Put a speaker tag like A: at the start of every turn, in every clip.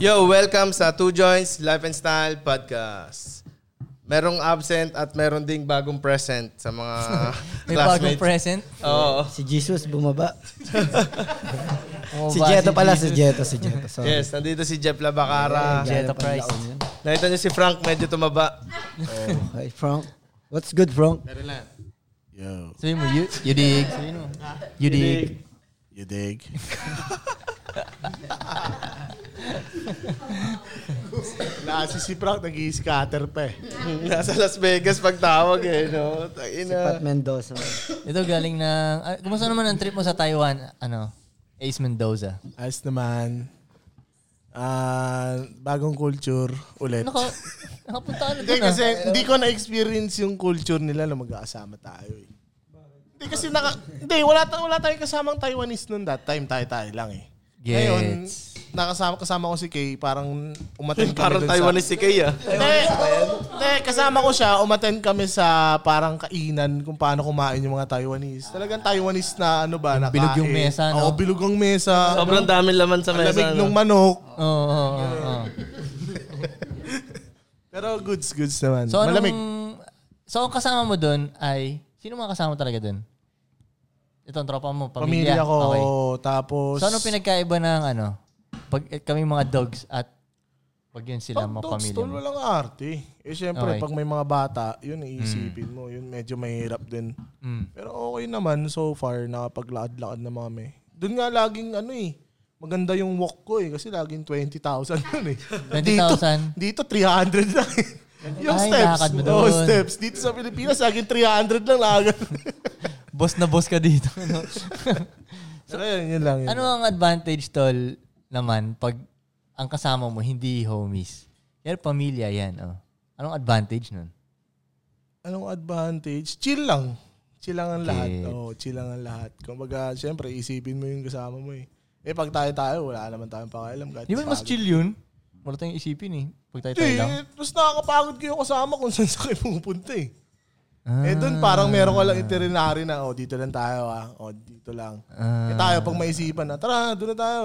A: Yo, welcome sa Two Joints Life and Style Podcast. Merong absent at meron ding bagong present sa mga
B: May bagong
A: classmates.
B: present.
A: Oo.
C: Si Jesus bumaba.
B: Oo
C: si
B: Oh, ba,
C: Jeto pala, si
B: Jesus?
C: Jeto, si Jeto. Sorry.
A: Yes, nandito si Jeff Labacara.
B: Yeah, Jeto Price.
A: Nakita niyo si Frank, medyo tumaba.
C: Okay, Frank. What's good, Frank?
A: Meron lang.
D: Yo,
B: Sabihin mo, you, you dig. You dig.
D: you dig? Nasi si Frank, nag-i-scatter pa eh.
A: Nasa Las Vegas pagtawag eh, no?
C: Si Pat
A: Tangina.
C: Mendoza.
B: Ito galing ng... ah, kumusta naman ang trip mo sa Taiwan? Ano? Ace Mendoza.
D: Ayos naman. Ah, bagong culture ulit.
B: Naka, nakapunta ka na
D: Hindi
B: doon ah.
D: kasi hindi ko na-experience yung culture nila na magkakasama tayo eh. Hindi kasi naka, hindi, wala, ta- wala tayong kasamang Taiwanese noon that time. Tayo-tayo lang eh. Ngayon,
B: Gets.
D: nakasama kasama ko si Kay, parang umatin kami
A: Parang
D: dun sa...
A: Taiwanese si Kay, ah.
D: Hindi, hindi, kasama ko siya, umaten kami sa parang kainan kung paano kumain yung mga Taiwanese. Talagang Taiwanese na ano ba, nakain.
B: bilog yung mesa, no?
A: Oh,
D: Oo, bilog yung mesa.
A: Sobrang daming laman sa
D: Ang lamig
A: mesa.
D: ng
A: No?
D: manok.
B: Oo, oo, oo, oo.
D: Pero goods, goods naman.
B: So, anong,
D: Malamig.
B: so, ang kasama mo doon ay... Sino mga kasama talaga doon? Itong tropa mo, pamilya.
D: Pamilya ko,
B: Okay.
D: tapos...
B: So, anong pinagkaiba ng ano? Pag eh, kami mga dogs at pag yun sila, mga
D: Pag
B: pamilya
D: Oh, tol,
B: mo.
D: walang arte. Eh, syempre,
B: Okay. Hmm.
D: pag may mga bata, yun, iisipin mo. Yun, medyo mahirap din.
B: Mm.
D: Pero okay naman, so far, nakapaglakad-lakad na mami. Doon nga laging, ano eh, maganda yung walk ko eh, kasi laging 20,000 yun eh.
B: 20,000?
D: Dito, dito 300 lang eh. Yung
B: Ay,
D: steps.
B: lakad mo
D: Oo,
B: doon.
D: steps. Dito sa Pilipinas, laging 300 lang lagad.
B: Boss na boss ka dito. ano?
D: Pero yun, yun lang yun.
B: ano ang advantage, tol, naman, pag ang kasama mo, hindi homies? Yan, pamilya yan, oh. Anong advantage nun?
D: Anong advantage? Chill lang. Chill lang ang lahat.
B: Gets.
D: Oo, chill lang ang lahat. Kumbaga, syempre, isipin mo yung kasama mo eh. Eh, pag tayo-tayo, wala naman tayong pakialam. kahit
B: Di ba mas
D: pagod.
B: chill yun? Wala tayong isipin, eh. Pag tayo tayo
D: Hindi,
B: lang.
D: tapos nakakapagod ko yung kasama kung saan sa kayo pupunta eh. Eh doon parang meron ko lang
B: Ah.
D: itinerary na, oh dito lang tayo ah, oh dito lang.
B: Ah.
D: eh tayo pag maisipan na, tara, doon na tayo.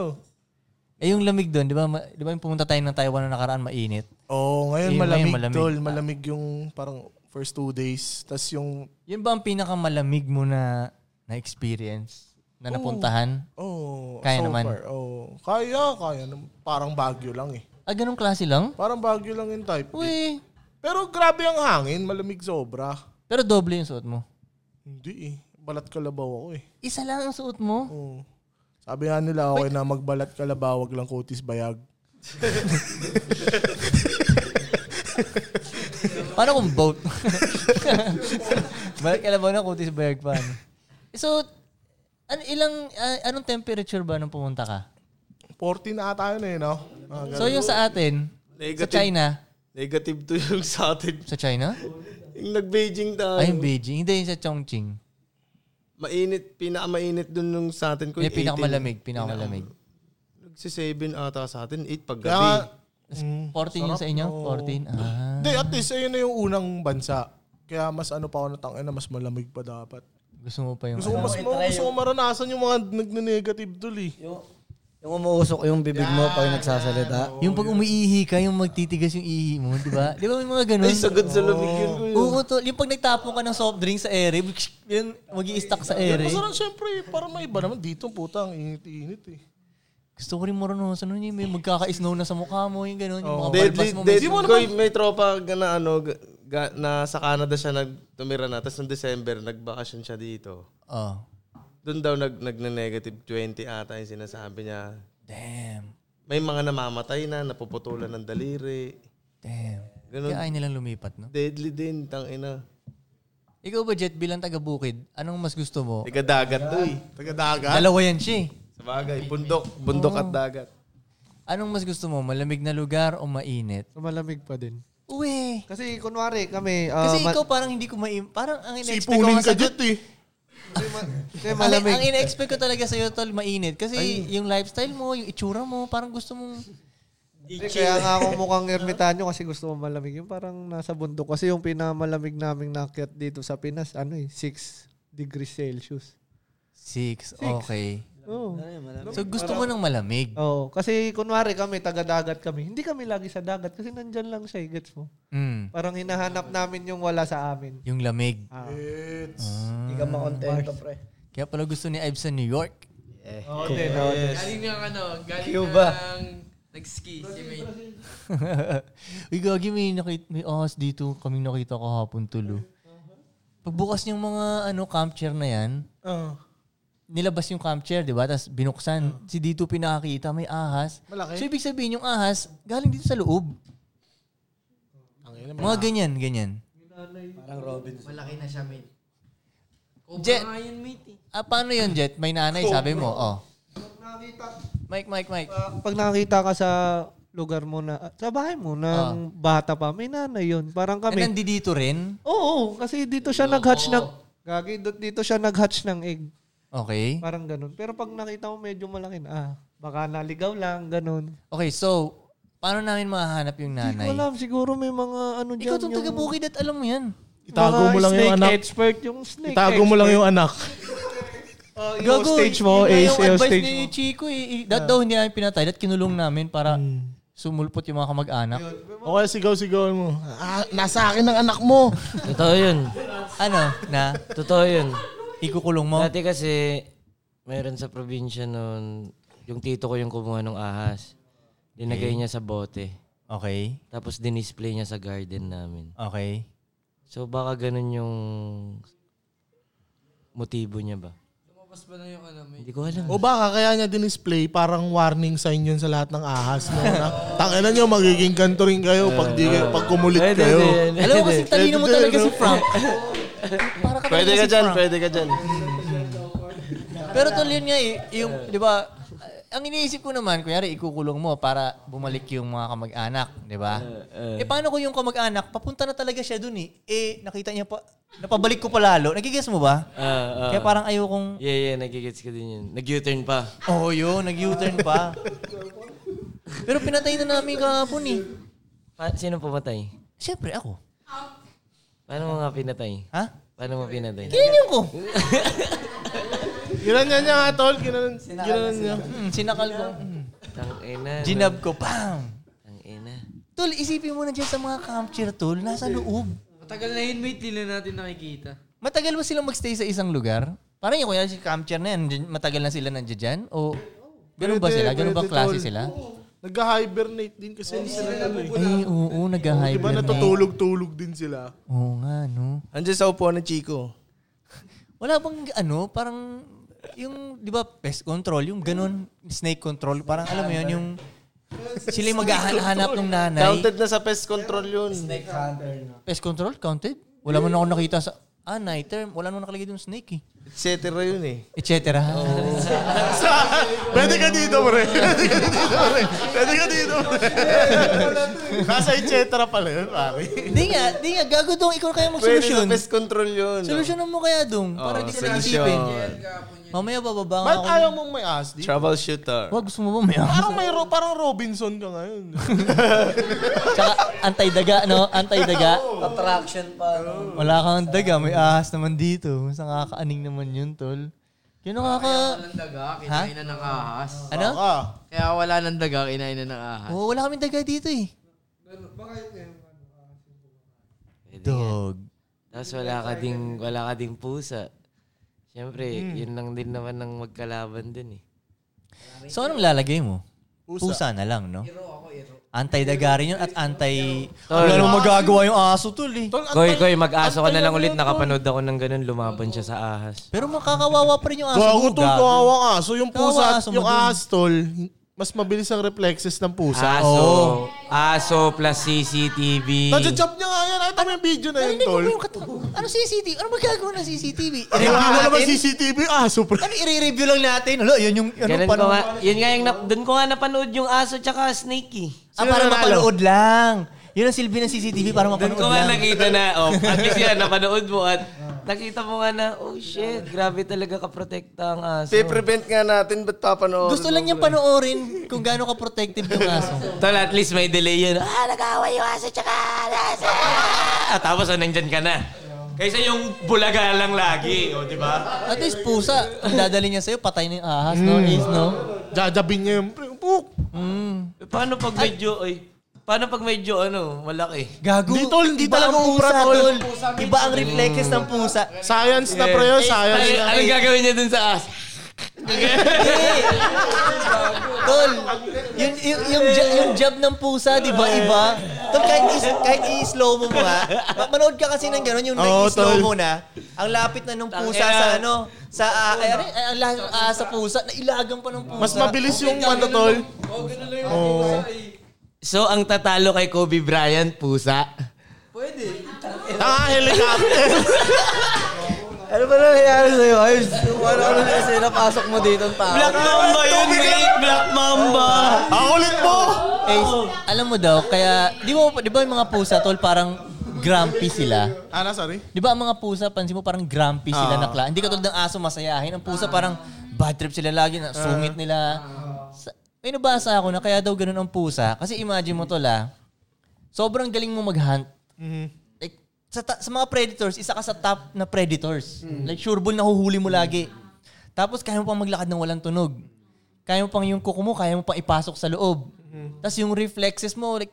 B: Eh, yung lamig doon, di ba, ma- di ba yung pumunta tayo ng Taiwan na nakaraan, mainit?
D: Oh, ngayon
B: Eh, ngayon
D: malamig,
B: malamig.
D: tol, malamig yung parang first two days. Tapos yung,
B: Yun ba ang pinakamalamig mo na na-experience? Na napuntahan?
D: oh,
B: Kaya
D: so
B: naman.
D: far, oh, kaya, kaya. nam- Parang bagyo lang eh.
B: Ah, ganong klase lang?
D: Parang bagyo lang yung type. eh.
B: Uy!
D: Pero grabe ang hangin, malamig sobra.
B: Pero doble yung suot mo.
D: Hindi eh, balat kalabaw ako eh.
B: Isa lang ang suot mo?
D: Oo. Sabi nga nila, okay na magbalat ka laba, wag lang kutis bayag.
B: Paano kung boat? Balik ka na ba na kutis bayag pa? ano? So, an ilang, ah, anong temperature ba nung pumunta ka?
D: 14 na ata yun eh, no? Ah, ganun.
B: So, yung sa atin, sa
A: Negative.
B: China,
A: Negative to yung sa atin.
B: sa China?
A: Yung nag-Beijing tayo.
B: Ay, yung Beijing. Hindi, yung sa Chongqing.
A: Mainit, pinakamainit dun nung sa atin ko.
B: Yung
A: 18.
B: pinakamalamig, pinakamalamig.
A: Nagsi-7 ata sa atin, 8
D: Kaya
A: paggabi.
D: nga, mm,
B: 14 yung sa inyo? 14? Ah,
D: Hindi, at least, ayun na yung unang bansa. Kaya mas ano pa ako natangin na mas malamig pa dapat.
B: gusto mo pa yung
D: Gusto ko
B: ano?
D: mas mo, gusto ko maranasan yung mga nagne-negative dul eh.
C: Yung, yung umuusok yung bibig mo pag nagsasalita.
B: Yung pag umiihi ka, yung magtitigas yung ihi mo, di ba? Di ba may mga ganun?
A: Ay, sagad sa lamig yun. kuya.
B: Oo, to. Yung pag nagtapon ka ng soft drink sa ere, yun, mag i sa ere.
D: Masarap syempre eh, para may iba naman dito putang init-init eh.
B: Gusto ko rin maranasan nun yung may magkaka-snow na sa mukha mo, yung gano'n, yung mga
A: Oh. Deadly,
B: balbas mo.
A: dead,
B: Hindi mo-
A: Koy, may tropa ka na ano, ga- ga- na sa Canada siya nag tumira na. Tapos noong December, nag-vacation siya dito.
B: Oh,
A: Doon daw nag, nag-negative 20 ata yung sinasabi niya.
B: damn.
A: May mga namamatay na, napuputulan ng daliri.
B: Damn.
A: Ganun.
B: Kaya ayaw nilang lumipat, no?
A: Deadly din, tang ina.
B: Ikaw ba, Jet, bilang taga-bukid, anong mas gusto mo?
A: Taga dagat to eh.
D: Tagadaga.
B: Dalawa yan siya eh.
A: Sa bagay, bundok. Bundok at dagat.
B: Anong mas gusto mo? Malamig na lugar o mainit?
E: So, malamig pa din.
B: Uwe!
E: Kasi kunwari kami, ah,
B: Kasi
E: ma-
B: ikaw parang hindi ko mai... Parang ang ina-expect ko
D: Sipunin
B: nga
D: ka
B: sa'yo...
D: dito eh.
E: kasi
B: Ang,
E: malamig.
B: ang ina-expect ko talaga sa'yo, tol, mainit. Kasi yung lifestyle mo, yung itsura mo, parang gusto mong...
E: Hindi, kaya nga ako mukhang ermitanyo kasi gusto ko malamig. Yung parang nasa bundok. Kasi yung pinamalamig naming nakyat dito sa Pinas, ano eh, 6 degrees Celsius.
B: Six, okay.
E: Oo.
B: So gusto mo ng malamig.
E: Oo. Kasi kunwari kami, taga-dagat kami. Hindi kami lagi sa dagat kasi nandyan lang siya, eh, gets mo?
B: Mm.
E: Parang hinahanap namin yung wala sa amin.
B: Yung lamig.
E: Ah.
C: Hindi ka makontento, pre.
B: Ah.
C: Eh.
B: Kaya pala gusto ni Ives sa New York.
A: Oh,
E: Oo, din, oo, din.
F: Galing ng ano, galing
C: Cuba.
F: ng nag-ski si Maine.
B: Uy, gagi, may, nakita, may ahas dito kami nakita kahapon tulo. Pagbukas yung mga ano camp chair na yan,
D: Oo.
B: nilabas yung camp chair, di ba? Tapos binuksan. Si dito pinakakita, may ahas.
D: Malaki.
B: So, ibig sabihin yung ahas, galing dito sa loob.
C: Ah.
B: Mga ganyan, ganyan.
C: Parang Robinson.
F: Malaki na siya, Maine. Cobra
B: Jet.
F: nga yun, mate. eh.
B: Ah, paano yun, Jet? May nanay, sabi mo. Oh. Mike, Mike, Mike.
E: Pag nakakita ka sa lugar mo na, sa bahay mo,
B: Ah.
E: ng bata pa, may nanay yun. Parang
B: Eh,
E: kami.
B: nandito rin?
E: Oo, kasi dito siya nag-hatch ng, gagi, dito- dito siya nag-hatch ng egg.
B: Okay.
E: Parang ganun. Pero pag nakita mo medyo malaki na, ah, baka naligaw lang, ganun.
B: Okay, so, paano namin mahanap yung
E: Hindi ko
B: nanay?
E: alam, siguro may mga ano dyan.
B: Ikaw tong taga
E: yung-
B: bukid at alam mo yan.
D: Itago
E: mga
D: mo lang yung
E: snake
D: anak.
E: expert yung snake
D: Itago mo lang yung anak.
E: Gago, stage mo, eh,
B: yun nga Oh, yung
E: yung
B: advice
E: stage
B: ni Chico. Eh. eh. That daw hindi namin pinatay. That kinulong namin para
D: Hmm.
B: sumulpot yung mga kamag-anak.
D: O kaya sigaw-sigaw mo. Ah, nasa akin ang anak mo.
G: Totoo yun.
B: Ano?
G: Ah,
B: Na?
G: Totoo yun.
B: Ikukulong mo?
G: Dati kasi, mayroon sa probinsya noon, yung tito ko yung kumuha ng ahas. Dinagay niya sa bote.
B: Okay.
G: Tapos dinisplay niya sa garden namin.
B: Okay.
G: So baka ganun yung motibo niya ba?
F: Lumabas ba na yung ano, Maine?
G: Hindi ko alam.
D: O baka kaya niya dinisplay parang warning sign yun sa lahat ng ahas. No? Na, Tangina niyo, magiging ganto rin kayo pag, di, pag kumulit kayo.
B: Alam mo kasi talino mo talaga si Frank. Para ka
G: Pwede
B: talaga
G: ka
B: si
G: dyan,
B: Frank.
G: pwede ka dyan.
B: Pero tol yun nga eh, yung, di ba, uh, ang iniisip ko naman, kunyari, ikukulong mo para bumalik yung mga kamag-anak, di ba? eh, paano ko yung kamag-anak, papunta na talaga siya dun eh. Eh, nakita niya pa, napabalik ko pa lalo. Nagigess mo ba?
G: Ah, ah.
B: Kaya parang ayokong,
G: Yeah, yeah, nagigits ka din yun. Nag-U-turn pa.
B: oh yun, nag-U-turn pa. Pero pinatay na namin kahapon eh.
G: Pa- sino pumatay?
B: Siyempre ako.
G: Paano mo nga pinatay?
B: Ha?
G: Paano mo pinatay?
B: Kinin ko.
D: Ginanyan niya nga, tol. Ginanan, ginanan niya.
B: Hmm, sinakal ko. Hmm.
G: Tangina.
B: Ginab ko, pam.
G: Tangina.
B: Tol, isipin mo na dyan sa mga camp chair, tol, nasa loob.
F: Matagal na yun, mate. Di na natin nakikita.
B: Matagal ba silang magstay sa isang lugar? Parang yung kunyari si camp chair na yan, dyan- matagal na sila nandiyan dyan? O ganun ba
D: Pwede,
B: sila? Ganun ba
D: pwede,
B: klase
D: tol.
B: sila?
D: Nagka-hibernate din kasi sila. tol, eh.
B: Ay, oo,
D: Di ba
B: nag-hibernate.
D: natutulog-tulog din sila?
B: Oo nga, no?
A: Andiyan sa upuan ng Chico.
B: Ano? Wala bang ano, parang yung, di ba, pest control, yung ganun, snake control, parang alam mo yun, yung sila yung maghahanap ng nanay.
A: Counted na sa pest control yun.
B: Pest control, counted? Wala man ako nakita sa, ah, night term, wala nung nakalagay yung snake eh.
A: Et cetera yun eh.
B: Et cetera.
D: Pwede ka dito, pre. Pwede ka dito, pre. Pwede ka dito, pre. Nasa etcetera pala yun, pare.
B: Di nga, di nga, gago dong, ikaw na kaya
A: Pwede
B: magsolusyon.
A: sa pest control yun.
B: Solusyonan mo kaya dong.
A: Oo,
B: para di ka
A: solusyon.
B: naisipin. Mamaya bababa nga
D: Ba't
B: ako.
D: ayaw mong may ass dito?
A: Troubleshooter.
B: Wag, gusto mo ba may
D: Parang may ro- parang Robinson ka ngayon.
B: Tsaka antay-daga, no? Antay-daga.
C: Attraction pa. no?
B: Wala kang daga, may ahas naman dito. Mas nakakaaning naman yun, tol.
F: Kaya
B: Yun nakaka...
F: walang daga, kinain na ng ahas.
B: Ano?
D: Ah,
F: Kaya wala ng daga, kinain na ng ahas.
B: Oo, wala kaming daga dito eh.
G: Pwede nga.
B: Dog.
G: Tapos wala ka ding, wala ka ding pusa. Siyempre,
D: Mm.
G: yun lang din naman ng magkalaban din eh.
B: So anong lalagay mo? Pusa. na lang, no? Antay-daga rin yun at antay... Wala nang magagawa yung aso, tol eh.
G: Koy, koy, mag-aso ka na lang ulit. Nakapanood ako ng ganun. Lumaban siya sa ahas.
B: Pero makakawawa pa rin yung aso.
D: gago
B: mo,
D: tol,
B: gago.
D: kawawa ka. So yung
B: Kawawa
D: pusa,
B: aso mo
D: yung
B: dun.
D: ass tol, mas mabilis ang reflexes ng pusa.
G: Aso. Aso plus CCTV.
D: Nadya-chop niya nga yan. Ay, tama yung video na yun,
B: Narinig mo
D: tol.
B: ba yung kat- Ano CCTV? Ano magagawa ng CCTV?
D: Wala
B: I-review lang
D: naman
B: natin?
D: CCTV, aso pre.
B: Ano, i-review lang natin? Alo, yun yung... Ano,
G: Ganun
B: pa
G: ko nga, yun nga yung, na- dun ko nga napanood yung aso tsaka snake eh.
B: Ah, para mapanood lang. Yun ang silbi ng CCTV para
G: Dun
B: mapanood
G: ko nga
B: lang.
G: nakita na, oh, at least yan, napanood mo at nakita mo nga na, oh shit, grabe talaga kaprotekta ang aso.
A: Pe-prevent nga natin, ba't papanood?
B: Gusto lang niyang panoorin kung gaano ka-protective yung aso.
G: Tol, at least may delay yun. Ah, nag-away yung aso tsaka alas. Ah! Tapos, oh, nandyan ka na.
H: Kaysa yung bulaga lang lagi, o,
G: oh,
H: di ba?
B: At least pusa, ang dadali niya sa'yo, patay na yung ahas, no? Ace,
D: Hmm.
B: no? Hmm.
D: Jajabin niya yung puk.
G: Paano pag medyo, ay, paano pag medyo, ano, malaki?
B: Gago.
D: Hindi, tol, hindi
B: Iba ang
D: talaga
B: pusa, Mm.
D: ubra, tol.
B: tol. Iba
G: Hmm.
B: ang reflexes ng pusa.
D: Science na pre yun,
G: Ano,
D: science na.
G: anong gagawin niya dun sa ahas?
B: Hindi. tol, yun, yun, yung, jo- yung job ng pusa, di ba, iba? Tol, kahit, is, kahit i-slow mo mo, ha? Ma- Manood ka kasi ng gano'n, yung
D: Oo, tol.
B: nag-slow mo na, ang lapit na nung pusa
G: Tangina.
B: sa ano, sa, ah, ay, ay, ang lahat ng ah, sa pusa, nailagang pa ng pusa.
D: Mas mabilis yung ano, tol.
F: Oh, ganun lang yung oh.
G: eh. So, ang tatalo kay Kobe Bryant, pusa.
F: Pwede.
D: Ah, helicopter.
C: Ano ba nangyayari sa'yo, Ives? Ano ano na kasi napasok mo dito ang tao?
G: Black Mamba yun, mate! Black Mamba!
D: Ang Ah, ulit mo.
B: Ace, Eh, alam mo daw, kaya, di ba, di ba yung mga pusa, tol, parang grumpy sila?
D: Ana, Ah, sorry. Ah.
B: Di ba ang mga pusa, pansin mo parang grumpy sila na kla. Hindi katulad ng aso masayahin. Ang pusa parang bad trip sila lagi, na sungit nila. Sa, may nabasa ako na kaya daw ganun ang pusa. Kasi imagine mo to la, sobrang galing mo mag-hunt. Like, sa, ta- sa mga predators, isa ka sa top na predators. Like, sure bull, nahuhuli mo lagi. Tapos, kaya mo pang maglakad ng walang tunog. Kaya mo pang yung kuko mo, kaya mo pang ipasok sa loob. Tapos yung reflexes mo, like,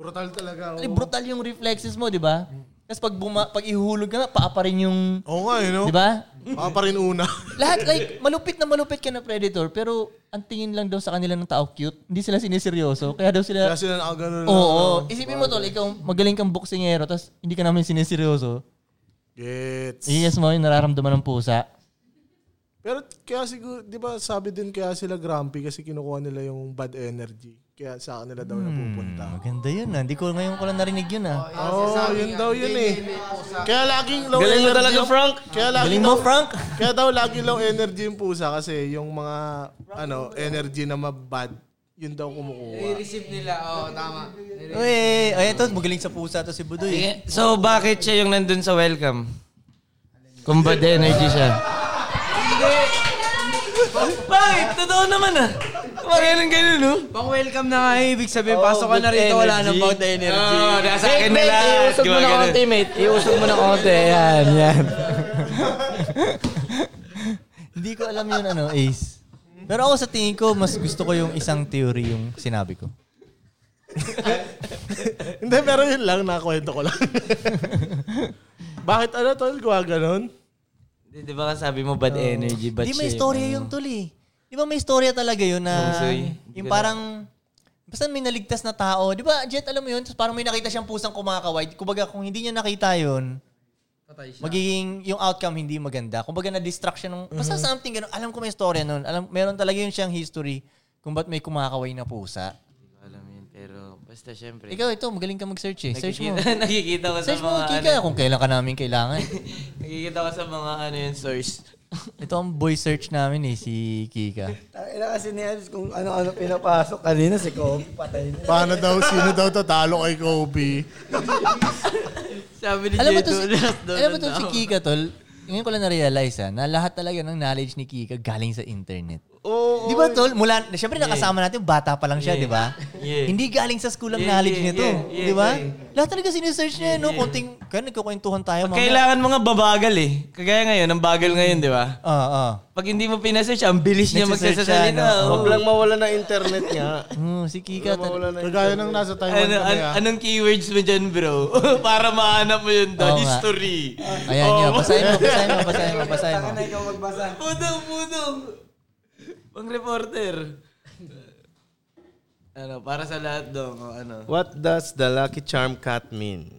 D: Brutal talaga.
B: Actually, brutal yung reflexes mo, di ba? Tapos pag, buma, pag ihulog ka, nga, paa pa rin yung...
D: Oo nga, you know.
B: Di ba?
D: Baka pa rin una.
B: Lahat, like, malupit na malupit ka na predator, pero ang tingin lang daw sa kanila ng tao cute. Hindi sila siniseryoso. Kaya daw sila...
D: Kaya sila nakagano'n. ano?
B: Oo. Isipin mo, tol, ikaw magaling kang boksingero, tapos hindi ka namin siniseryoso.
D: Gets.
B: Yes mo yung nararamdaman ng pusa.
D: Pero kaya siguro, di ba sabi din kaya sila grumpy kasi kinukuha nila yung bad energy. Kaya sa kanila daw napupunta.
B: Maganda yun, ah. Hindi ko Hmm, ngayon ko lang narinig yun, ah.
D: Oo, oh, yun daw yun eh. Kaya laging low
G: Galing mo
D: energy.
G: talaga,
D: yung-
G: Frank.
D: Kaya laging
B: Galing
D: daw,
B: mo, Frank!
D: kaya daw laging low energy yung pusa kasi yung mga ano energy na mabad, yun daw kumukuha.
F: I-receive nila. Oo, tama.
D: eh,
B: Uy,
D: oh,
B: ay, ito, magaling sa pusa to si Budoy.
G: So, bakit siya yung nandun sa welcome? Kung bad energy siya. Bakit? Totoo naman ah. Parang ganun, no?
F: Pang welcome na nga eh. Ibig sabihin, pasok ka na rito, wala nang bawat energy.
G: Oo, nasa akin na lang.
F: iusog mo na konti,
G: mate. Iusog mo na konti.
F: eh.
G: Ayan, yan.
B: Hindi ko alam yun, ano, Ace. Pero ako sa tingin ko, mas gusto ko yung isang theory yung sinabi ko.
D: Hindi, pero yun lang, nakakwento ko lang. Bakit ano tol, gawa ganun?
G: Di, di ba sabi mo bad energy, bad
B: Di may
G: shape,
B: istorya
G: ano?
B: yung tuli. Di ba may istorya talaga yun na
G: Bungsoy.
B: yung parang basta may naligtas na tao. Di ba, Jet, alam mo yun? Tapos parang may nakita siyang pusang kumakaway. Kumbaga, kung hindi niya nakita yun,
F: Patay siya.
B: magiging yung outcome hindi maganda. Kumbaga, na-distract siya ng...
G: Mhm.
B: Basta something ganun. Alam ko may istorya nun. Alam, meron talaga yun siyang history kung ba't may kumakaway na pusa.
G: Di ko Alam yun, pero basta syempre.
B: Ikaw, ito, magaling ka mag-search eh. Search mo.
G: nakikita, nakikita ko sa
B: Search mo,
G: mga ano.
B: Kika, kung kailan ka namin kailangan.
G: Nakikita ko sa mga ano yun, source.
B: Ito ang boy search namin eh, si Kika.
C: Tangina kasi ni Ives kung ano-ano pinapasok kanina si Kobe patay na.
D: Paano daw, sino daw tatalo kay Kobe?
F: Sabi ni
B: alam mo
F: Jeto,
B: to, si,
F: last daw.
B: alam mo to si Kika, tol? Ngayon ko lang na-realize ha, na lahat talaga ng knowledge ni Kika galing sa internet.
D: Oo.
B: Di ba, tol? Mula, syempre nakasama natin, bata pa lang siya, di ba?
G: Yeah.
B: Hindi galing sa school ang
G: Yeah,
B: knowledge
G: yeah,
B: nito.
G: yeah, yeah,
B: di ba?
G: yeah.
B: Lahat talaga sinesearch niya, no? Konting, kaya nagkukwentuhan tayo. mamaya.
G: Kailangan mga babagal eh. Kagaya ngayon, ang bagal ngayon, di ba?
B: Oo, oo.
G: Pag hindi mo pinasearch, ang bilis niya
B: Nagsisearch
G: magsasalita.
B: siya, no?
G: Oh.
B: Huwag
G: Ano,
A: mawala na internet niya.
B: Oo, Hmm, si Kika. Ano, Tal-
D: Kagaya ng nasa Taiwan
G: Ano, an-
D: kami ah.
G: anong keywords mo dyan, bro? Para mahanap mo yun doon.
B: Oo nga.
G: History.
B: Ayan niya, basahin mo, basahin mo, basahin mo, basahin mo.
C: ikaw magbasa.
G: Pudong, pudong. Pang reporter. ano, para sa lahat dong. o ano.
A: What does the Lucky Charm cat mean?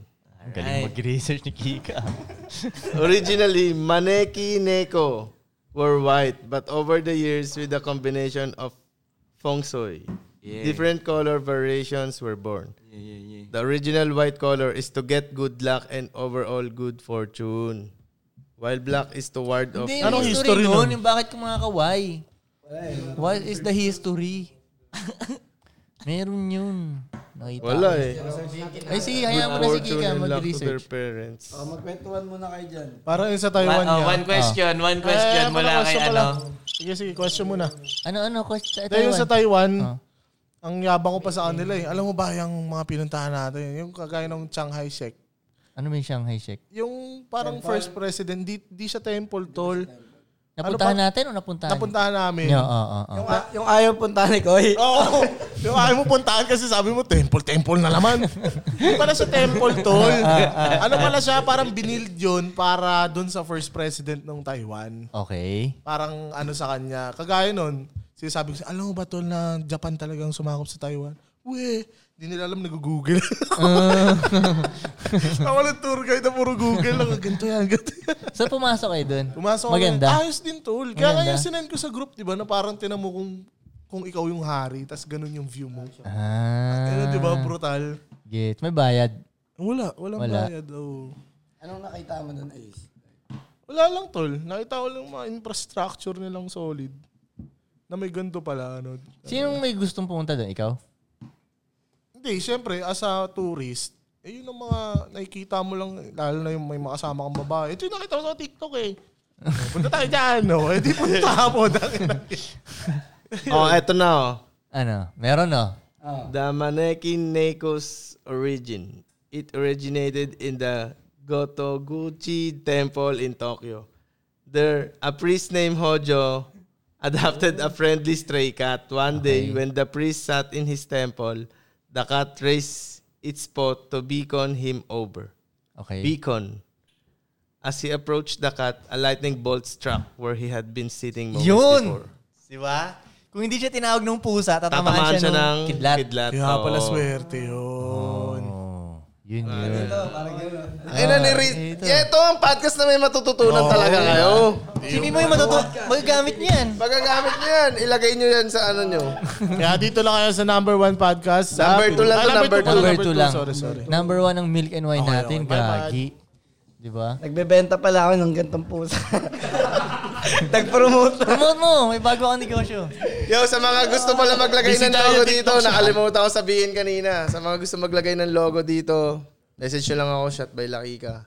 B: Ang galing mag-research ni Kika.
A: Originally, Maneki Neko were white, but over the years, with a combination of feng shui,
G: Yeah.
A: different color variations were born.
G: Yeah, yeah, yeah.
A: The original white color is to get good luck and overall good fortune, while black is to ward off.
B: Hindi,
A: evil.
B: Anong history, nun? Yung bakit kumakaway? What is the history? Meron yun. Nakita.
A: Wala eh.
B: Ay, sige, hayaan mo na si
A: Fortune and
B: Kika
A: luck to their
B: mag-research.
A: parents.
C: Oh, Magkwentuhan muna kayo dyan.
D: Parang yung sa
G: One,
D: Taiwan
G: oh,
D: niya.
G: one question, one question
D: Eh,
G: mula kay
D: question ko
G: ano.
D: lang. Sige, sige, question muna.
B: Ano, ano? Question,
D: Dahil yung sa Eh, Taiwan,
B: Ah.
D: ang yabang ko pa sa kanila eh. Alam mo ba yung mga pinuntahan natin? Yung kagaya ng Shanghai Shek.
B: Ano ba yung Shanghai Shek?
D: Yung parang first president, di, di siya temple, tol. Ano
B: Napuntahan natin o napuntahan?
D: Napuntahan namin.
B: niyo? Oo, oo, oo.
C: Yung, a- yung ayaw puntahan ni Koy.
D: Oo. Yung ayaw mo puntahan kasi sabi mo, temple, temple na naman. Hindi pala siya temple, tol. ano pala siya, parang binild yun para dun sa first president ng Taiwan.
B: Okay.
D: Parang ano sa kanya. Kagaya nun, sinasabi ko, siya, alam mo ba tol na Japan talagang sumakop sa Taiwan? Uwe, di nila alam, nag-google.
B: Ah.
D: Ako lang tour guide na puro Google. Ako, ganito yan, ganito yan.
B: So pumasok kayo dun?
D: Pumasok ako.
B: Maganda.
D: Ayos din, tol. Kaya
B: Maganda.
D: kaya sinend ko sa group, di ba, na parang tinamo kung kung ikaw yung hari, tas ganun yung view mo.
B: Ah.
D: Ano, di ba, brutal?
B: Get. May bayad.
D: Wala, walang
B: Wala.
D: bayad. Oh.
C: Anong nakita mo doon, Ace?
D: Wala lang, tol. Nakita ko lang mga infrastructure nilang solid. Na may ganito pala. Ano.
B: Sinong may gustong pumunta dun? Ikaw?
D: Hindi, syempre, as a tourist, eh, yun ang mga nakikita mo lang, lalo na yung may makasama kang babae. Ito yung nakita ko sa TikTok eh. Punta tayo dyan, no? Eh, di punta mo.
A: Oh, eto na oh.
B: Ano? Meron no?
A: The Maneki Neko's origin. It originated in the Gotoguchi Temple in Tokyo. There, a priest named Hojo adopted a friendly stray cat. One day, when the priest sat in his temple, the cat raised its paw to beacon him over.
B: Okay.
A: Beacon. As he approached the cat, a lightning bolt struck where he had been sitting moments
B: Yun!
A: before.
B: Di ba? Kung hindi siya tinawag ng pusa, tatamaan,
A: Tatamaan
B: siya,
A: siya ng
B: kidlat.
A: kidlat.
D: Kaya
A: oo.
D: pala swerte yun.
B: Oh, yun
A: Ah,
B: yun. Ah,
A: Ay, na
D: Ah,
A: ni Riz. Yeah, ito ang podcast na may matututunan talaga kayo.
B: Sino mo yung matuto? Magagamit niyan.
A: Magagamit niyo yan. Ilagay niyo yan sa ano niyo.
D: Kaya dito lang kayo sa number one podcast. sa
A: Number two
D: Pinoy-
A: lang
D: Ah,
A: to, number
D: two,
A: two.
B: Number two
D: two,
B: lang.
D: Sorry, sorry.
B: Number one ang milk and wine natin, gagi. Di ba?
C: Nagbebenta pala ako ng gantong pusa. Nag-promote.
B: Promote mo! May bago kang negosyo.
A: Yo, sa mga gusto pala maglagay ng
D: tayo
A: logo
D: TikTok
A: dito,
D: siya.
A: nakalimutan ko sabihin kanina. Sa mga gusto maglagay ng logo dito, message nyo lang ako, shot by Lakika.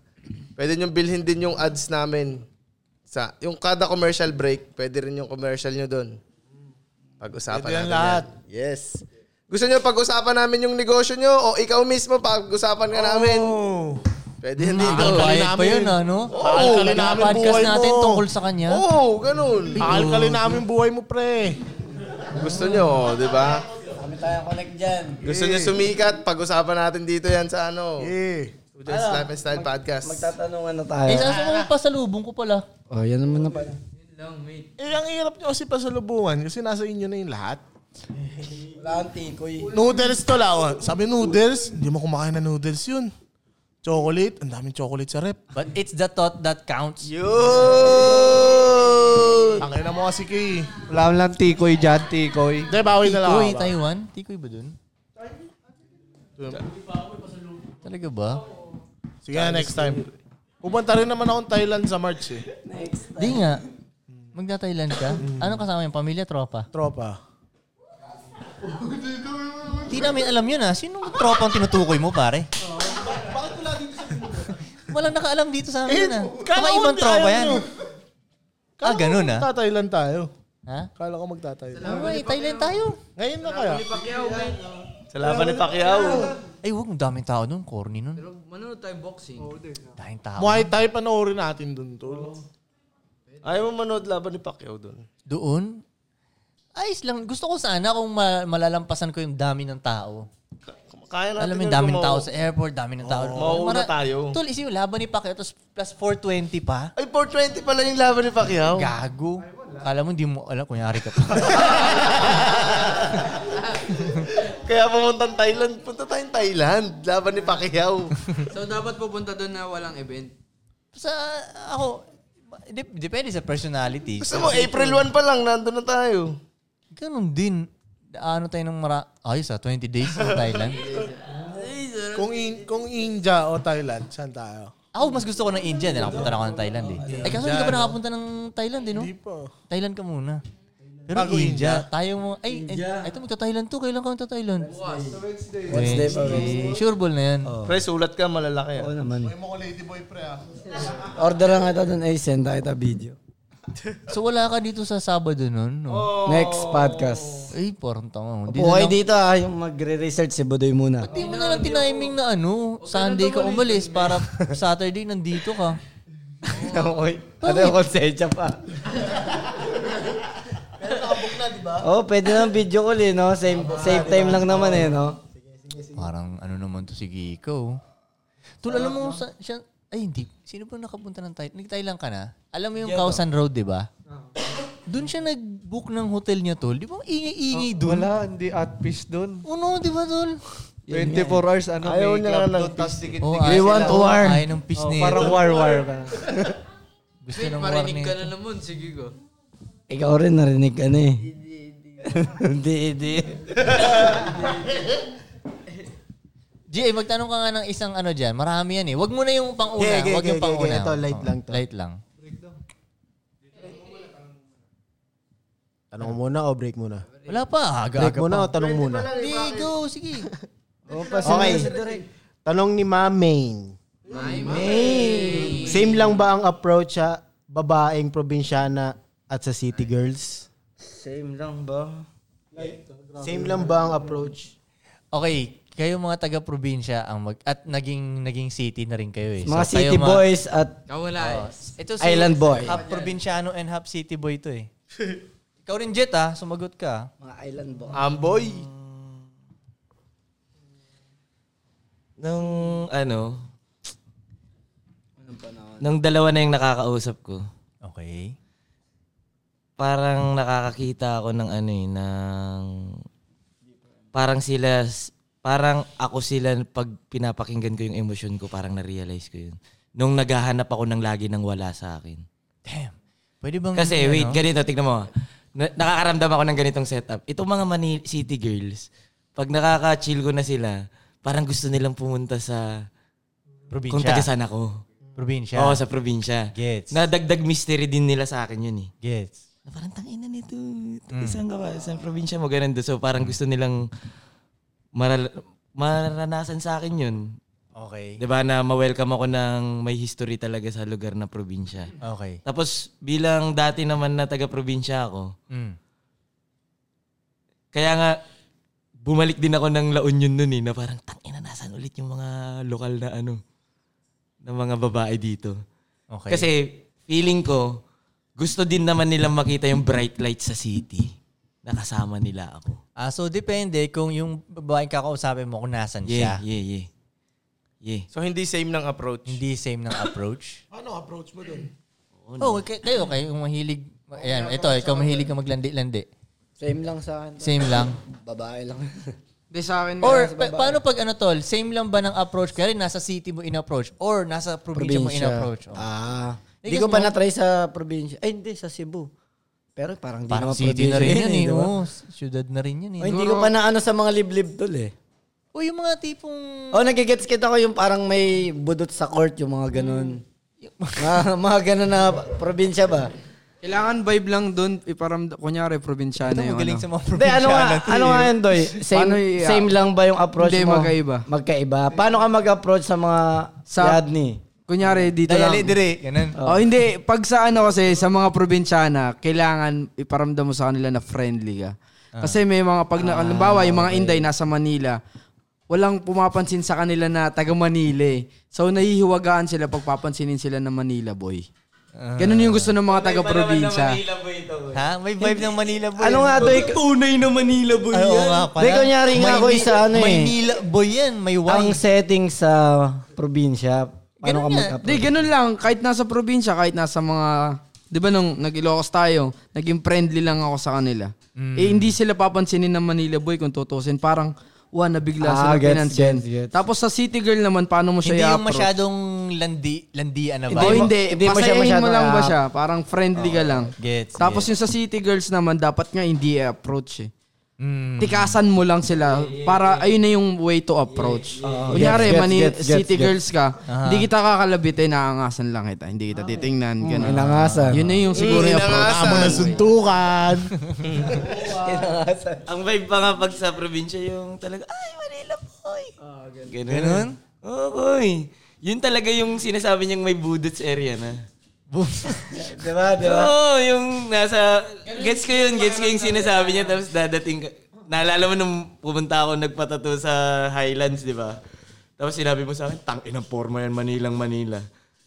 A: Pwede nyo bilhin din yung ads namin. Sa, yung kada commercial break, pwede rin yung commercial nyo doon. Pag-usapan
D: Pwede yan
A: natin
D: lahat.
A: yan. Yes. Gusto nyo pag-usapan namin yung negosyo nyo o ikaw mismo pag-usapan ka namin? Pwede yan dito.
B: Bayad Ah, pa yun, ano?
D: Oo,
B: Yung podcast natin tungkol sa kanya.
A: Oo, ganun.
D: Akalkalin namin buhay mo, pre.
A: Gusto nyo, di ba?
C: Kami tayo connect dyan.
A: Gusto nyo sumikat, pag-usapan natin dito yan sa ano.
D: Eh.
A: Students Life and Style Podcast.
C: Magtatanungan na tayo.
B: Eh, saan mo yung pasalubong ko pala?
G: Oh, yan naman na pala.
D: Eh, ang hirap nyo kasi pasalubungan kasi nasa inyo na yung lahat.
C: Wala kang tikoy.
D: Noodles to lao. Sabi noodles, hindi mo kumakain ng noodles yun. Chocolate, ang daming chocolate sa rep.
B: But it's the thought that counts.
A: Yun!
D: Ang ina mo kasi kay.
E: Wala lang tikoy dyan, tikoy.
D: Hindi, bawi na lang ako.
B: Tikoy, Taiwan? Tikoy ba dun? Talaga ba?
D: Sige na, next time. Pupunta rin naman akong Thailand sa March eh.
B: Di nga. Magda-Thailand ka? Anong kasama yung pamilya, tropa?
D: Tropa.
B: Hindi namin alam yun ah. Sinong tropa ang tinutukoy mo, pare? Walang nakaalam dito
E: Eh,
B: sa amin yun ah. Baka ibang tropa yan. Ah, ganun ah.
D: Magta-Thailand tayo.
B: Ha?
D: Kala ko magta-Thailand.
B: Ay, Thailand tayo.
D: Ngayon na kaya.
A: Sa laban ni Pacquiao.
B: Ay, huwag. Ang daming tao nun. Corny nun.
E: Ano
F: Manonood tayo boxing.
E: Oh,
B: Daming tao.
D: Muay Thai panoorin natin dun, tol.
A: Ayaw mo manood laban ni Pacquiao doon.
B: Doon, ayos lang. Gusto ko sana kung ma- malalampasan ko yung dami ng tao.
A: Kaya natin
B: Alam mo, yung daming tao sa airport, dami ng tao.
A: mauuna tayo.
B: Tol, isip yung laban ni Pacquiao, tapos plus 420 pa.
A: Ay, 420 pala yung laban ni Pacquiao.
B: Gago. Kala mo, hindi mo alam. Kunyari ka pa.
A: Kaya pumunta ng Thailand. Punta tayong Thailand. Laban ni Pacquiao.
F: So dapat pupunta doon na walang event.
B: sa, ako, dep- depende sa personality.
A: Gusto mo, eh. April 1 pa lang. Nandun na tayo.
B: Ganun din. Ano tayo ng mara... Ayos ah, 20 days sa Thailand.
D: Kung, in, kung India o Thailand, saan tayo?
B: Ako, mas gusto ko ng India. Then nakapunta na ako ng Thailand eh. Ay, kaso hindi ka pa nakapunta ng Thailand eh, no?
D: Hindi pa.
B: Thailand ka muna. Pero India, tayo mo, ay, ay ito magta-Thailand to. Kailan ka magta-Thailand? Wednesday. Wednesday. Sure ball na yan.
C: Oh.
A: Pre, sulat ka. Malalaki. ah.
C: Oo naman.
D: May mo ko lady boy pre ah.
C: Order lang ito doon, Ace. Send tayo ito video.
B: So wala ka dito sa Sabado nun? No?
C: Next podcast.
B: Ay, parang tanga. Hindi na
C: Buhay
B: lang-
C: dito ah, yung magre-research si Budoy muna.
B: Hindi mo na lang tiniming na ano, Sunday ka umalis para Saturday nandito ka.
C: Okay. Ano yung konsensya pa? Oo, oh, pwede ng video call eh, no? Same, same time lang naman eh, no?
B: Parang ano naman to si Giko. Tol, alam mo, sa, siya, ay hindi, sino ba nakapunta ng Thailand? Nag-Thailand ka na? Alam mo yung
E: ah.
B: Khao San Road, di ba?
E: Uh-huh.
B: Doon siya nag-book ng hotel niya, Tol. Di ba ang ingay-ingay doon?
E: Oh, Wala, hindi at peace doon.
B: Uno, Oh, di ba, Tol?
E: 24 hours, ano,
A: Ayaw
E: may
A: niya
E: club
A: nga
E: doon,
A: ng
E: tapos
B: Oh,
E: dikit-dikit.
B: ay,
C: want
B: sila, oh,
C: war.
B: Ayaw ng peace
E: Oh,
B: nito.
E: parang war-war ka na.
B: Gusto
F: Wait,
B: ng war
F: marinig
B: nito.
F: ka na naman. Sige ko.
C: Ikaw rin narinig ka na eh. Hindi, hindi.
B: G, eh, magtanong ka nga ng isang ano dyan. Marami yan eh. Wag mo na yung panguna.
I: Okay, okay,
B: Wag
I: okay,
B: yung
I: okay.
B: panguna.
I: Ito, light
B: Oo,
I: lang to.
B: Light lang.
I: Tanong mo muna o break muna?
B: Wala pa.
I: Break
B: Aga-aga
I: muna o
B: pa.
I: tanong muna?
B: Hindi, go. Sige.
I: Okay. Tanong ni Ma Main. Same lang ba ang approach sa babaeng probinsyana at sa city girls?
C: Same lang ba?
I: Same lang ba ang approach?
B: Okay, kayo mga taga-probinsya ang mag at naging naging city na rin kayo eh.
C: Mga
B: So, kayo Oh,
C: city boys at
F: Ikaw wala eh. Ito si...
C: island boy.
B: Half probinsyano and half city boy to eh. Ikaw rin Jet ah, sumagot ka.
C: Mga island boy.
A: Amboy.
G: Nung ano, nung dalawa na yung nakakausap ko,
B: Okay.
G: parang nakakakita ako ng ano eh, ng... Parang sila, parang ako sila pag pinapakinggan ko yung emosyon ko, parang na-realize ko yun. Nung naghahanap ako ng lagi ng wala sa akin.
B: Damn. Pwede bang
G: Kasi
B: ano?
G: wait, ganito, tignan mo. Na- nakakaramdam ako ng ganitong setup. Itong mga Mani- city girls, pag nakaka-chill ko na sila, parang gusto nilang pumunta sa kung
B: probinsya.
G: tagasan ako.
B: probinsya.
G: Oo, sa probinsya.
B: Gets.
G: Nadagdag mystery din nila sa akin yun eh.
B: Gets.
G: Na parang tangina nito. Mm. Saan ka ba? Saan probinsya mo? Ganun doon. So parang gusto nilang maral- maranasan sa akin yun.
B: Okay.
G: 'Di ba na ma-welcome ako ng may history talaga sa lugar na probinsya.
B: Okay.
G: Tapos bilang dati naman na taga-probinsya ako,
B: Mm.
G: kaya nga bumalik din ako ng La Union noon eh na parang tangina nasan ulit yung mga lokal na ano na mga babae dito.
B: Okay.
G: Kasi feeling ko gusto din naman nilang makita yung bright light sa city. Nakasama nila ako.
B: ah, so depende kung yung babaeng kakausapin mo kung nasan
G: Yeah,
B: siya.
G: yeah, yeah. Yeah.
A: So hindi same ng approach.
B: Hindi same ng approach.
D: Ano approach mo dun?
B: oh, kay- kayo, kayo kung mahilig. Ayan, ito, ikaw mahilig ka maglandi-landi.
C: Same lang sa akin.
B: Same lang.
C: Babae lang.
F: Hindi sa akin.
B: Or pa- paano pag ano tol, same lang ba ng approach? Kaya rin nasa city mo in-approach or nasa probinsya, mo in-approach. Oh.
C: Ah.
B: Eh,
C: Hindi ko
B: guess
C: pa
B: mo-
C: na-try sa probinsya. Ay, hindi, sa Cebu. Pero parang di
B: Parang
C: naman
B: city na rin
C: probinsya
B: yan
C: eh,
B: eh.
C: di ba?
B: Oo, syudad na rin yan
C: Oh,
B: eh.
C: hindi ko pa na ano sa mga liblib tol eh.
B: O yung mga tipong...
C: Oh, nagigets kita ko yung parang may budot sa court, yung mga ganun. mga, mga ganun na probinsya ba?
F: Kailangan vibe lang doon. Iparamdam. Kunyari, probinsyana yung
B: Magaling sa
F: ano.
B: mga
C: Hindi,
B: probinsya. eh.
C: ano nga, ano nga yun, Doy? Same,
F: Paano i-
C: same lang ba yung approach
F: Hindi,
C: mo?
F: magkaiba.
C: Magkaiba. Paano ka mag-approach sa mga
F: Sa-
C: yadni?
F: Kunyari, dito lang.
B: Dayali dire. Ganun.
F: Oh, hindi. Pag sa ano kasi, sa mga probinsyana, kailangan iparamdam mo sa kanila na friendly ka.
B: Ah.
F: Kasi may mga, pag,
C: Ah,
F: na, halimbawa, yung mga Inday nasa Manila, walang pumapansin sa kanila na taga Manila eh. So, nahihiwagaan sila pag papansinin sila na Manila boy.
C: Ah.
F: Ganun yung gusto ng mga taga-probinsya.
B: Ha? May vibe ng Manila boy.
C: Ano nga, Doy?
G: Tunay na Manila boy
B: Ay, oo nga pala.
C: Hindi, kunyari nga ako isa ano eh.
B: Manila boy yan. May
C: Ang
B: wine.
C: setting sa probinsya, paano ka
F: Di,
C: mag-approach?
F: ganun lang. Kahit nasa probinsya, kahit nasa mga... Di ba nung nag-Ilocos tayo, naging friendly lang ako sa kanila.
C: Hmm.
F: Eh,
B: Mm.
F: hindi sila papansinin ng Manila boy kung tutusin. Parang, wow, nabigla
C: Ah,
F: sila
C: gets,
F: pinansin.
C: gets, gets.
F: Tapos sa city girl naman, paano mo siya
B: Hindi yung
F: i-approach?
B: masyadong landi, landian na ba?
F: Hindi, hindi.
C: Diba? hindi mo siya ah.
F: Pasayahin mo
C: masyadong
F: lang ba
C: i-approach.
F: siya? Parang friendly ka lang.
B: Gets.
F: Tapos
B: gets.
F: yung sa city girls naman, dapat nga hindi i-approach eh.
B: Mm.
F: Tikasan mo lang sila
C: Mm.
F: para ayun na yung way to approach. Kunyari,
C: Gets, gets,
F: mani-
C: gets, gets,
F: city
C: gets. Uh-huh. Ah.
F: girls ka, hindi kita kakalabitin, naangasan lang kita. Hindi kita titingnan.
C: Mm.
F: Ganun.
C: Inangasan.
F: Yun na yung
C: Mm,
F: siguro yung approach.
D: Amo na suntukan.
G: Ang vibe pa nga pag sa probinsya yung talaga, ay, Manila boy. Oh, Ah, ganun. Ganun? Oo, boy. Yun talaga yung sinasabi niyang may budets area na.
C: Di ba?
B: Diba?
C: Di ba?
G: Oo, yung nasa... Gets ko yun. Gets ko yung sinasabi niya. Tapos dadating ka. Naalala mo nung pumunta ako nagpatato sa Highlands, di ba? Tapos sinabi mo sa akin, tang inang forma yan, Manilang, Manila.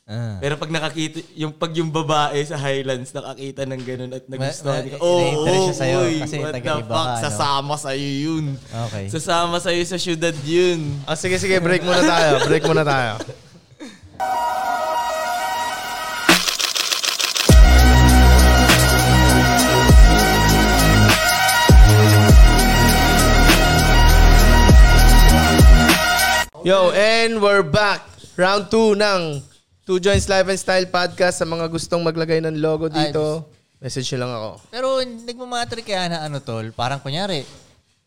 B: Ah.
G: Pero pag nakakita, yung pag yung babae sa Highlands nakakita ng ganun at nagustuhan
B: Ma- ma-
G: ka, oh,
B: na-interest
G: oh,
B: siya sa'yo
G: boy,
B: kasi
G: what the
B: taga-iba
G: fuck,
B: ka, no?
G: sasama sa'yo yun.
B: Okay.
G: Sasama sa'yo sa syudad yun.
A: Ah, sige, sige. Break muna tayo. Break muna tayo. Yo, and we're back. Round 2 ng Two Joints Life and Style Podcast. Sa mga gustong maglagay ng logo dito, message nyo lang ako.
B: Pero nagmamatter kaya na ano tol, parang kunyari,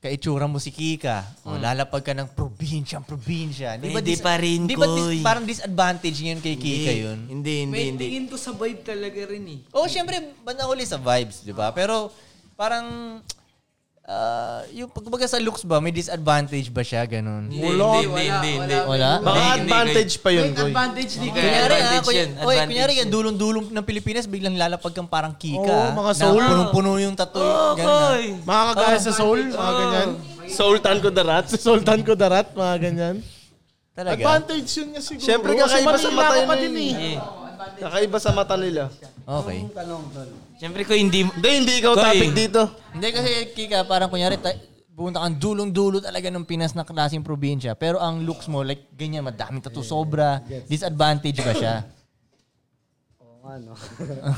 B: kaitsura mo si Kika, o lalapag ka ng probinsyang probinsya. Di ba
G: Pwede
B: dis-
G: pa rin,
B: Di ba dis-
G: Koy.
B: parang disadvantage yun kay Kika yun?
G: Hindi, hindi, hindi.
J: tingin ko sa vibe talaga rin eh.
B: Oh, syempre, banda huli sa vibes, di ba? Pero parang, ah, yung pagbaga sa looks ba, may disadvantage ba siya, ganun?
G: Hindi, hindi, hindi, hindi, hindi.
B: Wala?
A: Baka advantage pa yun, Goy.
J: Advantage ni Kaya.
B: Kunyari, ah,
G: advantage
B: kunya,
G: yun,
B: oy,
G: advantage
B: kunyari,
G: yun.
B: yan, dulong-dulong ng Pilipinas, biglang lalapag kang parang Kika.
D: Oo,
B: ah,
D: mga
B: na
D: soul.
B: Punong-puno yung tattoo. Oh,
G: Koy.
D: Mga kagaya sa soul, mga ganyan. Sultan ko darat. Sa Sultan ko darat, mga ganyan.
B: Talaga?
D: Advantage yun niya siguro.
A: Siyempre,
D: Kasi
A: kakaiba sa
D: Manila
A: mata
D: ka
A: yun
D: pa
A: eh.
D: din eh.
A: Nakaiba sa mata nila.
B: Okay.
G: Siyempre ko hindi...
A: Hindi, hindi ikaw
G: Goy.
A: topic dito.
B: Hindi kasi, Kika, parang kunyari, ta- pumunta kang dulong-dulo talaga ng Pinas na klaseng probinsya. Pero ang looks mo, like, ganyan, madaming tattoo sobra. Disadvantage ba siya?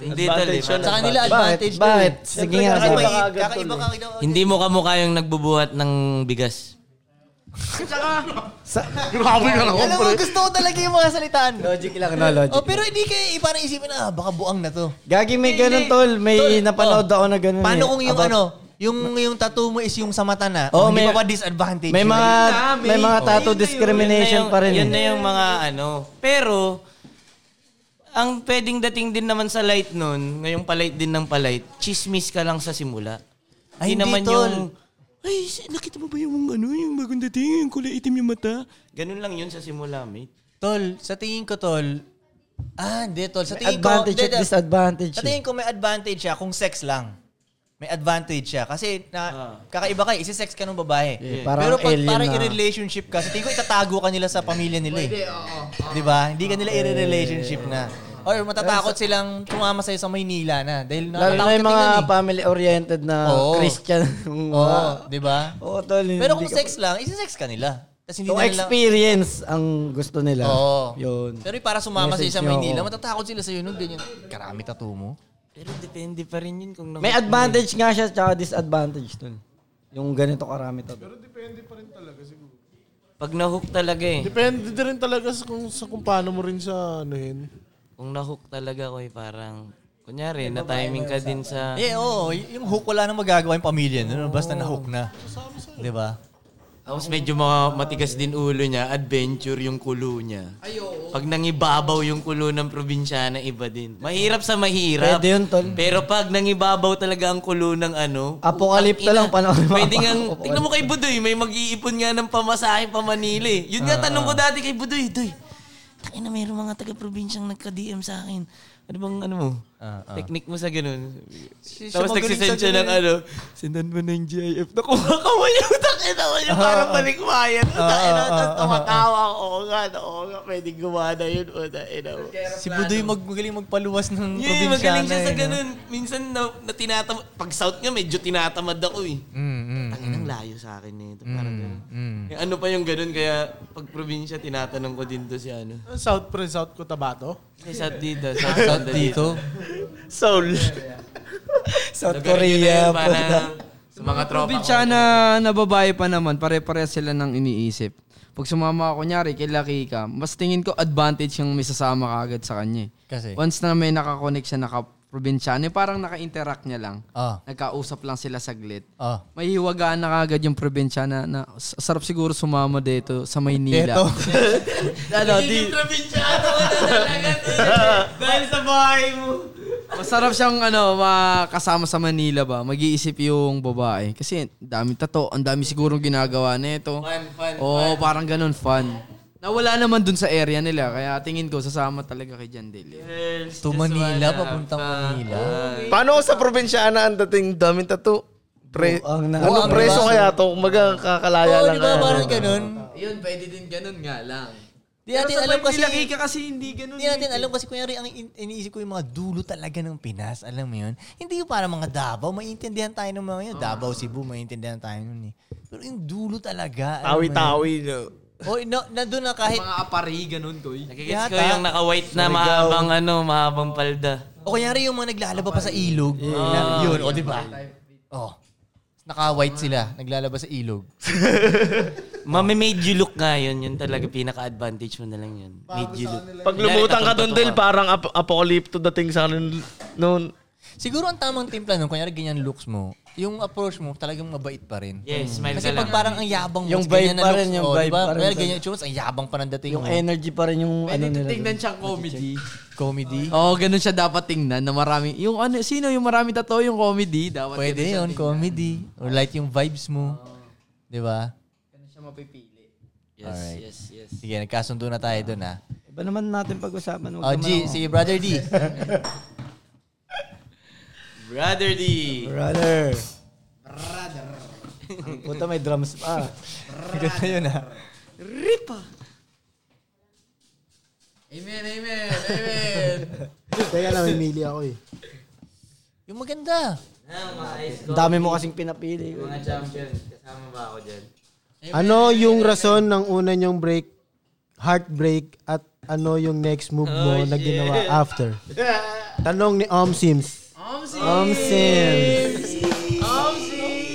G: Hindi tol, eh.
B: ano? Sa kanila, advantage daw eh.
C: Bakit? Sige nga.
A: Kakaiba
C: bakit?
A: ka agad, tol,
B: Kakaiba
A: eh.
B: ka daw.
G: Hindi mo kamukha yung nagbubuhat ng bigas.
B: Alam mo, gusto ko talaga yung mga salitaan.
C: Logic lang, no logic.
B: Oh, pero hindi kayo, eh, parang isipin, ah, baka buang na to.
C: Gagi may ganun, tol. May
B: Tol,
C: napanood
B: oh.
C: ako na ganun.
B: Paano
C: eh.
B: kung yung
C: About-
B: ano, yung yung tattoo mo is yung sa mata na,
C: Oh,
B: hindi
C: may-
B: pa pa disadvantage.
C: May
B: yun.
C: mga, may mga tattoo
G: Yun na
C: discrimination
G: yung-
C: pa rin.
G: Yun na
C: eh.
G: yung mga ano. Pero, ang pwedeng dating din naman sa light nun, ngayong palait din ng palait, chismis ka lang sa simula.
B: Ay, hindi,
G: naman
B: tol.
G: ay, si- nakita mo ba yung ano, yung bagong dating, yung kulay itim yung mata? Ganun lang yun sa simula, mate.
B: Tol, sa tingin ko tol, ah, hindi tol, sa tingin ko,
C: Advantage
B: hindi,
C: at
B: hindi.
C: disadvantage.
B: Sa
C: eh.
B: tingin ko may advantage siya kung sex lang. May advantage siya kasi
G: Ah.
B: na kakaiba ka, eh, isi-sex ka ng babae.
C: Yeah, parang
B: Pero pag
C: alien
B: parang
C: na.
B: i-relationship ka, sa tingin ko itatago ka nila sa pamilya nila. Pwede, oo. 'Di ba? Hindi ka nila i-relationship na. Or matatakot silang tumama sa'yo sa Maynila na dahil
C: Lalo
B: natatakot
C: na yung
B: ka
C: mga
B: tingnan eh.
C: family-oriented na
B: Oo.
C: Christian.
B: Oo, 'di ba?
C: Oo, tol.
B: Pero
C: hindi
B: kung
C: ka-
B: sex lang, isi-sex ka nila. Tapos hindi
C: Yung
B: na nila...
C: experience ang gusto nila.
B: Oo.
C: Yun.
B: Pero para sumama sa
C: Message
B: sa
C: niyo
B: Maynila,
C: ako.
B: matatakot sila sa'yo nung ganyan. Karami tattoo mo.
G: Pero depende pa rin yun kung...
C: May
G: eh.
C: advantage nga siya tsaka disadvantage dun. Yung ganito karami to.
G: Pag nahook talaga eh.
D: Depende din rin talaga sa kung, sa kung paano mo rin sa ano yun.
G: Kung nahook talaga ko eh, parang... Kunyari, na-timing ka din sa... oh.
B: Eh, oo. y- Yung hook, wala nang magagawa yung pamilya. No? Basta na-hook na. Di ba?
G: Tapos medyo mga matigas din ulo niya, adventure yung kulo niya. Pag nangibabaw yung kulo ng probinsyana, iba din. Mahirap sa mahirap.
C: Pwede yun, tol.
G: Pero pag nangibabaw talaga ang kulo ng ano,
C: Apokalipto lang panoorin mo.
G: pwede nga, tignan mo kay Budoy, may mag-iipon nga ng pamasahe pa Manila eh. Yun nga, tanong ko dati kay Budoy, Doy, takin na mayroong mga taga-probinsyang nagka-DM sa akin. Ano bang ano mo? Technique mo sa ganun. Tapos nagsisend siya ng ano, sendan mo na yung GIF. Nakuha ka mo yung takin na mo eh, yung parang balikwayan. Uh, na,
A: ah.
G: tapos tumatawa ako. Oo nga, oo nga, pwede gumawa na yun. O, takin na mo.
B: Si Budoy mag magaling magpaluwas
G: Yeah,
B: ng probinsyana.
G: magaling siya sa
B: eh, no?
G: ganun. Minsan na, na tinatamad. Pag south nga, medyo tinatamad ako eh. Tangin ang layo sa akin nito.
A: Mm.
G: Parang ganun.
B: Mm.
G: Eh, ano pa yung ganun? Kaya pag probinsya, tinatanong ko din to si ano.
D: South pre, South Cotabato.
G: Eh, south dito. South, south dito.
B: Dito.
A: Soul.
C: South
G: Lugar yun na
C: Korea
G: yun,
C: po.
G: parang Sa mga tropa ko.
F: Probinsya na nababae pa naman, pare-pareha sila ng iniisip. Pag sumama ako, kunyari, kay Lucky ka, mas tingin ko advantage yung may sasama ka agad sa kanya. eh.
B: Kasi?
F: Once na may nakakonect siya, naka-probinsyano, eh, parang naka-interact niya lang.
B: Ah.
F: Nagkausap lang sila saglit.
B: Ah.
F: May hiwagaan na kagad yung probinsyana na s- sarap siguro sumama dito sa Maynila.
B: Dito.
F: ano, di,
G: Dahil sa bahay mo.
F: Masarap siyang ano, makasama sa Manila ba? Mag-iisip yung babae. Kasi dami tato, ang dami sigurong ginagawa nito.
G: Fun, fun,
F: Oo, parang ganun, fun. Nawala naman dun sa area nila. Kaya tingin ko, sasama talaga kay John Daly.
G: Mm.
B: To Manila, papuntang Manila.
A: Paano ko sa probinsyana ang dating daming tattoo? Pre- ano,
F: nakakatawa.
A: preso kaya to? Umaga kakalaya
F: Oo,
A: lang.
F: di ba?
A: kaya.
F: Parang
B: ganun.
F: Yun, pwede din ganun nga lang.
B: Di natin
F: Pero sa
B: alam
F: Manila,
B: kasi-
F: Kika, kasi hindi ganun. eh.
B: Hindi natin alam kasi kunyari, ang in- iniisip ko yung mga dulo talaga ng Pinas. Alam mo yun? Hindi yung para mga Davao. Maintindihan tayo ng mga yun. Davao, Cebu, maintindihan tayo nun eh. Pero yung dulo talaga. alam mo yun?
A: Tawi-tawi.
B: O, no, nandun na kahit...
J: Mga apari, ganun, Koy.
G: Yes, ko yung naka-white na mahabang ano, mahabang palda.
B: O kunyari yung mga naglalaba pa sa ilog. Na, yun, o di ba? O. Naka-white sila. Naglalaba sa ilog.
G: Mami made you look nga yun. Yun talaga pinaka-advantage mo na lang yun. Made you look.
A: Pag lumutang ka doon, Del, parang ap- apokalipto dating sa akin noon.
B: Siguro ang tamang timpla nun, kunyari ganyan looks mo, yung approach mo talagang mabait pa rin.
G: Yes, smile
B: Kasi
G: ka
B: pag
G: lang.
B: parang ang yabang mo,
C: Yung
B: tas ganyan
C: vibe
B: na
C: pa rin,
B: looks
C: yung
B: mo, di
C: vibe
B: ba?
C: pa rin
B: Kunyari
C: sa-
B: ganyan, chums, ang yabang pa ng dating
C: Yung
B: mo.
C: energy pa rin yung ano
J: Pwede
C: nila.
J: titignan siyang comedy.
B: Comedy.
F: Oo, oh, ganun siya dapat tingnan na marami. Yung ano, sino yung marami tato yung comedy? Dapat
B: Pwede
F: ganun siya
B: yun,
F: tingnan.
B: comedy. Or like yung vibes mo. Di ba?
F: Ganun siya mapipili.
G: Yes,
B: Alright.
G: yes, yes.
B: Sige, nagkasundo na tayo dun ha.
I: Iba naman natin pag-usapan. Huwag
B: Oh,
I: naman
B: G,
I: ako-
B: sige, Brother D.
G: Brother D.
I: Brother. Brother. Puta, may drums pa.
B: Ganda yun ah. ha.
F: Amen, amen, amen.
I: Teka lang, mamili ako eh.
B: Yung maganda.
G: Ah, mga ice
I: Ang dami mo kasing pinapili.
G: Mga champion. Kasama ba ako dyan?
I: Ano yung rason ng una niyong break, heartbreak, at ano yung next move
A: Oh,
I: mo na ginawa after? Tanong ni Om Sims. Om Sims.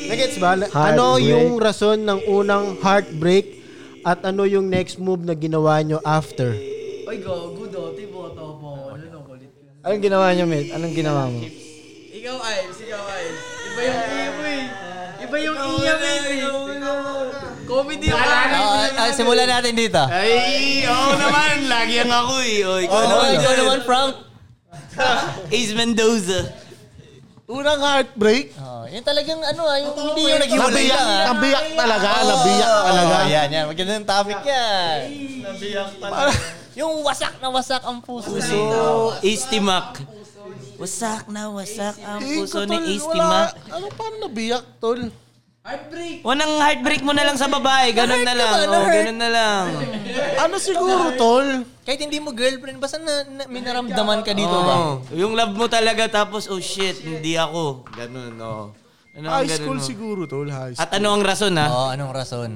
I: Nagets ba? Ano
C: Heartbreak.
I: yung rason ng unang heartbreak at ano yung next move na ginawa niyo after?
J: Oy, go, good, oh. Tiboto mo. Ano, no, kulit.
C: Anong ginawa niyo, mate? Anong ginawa mo?
J: Ikaw, Ives. Ikaw, Ives. Iba yung
F: Ah.
J: iyo mo eh. Iba yung iyo mo eh. Comedy yung
B: Oh,
J: Ives.
B: ah, simulan natin dito.
H: Ay, oo naman. Lagi ang ako eh. O, ikaw
B: Ano
H: naman.
B: ikaw naman, Frank?
G: Ace Mendoza.
D: Unang heartbreak.
B: Oh, yan talagang ano ah, yung hindi yung
D: Nabiyak,
B: naghiwalay lang ah.
D: nabiyak talaga. Nabiyak
B: Oo,
D: talaga.
B: yan, yan. Maganda yung topic yan. Yung wasak na wasak ang puso.
G: Puso. Ace Timac. Wasak na wasak ang puso ni Ace
D: Wala.
G: Timac.
D: Ano paano nabiyak, tol?
G: Unang heartbreak mo na lang sa babae. Ganun na lang.
B: ka ba?
G: Oh,
B: Na-hurt?
G: ganun na lang.
D: Ano siguro, tol?
B: Kahit hindi mo girlfriend, basta na, na, may naramdaman ka dito ba?
G: Oh, yung love mo talaga tapos, oh shit, hindi ako. Ganun, oh. Ano ang
D: High
G: ganun
D: school
G: mo?
D: siguro, tol. High
G: At
D: school.
G: ano ang rason, ha?
B: Oo, anong rason?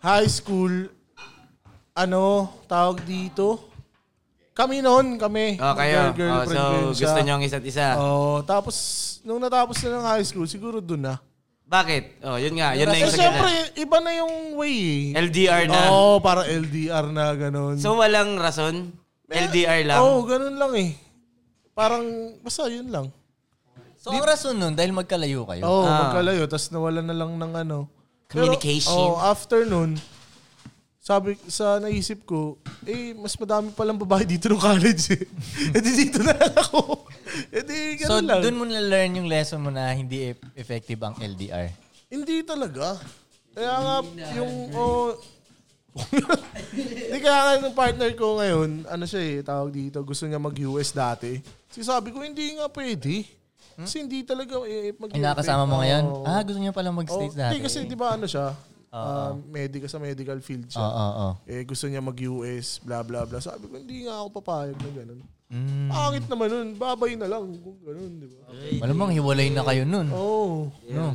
D: High school, ano, tawag dito? Kami noon, kami.
G: Oh,
D: Girl-
G: kayo. Oh,
D: girlfriend,
G: so,
D: girl siya.
G: gusto nyo ang isa't isa.
D: Oh, tapos, nung natapos na ng high school, siguro dun na.
G: Bakit? Oh, yun nga. Yun na
D: Eh,
G: yung
D: syempre,
G: sagot.
D: iba na yung way eh.
G: LDR na.
D: Oo, oh, parang LDR na ganun.
G: So, walang rason?
D: May-
G: LDR lang?
D: Oo, oh, ganun lang eh. Parang, basta yun lang.
B: So, ang rason nun, dahil magkalayo kayo. Ah.
D: Oo, oh, magkalayo. Tapos nawala na lang ng ano. Pero,
G: Communication.
D: Oo, after nun, sabi sa naisip ko, eh, mas madami palang babae dito ng college eh. eh di dito na lang ako. eh di, ganun
B: so,
D: lang.
B: dun mo na-learn yung lesson mo na hindi e- effective ang LDR.
D: Hindi talaga. Kaya nga, yung, oh, Hindi kaya nga yung partner ko ngayon, ano siya eh, tawag dito, gusto niya mag-US dati. Kasi sabi ko, hindi nga pwede. Kasi hindi talaga eh, mag
B: Yung Hmm? nakakasama mo ngayon, ah, gusto niya pala
D: Oh,
B: mag-states
D: hindi
B: dati.
D: kasi di ba ano siya? Uh, medical sa medical field
B: Oo,
D: siya.
B: oo, oo.
D: Eh gusto niya mag-US, bla bla bla. Sabi ko hindi nga ako papayag na ganun.
B: Hmm.
D: Pangit naman nun, babay na lang kung ganun, di ba?
B: Malamang hiwalay na kayo nun.
D: Oh.
B: No?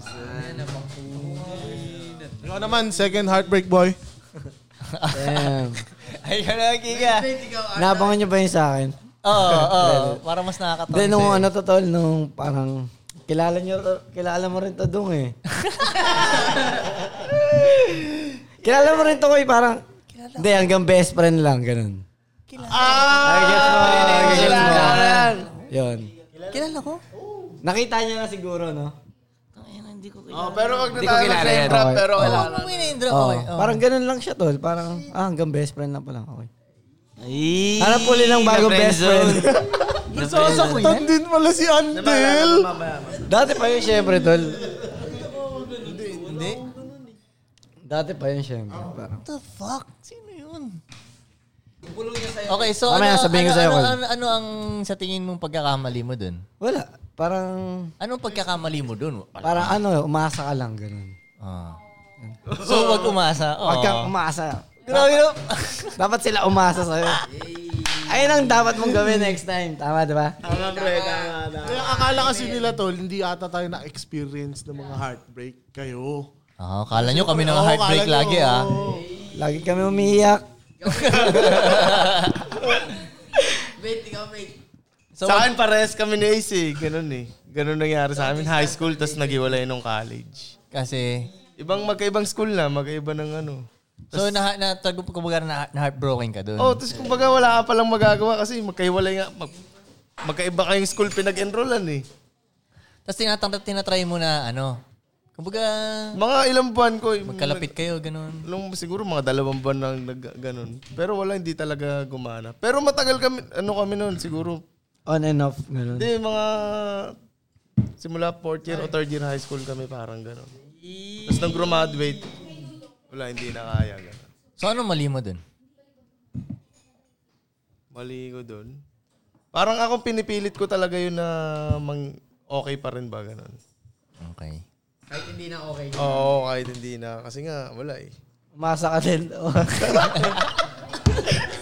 D: Ikaw naman, second heartbreak boy.
C: Damn.
B: Ay, gano'n, Kika.
C: Nabangan niyo ba yun sa akin?
B: Oo, oo, oo. Para mas nakakatawa.
C: Hindi, nung
B: sa'yo.
C: ano to, tol, nung parang, kilala niyo, to- kilala mo rin to dong eh. kilala mo rin to, koy, parang, hindi, hanggang best friend lang, ganun. Kilala. Ah! Gets mo, gets mo. Yun.
B: Kilala ko?
C: Nakita niya na siguro, no?
G: Oh.
A: Oh,
G: Hindi ko kilala yan. Oh.
C: Pero,
B: Oo, mamaya na yung drop. Okay, oo.
C: Parang ganun lang siya, tol. Parang, ah, hanggang best friend lang pala. Okay.
G: Ay,
C: Hanap uli ng bagong best friend.
D: Nasasaktan din pala si Antel.
C: Dati pa yun, syempre, tol. Hindi, hindi. Dati pa yun, syempre. Parang,
B: What the fuck? Sino yun? Okay, so
C: Mamaya
B: ano,
C: sabihin ko
B: ano,
C: sa'yo,
B: ano,
C: Col.
B: ano, ano ang sa tingin mong pagkakamali mo dun?
C: Wala. Parang...
B: Anong pagkakamali mo dun? Wala.
C: Parang ano, umasa ka lang, ganun.
B: So, wag umasa. Oo.
C: Huwag kang umasa. Grabe no? dapat sila umasa sa'yo. Ayun ang dapat mong gawin next time. Tama, di ba?
A: Ah,
D: Tama, pre. Tama, tama. Akala kasi nila, tol, hindi ata tayo na-experience ng mga heartbreak kayo.
B: Oo, kala nyo kami ng
D: Oo,
B: heartbreak
D: kala nyo,
B: lagi ah.
D: oo.
C: Lagi kami umiiyak.
J: Wait, ikaw, wait.
A: sa akin, pares kami ni AC. Ganun eh. Ganun nangyari sa amin. High school, tas naghiwalay nung college.
B: Kasi?
A: Ibang magkaibang school na. Magkaiba ng ano.
B: So, na, na, tag- kumbaga na, na heartbroken ka dun.
A: Oh, tapos kumbaga wala ka palang magagawa kasi magkahiwalay nga. Mag, magkaiba kayong school pinag-enrollan eh.
B: Tapos tinatang, tinatry mo na ano, kumbaga
A: Mga ilang buwan ko. eh,
B: magkalapit kayo, ganun.
A: Nung siguro mga dalawang buwan nang nag, ganun. Pero wala, hindi talaga gumana. Pero matagal kami, ano kami noon, siguro.
C: On and off, ganun.
A: Hindi, mga simula fourth year o third year high school kami, parang ganun. Tapos nang graduate, wala, hindi na kaya. Ganun.
B: So, ano mali mo dun?
A: Mali ko doon. Parang ako pinipilit ko talaga yun na mang okay pa rin ba, ganun.
B: Okay.
J: Kahit hindi na okay.
A: Oo, kahit hindi na. Kasi nga, wala eh.
C: Umasa ka din.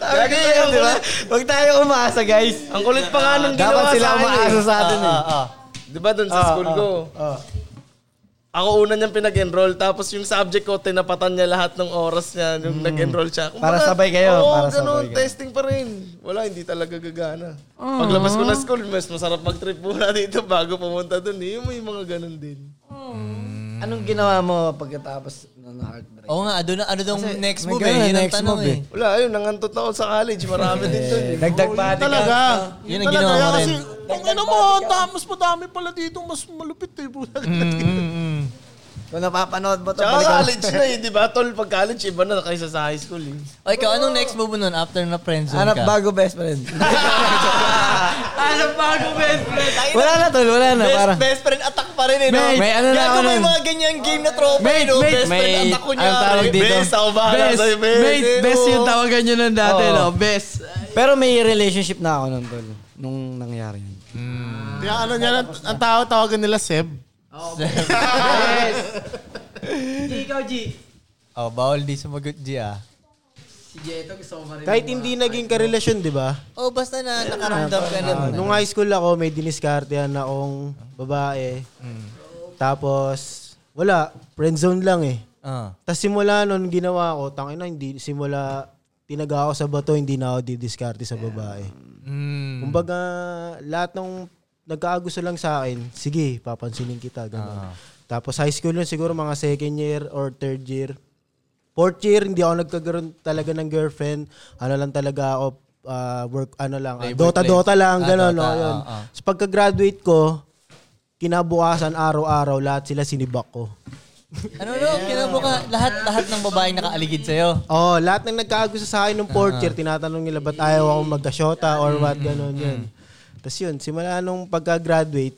C: Sabi
A: Gagi,
C: ko sa'yo,
A: ang
C: di ba? Huwag tayo umasa, guys.
A: Ang kulit pa nga nung ginawa
C: Dapat sila
A: sa akin,
C: umaasa
A: eh.
C: sa atin eh.
A: Di ba doon sa
C: Ah,
A: school
C: ah,
A: ko? Ako una niyang pinag-enroll. Tapos yung subject ko, tinapatan niya lahat ng oras niya nung nag-enroll siya.
C: Mm. Para sabay kayo,
A: Oo,
C: para
A: ganun.
C: sabay kayo.
A: Testing pa rin. Wala, hindi talaga gagana. Paglabas ko na school, mas masarap mag-trip muna dito bago pumunta doon. Yung may mga ganun din.
C: Anong ginawa mo pagkatapos ng heartbreak?
B: Oo nga, ano, na- ano dong
C: Kasi may
B: next move
C: ganun,
B: eh? Yun ang
C: next
B: tanong
C: move,
B: eh.
C: eh.
A: Wala, ayun, nangantot na ako sa college. Marami din doon. eh.
C: Dagdag pa
D: Yun talaga.
B: Ah, Yun ang ginawa
D: talaga.
B: mo rin.
D: Kasi, ang ina mo, ta- mas madami pala dito, mas malupit eh. puta.
A: Mm,
C: Kung napapanood mo ito,
A: Tsaka
C: balik
A: college na eh, di ba? Tol, pag college, iba na kaysa sa high school eh.
B: O Oh, ikaw, anong next move mo nun after na friendzone
C: Hanap
B: ka?
C: bago best friend.
B: Hanap bago, best friend. Ay,
C: wala na tol, wala na.
B: Best,
C: Parang,
B: best friend attack pa rin eh. No?
C: Mate, may ano na
B: Gago,
C: ako
B: may
C: nun.
B: mga ganyang game na tropa.
F: Mate,
B: eh, no?
F: mate,
B: best friend
F: mate.
B: attack ko niya.
F: Ang tawag dito.
A: Best, ako bahala
F: Best,
A: sa'yo, best.
F: mate,
A: Eh,
F: best yung
A: oo.
F: tawagan nyo nun dati,
C: Oo.
F: no? Best.
C: pero may relationship na ako nun tol. Nung nangyari yun.
B: Hmm.
D: Kaya ano niya, ang, ang tao tawagan nila Seb.
J: G, ikaw, G.
B: Oh, bawal di sumagot, G ah.
J: Sige, ito gusto ko pa rin.
I: Kahit hindi naging karelasyon, di ba?
B: Oh, basta na nakaramdam ka na.
I: Ah, nung high school ako, may diniskartehan na akong babae. Tapos, wala. Friendzone lang eh.
B: Ah.
I: Tapos simula nun, ginawa ko, tangin na, hindi, simula, tinaga ako sa bato, hindi na ako didiskarte sa babae.
B: Hmm.
I: Kumbaga, lahat ng nagkaagusto lang sa akin, sige, papansinin kita.
B: Ah.
I: Ganun. Tapos high school yun, siguro mga second year or third year. Fourth year, hindi ako nagkagaroon talaga ng girlfriend. Ano lang talaga ako, ah, work, ano lang, ah, dota-dota lang, gano'n.
B: Dota,
I: no, yun.
B: ah, ah.
I: So pagka-graduate ko, kinabukasan araw-araw, lahat sila sinibak ko.
B: Ano no? Kinabuka, lahat lahat ng babaeng nakaaligid sa'yo.
I: Oh, lahat ng nagkagusto sa akin nung fourth
C: Ah.
I: year, tinatanong nila ba't ayaw akong magkasyota or what,
C: Mm-hmm.
I: gano'n yun. Tapos yun, simula nung pagka-graduate,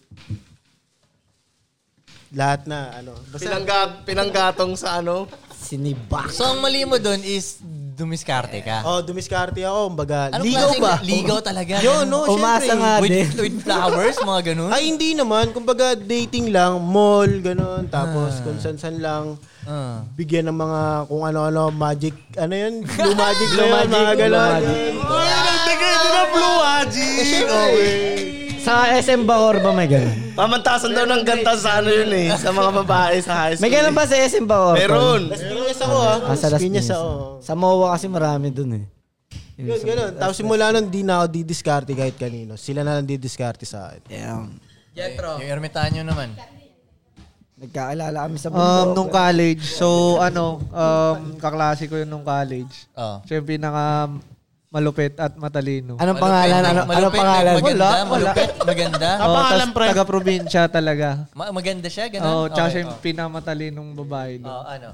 I: lahat na, ano, basta
A: Pinangga, pinanggatong sa ano.
C: Sinibak.
B: So ang mali mo doon is dumiskarte ka.
I: Oh, dumiskarte ako. Kumbaga,
B: Anong
I: ligaw
B: klaseng-
I: ba?
B: Ligaw talaga.
I: Yun, no,
C: Umasa
I: syempre.
C: nga
B: With,
C: din.
B: with flowers, mga ganun.
I: Ay, hindi naman. Kumbaga, dating lang, mall, ganun. Tapos, kung saan-saan lang.
B: Ah.
I: Bigyan ng mga kung ano-ano, magic, ano yun? Blue magic, blue
C: magic,
I: magic, mga
C: blue
I: ganun.
C: magic.
A: Ay, nagtigay din na blue Oh. magic. Okay.
C: Sa SM Bacoor Eh, ba may ganun?
A: Pamantasan daw ng ganta sa ano yun eh. Sa mga babae sa high school.
C: May ganun ba sa SM Bacoor? tol?
A: Meron.
C: Ah, sa Las
I: Piñas
C: Piñas.
I: ako.
C: Sa MOA kasi marami dun eh.
I: Yun, ganun. Tapos simula nun, di na ako didiskarte kahit kanino. Sila na lang didiskarte sa akin.
C: Damn.
J: Jetro.
B: Yung ermitanyo naman.
C: Nagkaalala kami sa
E: Um,
C: bundok.
E: nung college, so ano, um, kaklase ko yun nung college.
B: Oh.
E: Siya yung pinaka malupit at matalino.
C: Anong pangalan? Ano, anong
B: Malupit,
C: pangalan?
B: Maganda, malupit, maganda.
E: Oo, Oh, tas taga-probinsya talaga.
B: Ma- maganda siya, ganun.
E: Oo, tsaka siya
B: oh.
E: yung pinamatalinong babae. doon.
B: Oh, ano?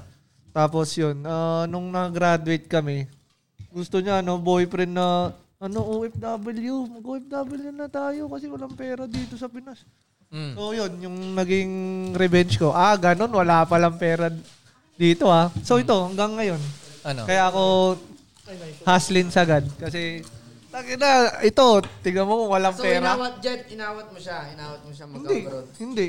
E: Tapos yun, ah, nung nag-graduate kami, gusto niya, ano, boyfriend na, ano, OFW, mag-OFW na tayo kasi walang pera dito sa Pinas.
B: Mm.
E: So yun, yung naging revenge ko, ah, ganun, wala palang pera dito ah. So ito, hanggang ngayon.
B: Ano?
E: Kaya ako hustling sagad kasi Taki na, ito, tignan mo kung walang
C: So,
E: pera.
C: inawat dyan, inawat mo siya. Inawat mo siya
E: Hindi,
C: mag-abroad.
E: hindi.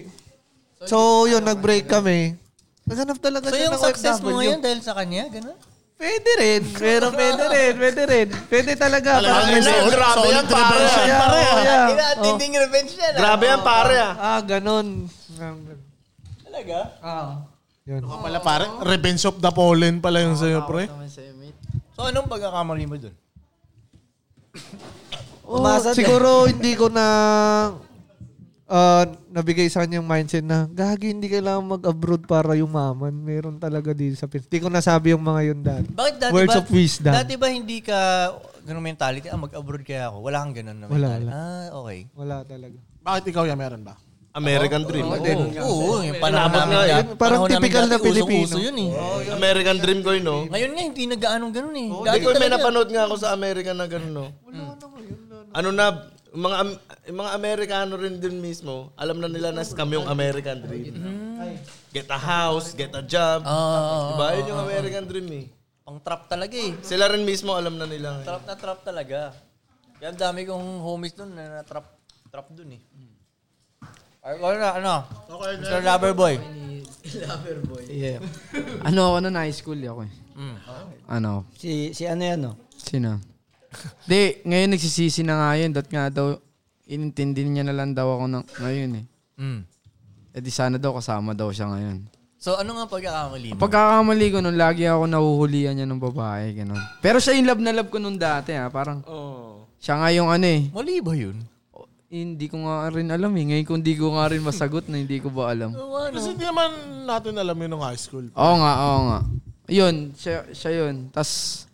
E: So, yun, nag-break kami. Naghanap talaga
B: ano, So
E: siya
B: yung
E: ng
B: success mo
E: OFW.
B: ngayon dahil sa kanya, gano'n?
E: Pwede rin. Pero pwede rin. Pwede rin. Pwede talaga.
B: Talagang
E: Parang
B: may
E: ganun.
B: solid- Grabe solid yan, pare. deliberation,
E: Yeah,
B: pare,
E: oh,
B: ah.
E: yeah.
B: Inaatinding
E: Oh.
B: revenge yan, ah.
E: Grabe yan, pare.
B: ah.
E: Ah, ganun. Um,
B: Talaga?
E: Oo. Yun.
D: Ano pala pare? Revenge of the Fallen pala yung sa'yo, pre.
B: So anong pagkakamali mo dun?
E: Oh,
B: Umasa din.
E: siguro hindi ko na ah, nabigay sa kanya yung mindset na gagi hindi kailangan mag-abroad para yumaman. Meron talaga dito sa Pinas. Hindi ko nasabi yung mga yun dati.
B: Bakit dati
E: Words
B: ba,
E: of wisdom.
B: Dati ba hindi ka ganun mentality? Ah, mag-abroad kaya ako. Wala kang ganun na
E: Wala,
B: mentality.
E: wala.
B: Ah, okay.
E: Wala talaga.
D: Bakit ikaw yan, meron ba?
A: American Dream.
B: Oo, din. Oo, yung panahon
A: Inabot
B: namin
A: nga
B: dati.
A: yun.
B: Parang
A: Panahon namin
B: typical na
A: dati, usong-uso
B: Pilipino.
A: yun eh. American Dream ko yun, no?
B: Ngayon nga, hindi na gaanong ganun eh.
A: Oh,
B: Dati
A: Hindi ko may
B: talaga.
A: napanood nga ako sa Amerika na gano'n, no? Ano na, yung mga, Am- yung mga Amerikano rin din mismo, alam na nila na scam yung American Dream. Get a house, get a job. diba? Yun yung
B: oo,
A: American Dream, eh.
B: Pang trap talaga eh.
A: Sila rin mismo alam na nila.
B: Trap na trap talaga. Kaya ang dami kong homies dun na na-trap trap dun eh. Ay, ano na, ano? Okay, Mr. Loverboy.
J: Loverboy.
C: Yeah.
F: ano ako nun, high school ako eh. Ano?
C: Si, si ano yan, no?
F: Sino? Di, ngayon nagsisisi na nga yun. Dat nga daw, inintindi niya na lang daw ako ng, ngayon eh.
B: Mm.
F: E di sana daw kasama daw siya ngayon.
B: So ano nga pagkakamali mo?
F: Pagkakamali ko nun, lagi ako nahuhulihan niya ng babae. Ganun. Pero siya yung love na love ko nun dati ha. Parang,
B: Oh.
F: siya nga yung ano eh.
B: Mali ba yun?
F: hindi ko nga rin alam eh. Ngayon kung hindi ko nga rin masagot na hindi ko ba alam.
D: Kasi hindi naman natin alam yun ng high school.
F: Oo nga, oo nga. Yun, siya, siya yun. Tapos,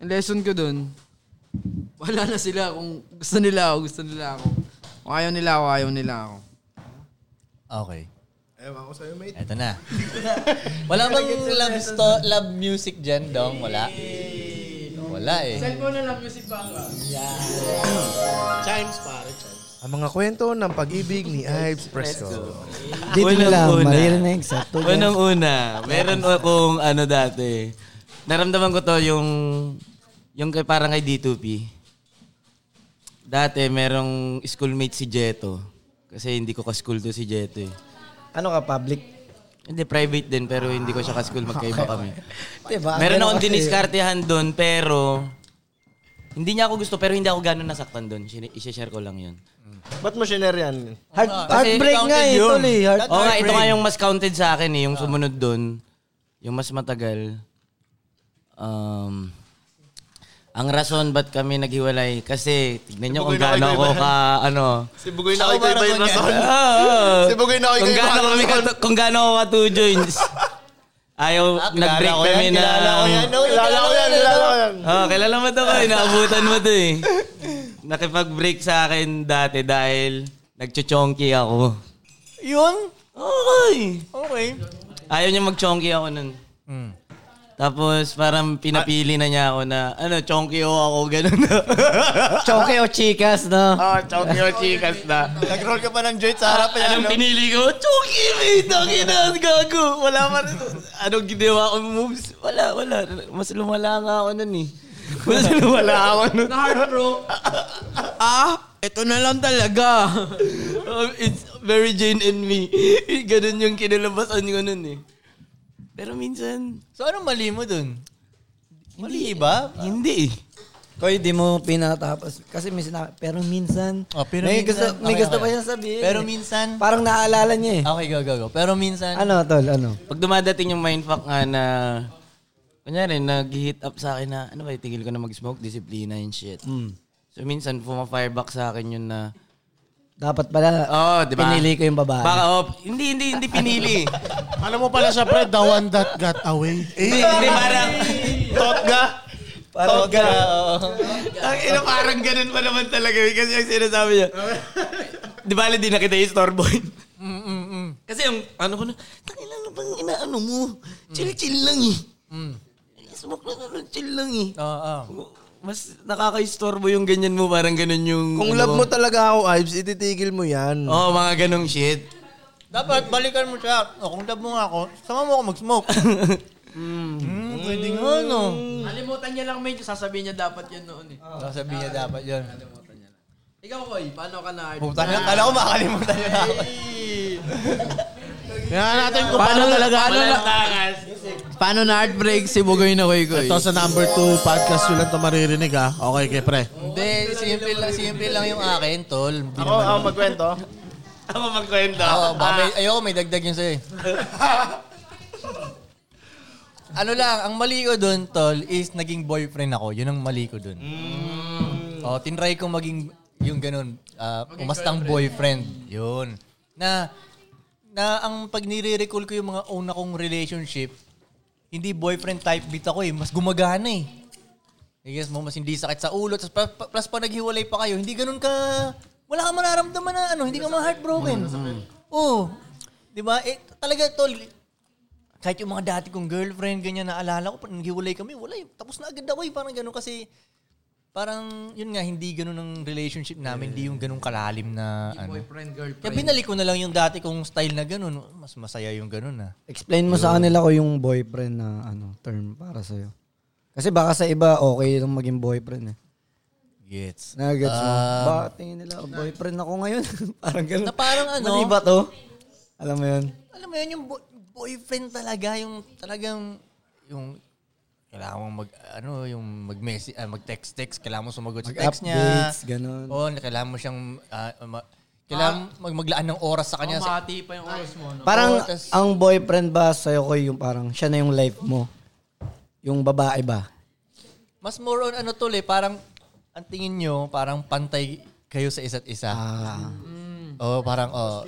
F: ang lesson ko dun, wala na sila kung gusto nila ako, gusto nila ako. Kung ayaw nila ako, ayaw nila ako.
B: Okay.
D: Ewan ko sa'yo, mate.
B: Eto na. Wala bang love, sto- love music dyan, Dong? Wala? Wala eh.
J: Cellphone na lang, music background. Yeah.
D: Chimes, pare. Chimes.
A: Ang mga kwento ng pag-ibig ni Ives Presco.
C: Dito na lang,
G: Unang-una.
C: maririnig sa two guys.
G: Unang-una, meron akong ano dati. Naramdaman ko to yung, yung kay, parang kay D2P. Dati, merong schoolmate si Jeto. Kasi hindi ko ka-school to si Jeto eh.
C: Ano ka, public?
G: Hindi, private din, pero hindi ko siya ka-school, magkaiba kami.
C: Diba?
G: Meron
C: Ganun
G: akong
C: kasi.
G: diniskartehan doon, pero hindi niya ako gusto, pero hindi ako gano'n nasaktan doon. I-share ko lang yun.
A: Ba't mo shinare yan?
C: Heart,
G: Kasi
C: heartbreak nga
G: counted
C: eh,
G: yun.
C: tol eh. Heart,
G: Oo nga, ito nga yung mas counted sa akin eh. Yung sumunod doon, yung mas matagal. Um, ang rason ba't kami naghiwalay? Kasi tignan nyo
A: Bugoy
G: kung
A: na
G: gaano
A: kayo,
G: ako
A: iba.
G: ka, ano.
A: Si Bugoy na kayo iba yung rason.
G: Ah, Oo.
A: Si Bugoy na kayo
G: Kung
A: iba
G: gaano
A: yung
G: kami
A: rason.
G: ka- kung gaano ako ka two joints. Ayaw, nag-break
A: Ah, ko yan,
G: kami na...
A: kilala ko yan, no? Kilala ko yan, kilala ko yan.
G: Oo, kilala mo to ko. Inaabutan mo to eh. Nakipag-break sa akin dati dahil nagchuchonky ako.
B: Yun?
G: Okay.
B: Okay.
G: Ayaw niya mag-chonky ako nun.
B: Hmm.
G: Tapos parang pinapili na niya ako na, ano, chonky o ako, ganun.
C: choke o chicas, no?
G: Ah, chonky o chikas na.
B: Nag-roll ka pa ng joint sa harap niya,
G: Anong
B: no?
G: pinili ko? Chonky, mate! Tangina, gago! Wala pa rin. Anong ginawa ko moves? Wala, wala. Mas lumala nga ako nun eh. Mas lumala ako nun.
F: Heartbroke.
G: ah, ito na lang talaga. Um, it's very Jane and me. Ganun yung kinalabasan ko nun eh. Pero minsan,
B: So anong mali mo dun? Mali ba?
G: hindi eh.
C: Koy, di mo pinatapos. Kasi may sinabi, pero minsan,
B: Oh, pero
C: may
B: minsan-
C: gusto, may
B: okay,
C: gusto
B: okay.
C: pa siya sabihin.
B: Pero
C: eh.
B: minsan-
C: Parang naaalala niya eh.
B: Okay, go, go, go. Pero minsan...
C: Ano, tol, ano?
G: Pag dumadating yung mindfuck nga na, kunyari, nag-hit up sa akin na, ano ba, tigil ko na mag-smoke, disiplina and shit.
C: Hmm.
G: So minsan, puma-fireback sa akin yun na,
C: Dapat pala,
G: oh, di ba?
C: pinili ko yung babae.
G: Baka, oh, hindi, hindi, hindi pinili.
D: Alam mo pala siya, pre, the one that got away.
G: hindi, hindi, parang,
A: Totga? Totga.
G: Ang ina, parang ganun pa naman talaga.
A: eh,
G: yun. Kasi yung sinasabi niya. di ba, di na kita yung store boy. mm, Kasi yung, ano ko na, tangin lang bang inaano mo? Chill-chill lang eh. Smoke lang, ano, chill lang eh.
B: Oo, oo.
G: Mas nakaka-istorbo yung ganyan mo, parang ganun yung...
A: Kung
G: ano
A: love
G: ko.
A: mo talaga ako, Ives, ititigil mo yan.
G: Oo, mga ganong shit.
B: Dapat balikan mo siya. O kung dab mo nga ako, sama mo ako mag-smoke. mm, pwede nga, no?
J: Alimutan Nakalimutan niya lang medyo. Sasabihin niya dapat yun noon eh.
K: Sasabihin niya dapat yun.
J: Nakalimutan niya lang. Ikaw, Koy, paano ka na?
K: Puta na, kala ko makakalimutan niya na ako.
D: Tingnan natin kung
F: Paano talaga? Paano,
D: Wala
F: na, paano na heartbreak si Bugoy na koy koy?
D: Ito sa number 2 podcast yun lang ito maririnig ha. Okay kay pre.
B: Hindi, simple lang, simple lang yung akin, tol. Hindi
H: Ako, ako
B: naman-
H: magkwento. ako magkwento.
B: Oo, baka may, ayoko may dagdag yun sa'yo eh. ano lang, ang mali ko dun, tol, is naging boyfriend ako. Yun ang mali ko dun. Oh, tinry kong maging yung ganun, ah, umastang boyfriend. Yun. Na, na ang pag nire-recall ko yung mga una kong relationship, hindi boyfriend type bit ako eh. Mas gumagana eh. I guess mo, mas hindi sakit sa ulo. Tapos pa- pa- plus pa naghiwalay pa kayo, hindi ganun ka, wala kang mararamdaman na ano, hindi ka ma-heartbroken. Oo. Di ba? Eh, talaga, tol, kahit yung mga dati kong girlfriend, ganyan, naalala ko, pag naghiwalay kami, wala eh. Tapos na agad ako eh. Parang ganun kasi, parang, yun nga, hindi ganun ang relationship namin. Hindi yung ganun kalalim na, ano.
F: boyfriend, girlfriend.
B: Kaya binalik ko na lang yung dati kong style na ganun. Mas masaya yung ganun ah.
C: Explain mo sa kanila ko yung boyfriend na ano term para sa'yo. Kasi baka sa iba, okay yung maging boyfriend eh.
B: Gets.
C: Nagets mo.
B: Um,
C: Baka tingin nila, boyfriend ako ngayon. parang ganun.
B: Na parang ano?
C: Mali ba to? Alam mo yun?
B: Alam mo yun, yung bo- boyfriend talaga, yung talagang, yung, kailangan mong mag, ano, yung mag-message, ah, mag-text-text, kailangan mo sumagot sa text niya.
C: Updates, ganun.
B: Oo, na- kailangan mo siyang, ah, ma- kailangan mag maglaan ng oras sa kanya.
J: Mamati Ah. pa yung oras mo. No?
C: Parang
B: Oo, oh, tas-
C: ang boyfriend ba sa'yo ko yung parang siya na yung life mo? Yung babae ba?
B: Mas more on ano tol eh, parang, ang tingin nyo, parang pantay kayo sa isa't isa.
C: Ah.
B: Oo, parang, oh,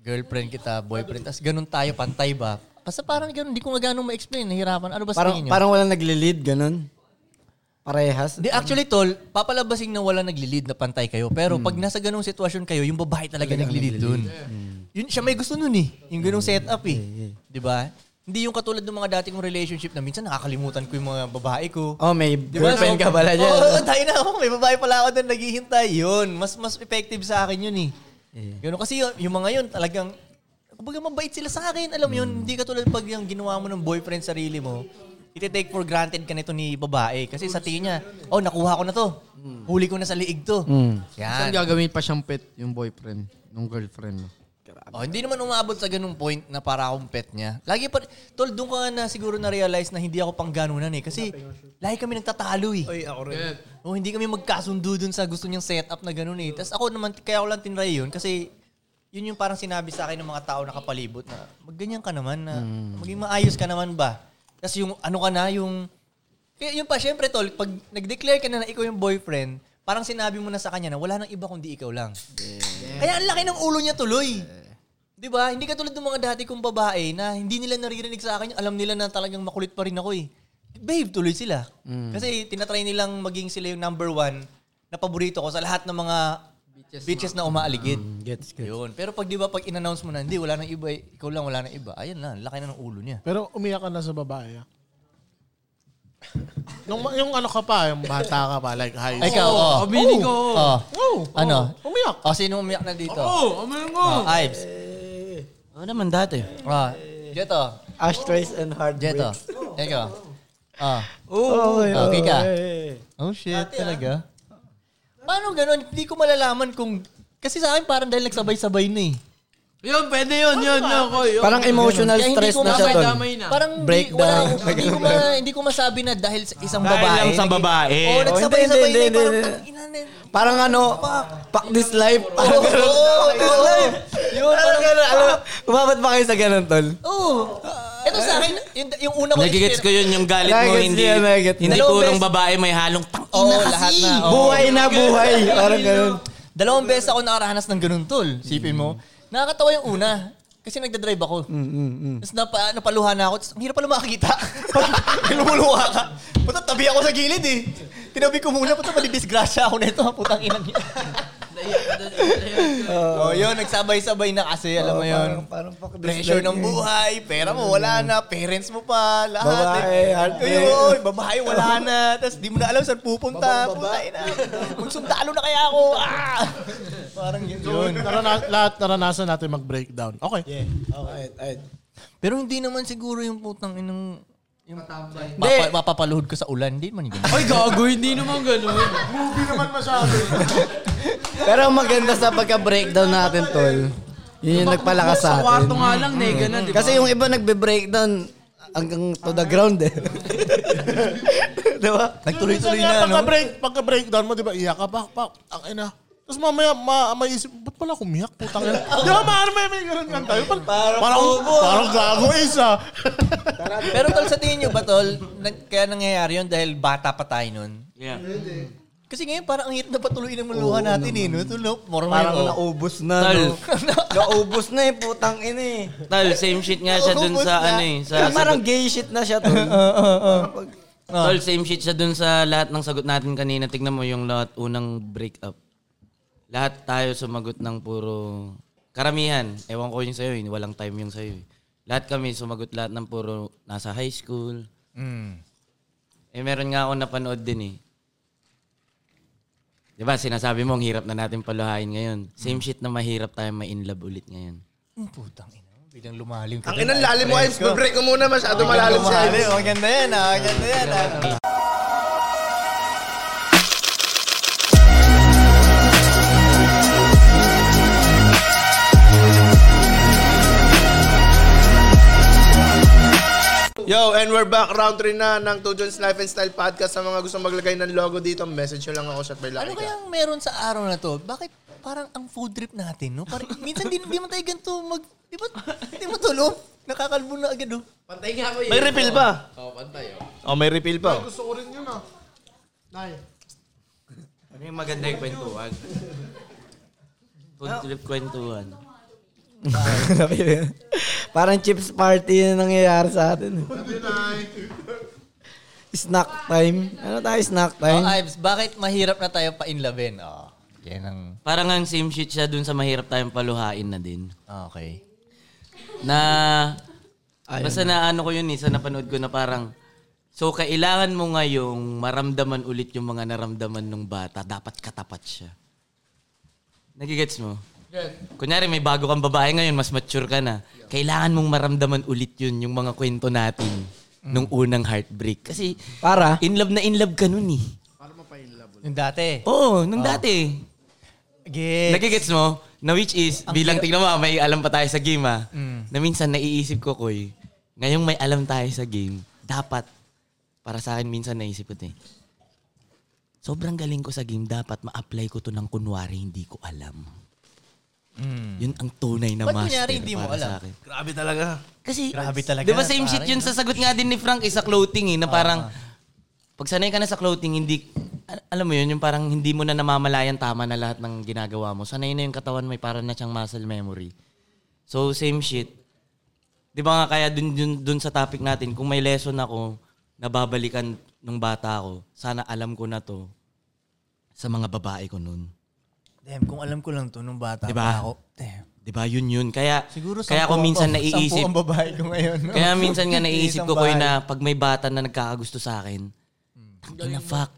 B: girlfriend kita, boyfriend, tas ganun tayo, pantay ba? Basta parang ganun, hindi ko nga ganun ma-explain, nahirapan. Ano ba sa
C: Parang,
B: tingin nyo?
C: parang walang nagle-lead, ganun? Parehas?
B: Di actually tol, papalabasing na wala nagli-lead na pantay kayo. Pero
C: Hmm.
B: pag nasa ganung sitwasyon kayo, yung babae talaga nagli-lead dun. Yun siya may gusto nun eh. Yung ganung
C: Hmm.
B: setup eh. 'Di ba? Hindi yung katulad ng mga dati kong relationship na minsan nakakalimutan ko yung mga babae ko.
C: Oh, may girlfriend ka pala dyan.
B: Oo, oh, tayo na ako. May babae pala ako doon naghihintay. Yun, mas mas effective sa akin yun eh. Ganun kasi yun, yung mga yun talagang kumbaga mabait sila sa akin. Alam mo yun, hindi katulad pag yung ginawa mo ng boyfriend sarili mo, iti-take for granted ka nito ni babae. Kasi sa tingin niya, oh, nakuha ko na to. Huli ko na sa liig to.
F: Saan
B: Yan.
F: gagawin pa siyang pet yung boyfriend, yung girlfriend mo?
B: Oh, hindi naman umabot sa ganung point na para akong pet niya. Lagi pa, tol, doon ko nga na siguro na-realize na hindi ako pang ganunan eh. Kasi lagi kami nagtatalo eh. Oy, ako rin. Oh, hindi kami magkasundo dun sa gusto niyang setup na ganun eh. Tapos ako naman, kaya ko lang tinry yun kasi yun yung parang sinabi sa akin ng mga tao na kapalibot na magganyan ka naman na maging maayos ka naman ba? Tapos yung ano ka na, yung... Kaya yun pa, syempre tol, pag nag-declare ka na na ikaw yung boyfriend, parang sinabi mo na sa kanya na wala nang iba kundi ikaw lang. Kaya ang laki ng ulo niya tuloy. Di ba? Hindi katulad ng mga dati kong babae na hindi nila naririnig sa akin. Alam nila na talagang makulit pa rin ako eh. Babe, tuloy sila. Kasi tinatry nilang maging sila yung number one na paborito ko sa lahat ng mga bitches, na umaaligid.
C: Mm, Gets, gets.
B: Yun. Pero pag di ba, pag in-announce mo na, hindi, wala nang iba, eh. ikaw lang, wala nang iba. Ayun na, laki na ng ulo niya.
D: Pero umiyak ka na sa babae ah. Nung, yung ano ka pa, yung bata ka pa, like high
B: Ay, ikaw, oh.
D: Aminin ko.
B: Oh.
D: Oh,
B: Ano?
D: Umiyak.
B: Oh, sino umiyak na dito?
J: Oo, amin ko.
B: Oh, Ives.
G: Ano naman dati?
B: Oh, Jeto.
C: Ashtrays and
B: Jeto.
C: heartbreaks.
B: Ikaw. Oh.
C: Oh,
B: Okay ka?
C: okay.
B: Oh shit, talaga? Paano ganun? Hindi ko malalaman kung... Kasi sa akin parang dahil nagsabay-sabay na eh. Ano
J: Yun, pwede yun, yun, yun, Koy. yun.
C: Parang emotional
B: Kaya hindi
C: stress
B: ko
C: na siya
J: Damay,
C: doon.
J: damay na.
B: Parang break
C: Breakdown.
B: wala, akong- hindi, ko ma, hindi ko masabi na dahil sa isang
H: Dahil
B: babae.
H: lang sa
B: naging-
H: babae.
B: Oo,
H: Oh,
B: nagsabay-sabay
C: hindi,
B: na eh.
C: hindi,
B: Parang
C: hindi.
B: tangina na. Oh.
C: Parang ano, fuck this life. Parang
B: Oo,
C: ganun.
B: oo,
C: Fuck this
B: oo.
C: life.
B: Yun,
C: Parang ganun. Alam, umabot pa kayo sa ganun, tol.
B: Oo. Ito sa akin, yung, yung una ko...
G: Nagigets ko yun yung galit mo.
C: Nagigets
G: Hindi,
C: niya, nagigets
G: hindi
B: niya.
G: purong babae may halong tang
B: Oo, lahat na. oo.
C: Buhay na buhay. Parang ganun.
B: Dalawang beses ako nakaranas ng ganun, tol. Sipin mo. Nakakatawa yung una. Kasi nagdadrive ako. Tapos napa, napaluha na ako. Tapos ang hirap pala makakita. Pag lumuluha ka. Puta, tabi ako sa gilid eh. Tinabi ko muna. Puta, madidisgrasya ako nito. Putang ina niya. oh, yun. Nagsabay-sabay na kasi. Alam mo yun.
C: Oh, Parang fuck this
B: Pressure
C: life.
B: ng buhay, pera mo wala na, parents mo pa, lahat. eh.
C: Babae, eh. heartbreak.
B: Ayun, babae wala na. Tapos di mo na alam saan pupunta. Putay na. Magsundalo na kaya ako. Ah! Parang yun.
D: Yun. Narana- lahat naranasan natin mag-breakdown. Okay.
B: Pero hindi naman siguro yung putang inang
F: Yung tambay.
B: Papa, mapapaluhod ka sa ulan. Hindi man ganun.
F: Ay, gago, hindi naman ganun.
D: Movie naman masyado.
C: Pero ang maganda sa pagka-breakdown natin, tol. Yun yung nagpalakas sa atin.
F: Sa kwarto nga lang, nega na, di ba?
C: Kasi yung iba nagbe-breakdown hanggang to the ground eh. di ba?
D: Nagtuloy-tuloy na, no? Pagka-break, pagka-breakdown mo, di ba, iyak ka, pak, pak, ang ina. Tapos mamaya, ma maisip, ba't pala kumiyak? Putang ina. Di ba, maaari may may ganun kang tayo. Parang, parang,
B: kubo.
D: parang gago isa.
B: Pero tol, sa tingin nyo ba tol, nag- kaya nangyayari yun dahil bata pa tayo nun?
H: Yeah.
B: Kasi ngayon parang ang hirap na patuloy ng luha natin eh. No? Ito, no? Parang,
C: Parang
B: ngayon, oh.
C: naubos na.
G: Tal.
C: No? naubos na eh, putang ina eh.
G: Tal, same shit nga siya dun
C: Naubos
G: sa
C: na.
G: ano eh. Sa,
C: Parang
G: sagot-
C: parang gay shit na siya tol. Ah.
G: Tol, same shit siya dun sa lahat ng sagot natin kanina. Tignan mo yung lahat unang breakup. Lahat tayo sumagot ng puro... Karamihan, ewan ko yung sa'yo, eh, walang time yung sa'yo. eh. Lahat kami sumagot lahat ng puro nasa high school.
B: Mm.
G: Eh meron nga ako napanood din eh. Di ba sinasabi mo, ang hirap na natin paluhain ngayon. Same shit na mahirap tayo ma-in love ulit ngayon.
B: Putang ina. Biglang lumalim ka.
A: Ang inang lalim mo, Ives. Break ko muna. Masyado malalim si
J: Lumalim.
A: Ives.
J: Maganda yan, ah. Maganda yan, ah.
A: Yo, and we're back. Round 3 na ng Two Jones Life and Style Podcast. Sa mga gusto maglagay ng logo dito, message nyo lang ako, Shot by Lucky.
B: Ano kaya ang meron sa araw na to? Bakit parang ang food trip natin, no? Parang, minsan di, di man tayo ganito mag... Di ba? Di mo tulog? Nakakalbo na agad, oh. no?
J: Pantay nga ako eh.
A: May refill ba?
J: Oo, pantay. oh.
A: Oh, may refill pa. oh.
D: Gusto ko rin yun, ah. Nay.
G: Ano yung maganda yung kwentuhan? Food trip kwentuhan.
C: parang chips party na nangyayari sa atin. eh. Snack time. Ano tayo snack
B: Oh,
C: time?
B: Ives, bakit mahirap na tayo pa-inloven? Oh, yan ang...
G: Parang ang same shit siya dun sa mahirap tayong paluhain na din.
B: Ah, Okay.
G: Na, basta na ano ko yun eh, sa napanood ko na parang, so kailangan mo ngayong maramdaman ulit yung mga naramdaman ng bata. Dapat katapat siya. Nagigets mo? Kunyari may bago kang babae ngayon, mas mature ka na. Kailangan mong maramdaman ulit yun, yung mga kwento natin nung unang heartbreak. Kasi
C: Para?
G: in love na in love ka nun eh.
B: Yung dati.
G: Oo, nung dati.
B: Gets.
G: Nagigets mo? Na which is, bilang tingnan mo, ah, may alam pa tayo sa game ah.
B: Mm.
G: Na minsan naiisip ko, Koy, ngayong may alam tayo sa game, dapat, para sa akin minsan naisip ko ito eh, sobrang galing ko sa game, dapat ma-apply ko to ng kunwari hindi ko alam. Yun ang tunay na
B: Mm. Ba't
G: master
B: kunyari hindi mo
G: para sa
B: alam? Ah.
G: akin.
A: Grabe talaga.
G: Kasi,
B: Grabe talaga.
G: di ba same shit
B: Parang,
G: yun
B: no?
G: sa sagot nga din ni Frank eh, sa clothing eh, na parang, pag sanay ka na sa clothing, hindi, al- alam mo yun, yung parang hindi mo na namamalayan tama na lahat ng ginagawa mo. Sanay na yung katawan may parang na siyang muscle memory. So, same shit. Di ba nga kaya dun, dun, dun sa topic natin, kung may lesson ako, nababalikan nung bata ako, sana alam ko na to sa mga babae ko nun.
B: Damn, kung alam ko lang to nung bata
G: Di
B: pa
G: ba?
B: ako. Damn.
G: Di ba? Diba? Yun yun. Kaya,
B: Siguro
G: kaya ako
B: sampu ang-
G: minsan
B: sampu
G: naiisip.
B: ang babae ko ngayon. no?
G: Kaya minsan nga naiisip
B: Isang
G: ko ko
B: bahay. Hmm.
G: na pag may bata na nagkakagusto sa akin, tangin na fuck.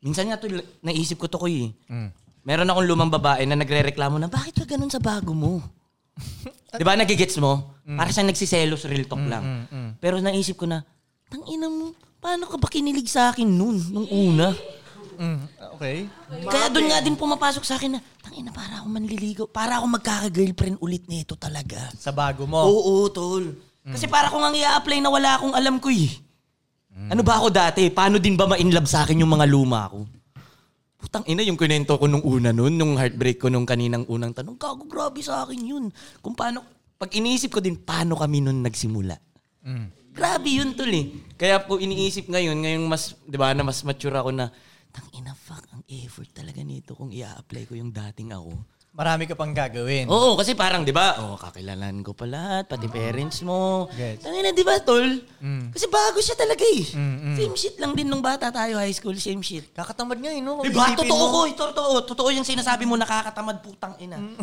G: Minsan nga to, naisip ko to ko eh.
B: Hmm.
G: Meron akong lumang babae na nagre-reklamo na, bakit ba ganun sa bago mo? Di ba nagigets mo? Para siyang nagsiselos, Diba? real talk
B: Hmm,
G: lang. Pero naisip ko na, tangina mo, paano ka ba kinilig sa akin noon, nung una?
B: Hmm, Okay.
G: Kaya doon nga din pumapasok sa akin na, tangina, para ako manliligaw, para ako magkaka-girlfriend ulit nito talaga.
B: Sa bago mo.
G: Oo, tol. Kasi para kung ang i-apply na wala akong alam ko eh.
B: Hmm.
G: Ano ba ako dati? Paano din ba ma-inlove sa akin yung mga luma ko? Putang ina yung kunento ko nung una nun, nung heartbreak ko nung kaninang unang tanong. Gago, grabe sa akin yun. Kung paano, pag iniisip ko din, paano kami nun nagsimula? Grabe yun tol eh. Kaya po iniisip ngayon, ngayon mas, di ba, na mas mature ako na, tang ina fuck, ang effort talaga nito kung i-apply ko yung dating ako.
B: Marami ka pang gagawin.
G: Oo, kasi parang, di ba, oh, kakilalan ko pa lahat, pati parents mo. Tangina, di ba, tol?
B: Mm.
G: Kasi bago siya talaga eh. Same shit lang din nung bata tayo, high school, same shit.
B: Kakatamad mm. nga yun, no? Kung
G: Di ba,
B: isipin
G: totoo
B: mo.
G: ko, eh, totoo, totoo yung sinasabi mo, nakakatamad putang ina.
B: Mm.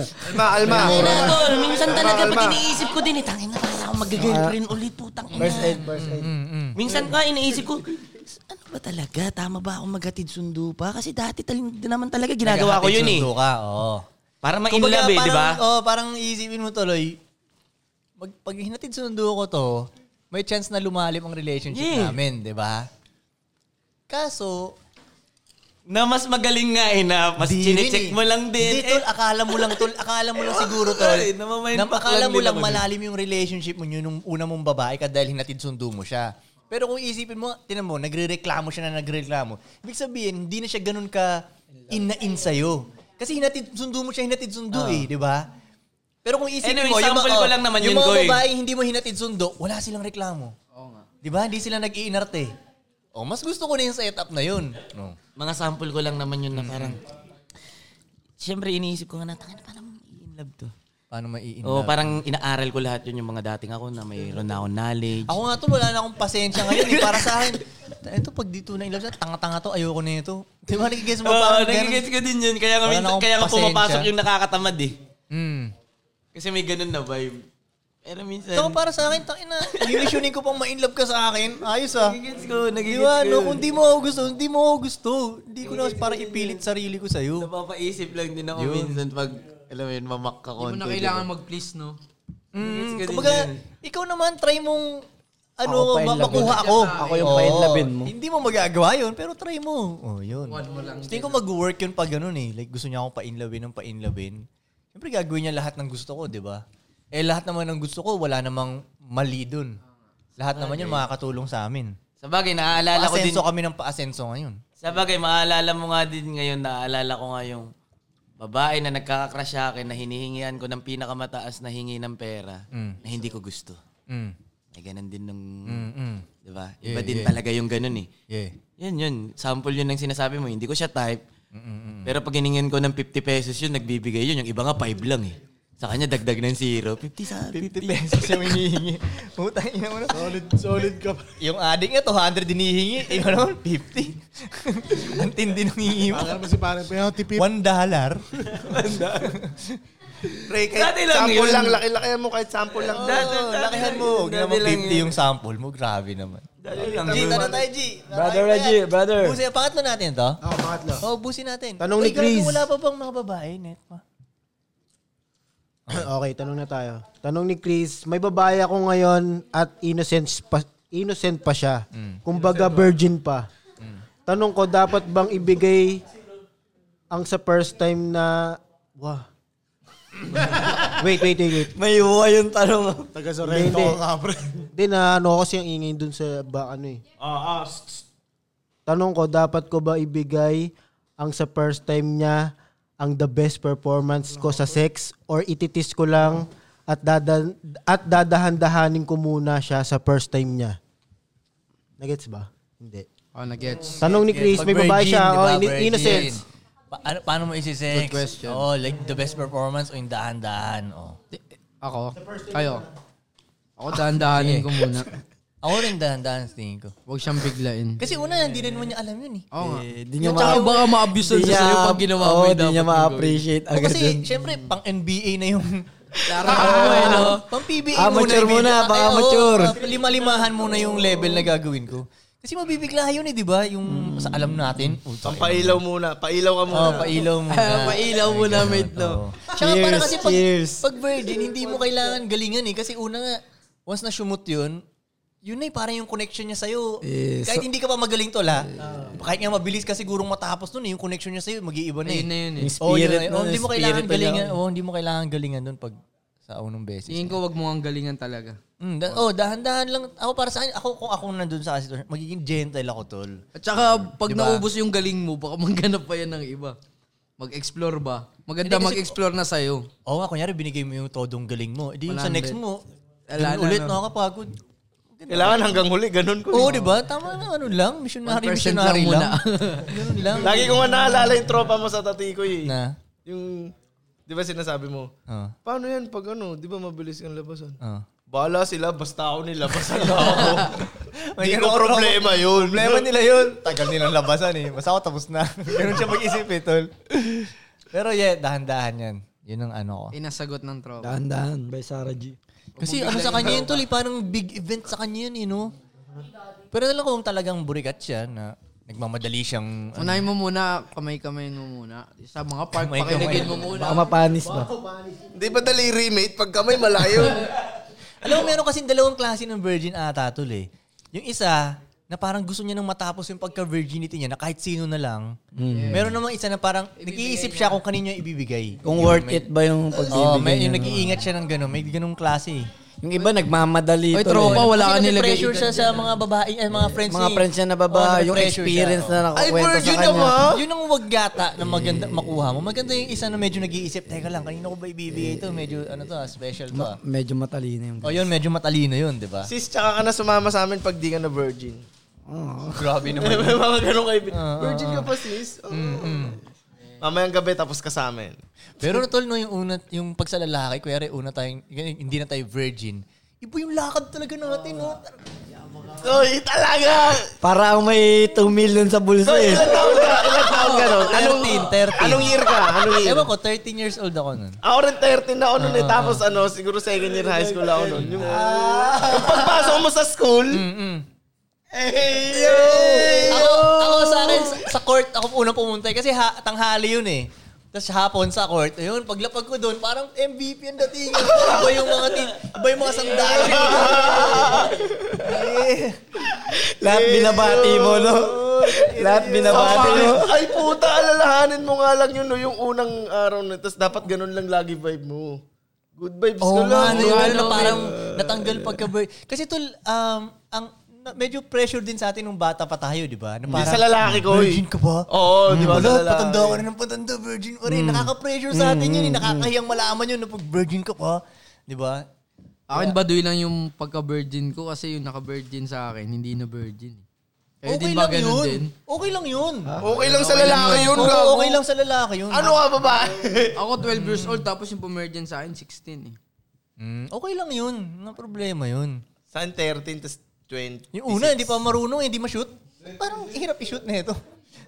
A: Alma, Alma. Ah.
G: Tangina, tol, minsan talaga, pag iniisip ko din eh, tangina, para ako mag-girlfriend ulit, putang ina.
C: First aid, first
B: mm.
C: aid.
G: Minsan nga iniisip ko, ano ba talaga? Tama ba ako maghatid sundo pa? Kasi dati tal- naman talaga ginagawa ko yun eh.
B: Naghahatid-sundo Ka, oo.
G: Para
B: Oh. Kumbaga, oh.
G: ma-inlove eh, di ba?
B: parang- Oo, parang iisipin mo tuloy, mag, pag hinatid sundo ko to, may chance na lumalim ang relationship
G: Yeah.
B: namin, di ba? Kaso,
G: Na mas magaling nga eh, na mas
B: Di rin
G: chinecheck
B: eh.
G: mo lang din.
B: Hindi, tol, akala mo lang, tol, akala mo lang siguro, tol.
G: Ay, namamind
B: na,
G: fuck
B: akala
G: lang
B: mo
G: din eh.
B: lang
G: ako dun.
B: eh. malalim yung relationship mo yun nung una mong babae ka dahil hinatid sundo mo siya. Pero kung isipin mo, tinan mo, nagre-reklamo siya na nagre-reklamo. Ibig sabihin, hindi na siya ganun ka in na in sa'yo. Kasi hinatid sundo mo siya, hinatid
G: Ah.
B: sundo eh, di ba? Pero kung isipin
G: Anyway,
B: mo,
G: sample
B: mga-
G: ko lang naman
B: yung
G: yun,
B: mga
G: Goy.
B: babaeng hindi mo hinatid sundo, wala silang reklamo. Oo nga. Di ba? Hindi sila nag-iinarte. O, mas gusto ko na yung setup na yun. Mm. No.
G: Mga sample ko lang naman yun na parang, siyempre iniisip ko nga na, "Tangina, paano mo in love to?
B: Paano mai-in
G: Oo,
B: love?
G: parang inaaral ko lahat yun yung mga dating ako na mayroon na akong knowledge.
B: Ako nga to, wala na akong pasensya ngayon. Eh. Para sa akin, ito pag dito na ilabas, tanga-tanga to, ayoko na ito. Di ba, nagigets mo
G: Oo,
B: pa?
G: nagigets ko din yun. Kaya nga,
B: Wala na
G: minsan-
B: akong
G: kaya nga
B: pasensya.
G: pumapasok yung nakakatamad eh.
B: Mm.
G: Kasi may ganun na vibe. Pero minsan...
B: Saka para sa akin, tangin na, nilisyonin ko pang ma-inlove ka sa akin. Ayos ah.
G: Nagigets ko, nagigets
B: Di ba,
G: ko.
B: no, kung di mo ako gusto, hindi mo ako gusto. Hindi ko na para ipilit sarili ko sa'yo.
G: Napapaisip lang din ako
B: Yun.
G: minsan pag, alam mo yun, mamak ka
F: Hindi mo
G: konti. diba?
F: na kailangan mag-please, no?
B: Mm,
G: ko din
B: kumbaga,
G: yan.
B: ikaw naman, try mong ano,
C: Ako pa
B: ma-
C: inlove
B: makuha
C: yun.
B: ako.
C: Ako yung
B: Oo.
C: pa inlovein mo.
B: Hindi mo magagawa yun, pero try mo. Oh, yun.
F: Want mo lang
B: Gusto ko mag-work yun pag ganun eh. Like, gusto niya akong pa-inlobin ng pa-inlobin. Siyempre, gagawin niya lahat ng gusto ko, di ba? Eh, lahat naman ng gusto ko, wala namang mali dun. Lahat naman yun makakatulong sa amin.
G: Sa bagay, naaalala ko din...
B: Paasenso kami ng paasenso ngayon.
G: Sa bagay, maaalala mo nga din ngayon, naaalala ko nga yung babae na nagkakakrush sa akin na hinihingian ko ng pinakamataas na hingi ng pera
B: Mm.
G: na hindi ko gusto.
B: Mm.
G: Ay, ganun din ng...
B: Mm, mm.
G: Di ba?
B: Yeah,
G: Diba? Iba din
B: yeah.
G: talaga yung ganun eh.
B: Yeah.
G: Yun, yun. Sample yun ng sinasabi mo. Hindi ko siya type. Pero pag hiningin ko ng 50 pesos yun, nagbibigay yun. Yung iba nga 5 lang eh. Sa kanya dagdag ng zero. 50 sa 50.
B: 50 pesos yung hinihingi. Putang ina mo na. Solid, solid ka pa. Yung adik niya, 200 hinihingi. Ikaw naman, 50. Ang tindi ng hihingi mo.
D: Akala mo si parang penalty pip.
B: One dollar. Pre,
D: Dati lang
A: sample
D: yun.
A: lang, laki-laki mo kahit sample lang.
B: Dati, lakihan mo. Ginawa mo 50 yung sample mo. Grabe naman. G, tara tayo, G.
C: Brother Reggie, brother.
B: Busi, pangatlo natin to.
I: Oo, pangatlo.
B: Oo, busi natin.
I: Tanong
B: Uy,
I: ni
B: grabe,
I: Chris.
B: Wala pa bang mga babae, net pa?
I: okay, tanong na tayo. Tanong ni Chris, may babae ako ngayon at innocent pa, innocent pa siya.
D: Mm.
I: Kumbaga virgin pa. Tanong ko, dapat bang ibigay ang sa first time na... Wah. wait, wait, wait, wait.
K: May iwa yung tanong.
D: Taga
I: Hindi, hindi.
D: Sorrento ka nga, pre.
I: Hindi, na ano kasi ang ingay dun sa ba, ano eh.
H: Ah, ah.
I: Tanong ko, dapat ko ba ibigay ang sa first time niya ang the best performance ko sa sex or ititis ko lang at dadan at dadahan-dahanin ko muna siya sa first time niya. Nagets ba? Hindi.
F: Oh, nagets.
I: Tanong ni Chris, may babae siya.
B: Virgin,
I: Oh,
B: di ba?
I: in-
B: Virgin.
I: innocent.
B: Pa- ano, paano mo
F: Good
B: isisex?
F: question.
B: Oh, like the best performance o yung daan-daan. Oh.
F: Ako? Ayo. Ako dahan-dahanin
B: Sige.
F: ko muna.
B: Ako rin daan-daan sa tingin ko.
F: Huwag siyang biglain.
B: Kasi una, hindi rin mo niya alam yun eh.
F: Oo nga.
C: Hindi niya
F: Tsaka
C: ma-
F: baka ma-abuse
C: Di
F: siya sa'yo pag ginawa mo
C: oo,
F: yung
C: di niya
F: dapat mong
C: ma-appreciate
B: O
C: agad yun.
B: kasi, syempre, pang NBA na yung...
F: mo eh, no?
B: Pang PBA
C: Amateur
B: muna.
C: muna,
B: ibig-
C: pang
B: Ay, oo,
C: amateur.
B: ah, Lima-limahan muna yung level na gagawin ko. Kasi mabibigla yun eh, di ba? Yung sa alam natin. Utang ina.
A: Pampailaw muna. Mm. Pailaw ka muna.
B: Oh, pailaw muna. Oh.
F: Pailaw mo na, mate, no?
B: Oo. Tsaka para
C: Cheers,
B: kasi pag,
C: cheers.
B: pag virgin, hindi mo kailangan galingan eh. Kasi una nga, once na sumut yun, yun na eh, parang yung connection niya sa'yo.
C: Eh,
B: kahit hindi ka pa magaling tol ha. kahit nga mabilis ka sigurong matapos nun eh, yung connection niya sa'yo, mag-iiba na
F: Ayun
B: eh.
F: na yun eh.
C: Yung
B: Oh,
C: spirit
B: yun,
C: nun,
B: oh, hindi mo
C: yung
B: kailangan
C: spirit na
B: galingan.
C: lang.
B: Oh, hindi mo kailangan galingan doon pag sa unang beses.
F: Tingin ko wag mo ang galingan talaga.
B: Mm, da- oh, dahan-dahan lang. Ako para sa akin, ako kung ako nandun sa sitwasyon, magiging gentle ako, tol.
F: At saka pag
B: Diba?
F: naubos yung galing mo, baka mangganap pa yan ng iba. Mag-explore ba? Maganda
B: Hindi kasi-
F: mag-explore na sa'yo.
B: Oo nga, kunyari binigay mo yung todong galing mo. Eh, Di yung sa
F: 100.
B: next mo,
F: Wala
B: dun
F: na,
B: ulit
F: no?
B: nakakapagod. Diba?
A: Kailangan hanggang huli, ganun
G: eh.
A: ko.
B: Oo, oh, di ba? Tama na, ano lang, missionary,
F: 1%
B: missionary
F: lang muna.
B: lang. Ganun lang.
A: Lagi ko nga naalala yung tropa mo sa tatikoy eh.
B: na.
A: Yung, di ba sinasabi mo,
B: Oh,
A: paano yan pag ano, di ba mabilis kang labasan?
B: oh.
A: Bala sila, basta ako nilabasan na ako. Hindi ko
B: ganun ako.
A: problema yun.
B: Problema nila yun. Tagal nilang labasan eh. Basta ako tapos na. Ganun siya mag-isip eh, tol. Pero yeah, dahan-dahan yan. Yun ang ano ko.
F: Inasagot ng tropa.
C: Dahan-dahan by Sarah G.
B: Kasi ano sa kanya yun, tol, eh, parang big event sa kanya yun, eh, no? Pero alam ko kung talagang burikat siya na nagmamadali siyang... ano,
F: Unahin mo muna, kamay-kamayin mo muna. Sa mga park,
B: Kamay-kamay.
F: pakiligin mo muna.
C: Baka mapanis ba?
A: Di ba daliri, mate? Pag kamay malayo.
B: Alam mo, meron kasing dalawang klase ng virgin ata, tol eh. Yung isa, na parang gusto niya nang matapos yung pagka-virginity niya na kahit sino na lang.
C: Mm.
B: Meron namang isa na parang nag-iisip siya kung kanino niya ibibigay.
C: Kung
B: Yun,
C: worth
B: may-
C: it ba yung pagbibigay
B: Oo, may,
C: niya,
B: yung
C: no?
B: nag-iingat siya ng gano'n. May ganung klase eh.
C: Yung iba nagmamadali
B: Oy,
C: tol,
B: tropa,
C: eh.
B: wala ka Kasi nilagay nagpe-pressure siya sa mga babae, ay, mga friends
C: Mga
B: niya.
C: friends niya na babae,
B: Oo,
C: yung
B: nag-pressure
C: experience
B: siya.
C: na nakukwento
B: Ay, virgin
C: sa kanya.
B: ka ba? Yun ang wag gata na maganda makuha mo. Maganda yung isa na medyo nag-iisip, teka lang, kanino ko ba ibibigay ito? Medyo, ano to, ah, special to. ah.
C: Medyo matalino yung
B: O yun, medyo matalino yun, di ba?
A: Sis, tsaka ka na sumama sa amin pag di ka na virgin.
B: Grabe Ah,
A: naman. May mga ganun kayo. virgin ka pa, sis? Oh.
B: Hmm.
A: Mamayang gabi, tapos ka sa amin.
B: Pero tol, no, yung una, yung pag sa lalaki, kuyari, una tayong, hindi na tayo virgin. Iba yung lakad talaga natin, no?
A: Uy, talaga!
C: Para ang may 2 million sa bulsa eh. Ano?
A: Ilan taon ka? Ilan taon ka nun? Anong,
B: 13, 13.
A: anong year ka? Anong year?
B: Ewan ko, 13 years old ako nun.
A: Ako rin 13 na ako
B: Ah,
A: nun eh. Tapos ano, siguro second year high school ako nun. Yung, yung pagpasok mo sa school,
B: Mm,
A: Hey, yo!
B: Ako, ako sa akin, sa, sa court, ako unang pumunta eh, kasi ha, tanghali yun eh. Tapos hapon sa court, ayun, paglapag ko doon, parang MVP ang dating. Iba yung mga, tin, iba yung mga sandali.
C: Lahat binabati mo, no? Lahat binabati mo.
A: Ay puta, alalahanin mo nga lang yun no, yung unang araw na. Tapos dapat ganun lang lagi vibe mo. Good vibes ka
B: Oo nga,
A: lang.
B: ano yung ano, parang natanggal pagka Kasi tol, um, ang na- medyo pressure din sa atin nung bata pa tayo, di ba? Na
A: Hindi sa lalaki ko. eh.
B: Virgin ka ba?
A: Oo, di ba?
B: Wala,
A: sa lalaki.
B: patanda ka na ng patanda, virgin pa rin.
F: Hmm.
A: Mm.
B: Nakaka-pressure sa atin yun.
A: Mm,
B: eh.
A: mm,
B: Nakakahiyang malaman yun na pag virgin ka pa. Di ba?
F: Akin baduy lang yung pagka-virgin ko kasi yung naka-virgin sa akin, hindi na virgin. Kayo
B: Okay
F: din ba
B: lang
F: ganun
B: yun.
F: din?
B: Okay lang yun.
A: Okay lang sa lalaki yun,
B: Oo,
A: gago.
B: okay lang sa lalaki yun.
A: Ano ka, babae?
F: Ako 12 years old tapos yung pumergin sa akin 16 eh.
B: Mm, okay lang yun. No problema yun.
A: Saan 13 tas 20?
B: Yung una, hindi pa marunong, eh, hindi ma-shoot. Parang hirap i-shoot na ito.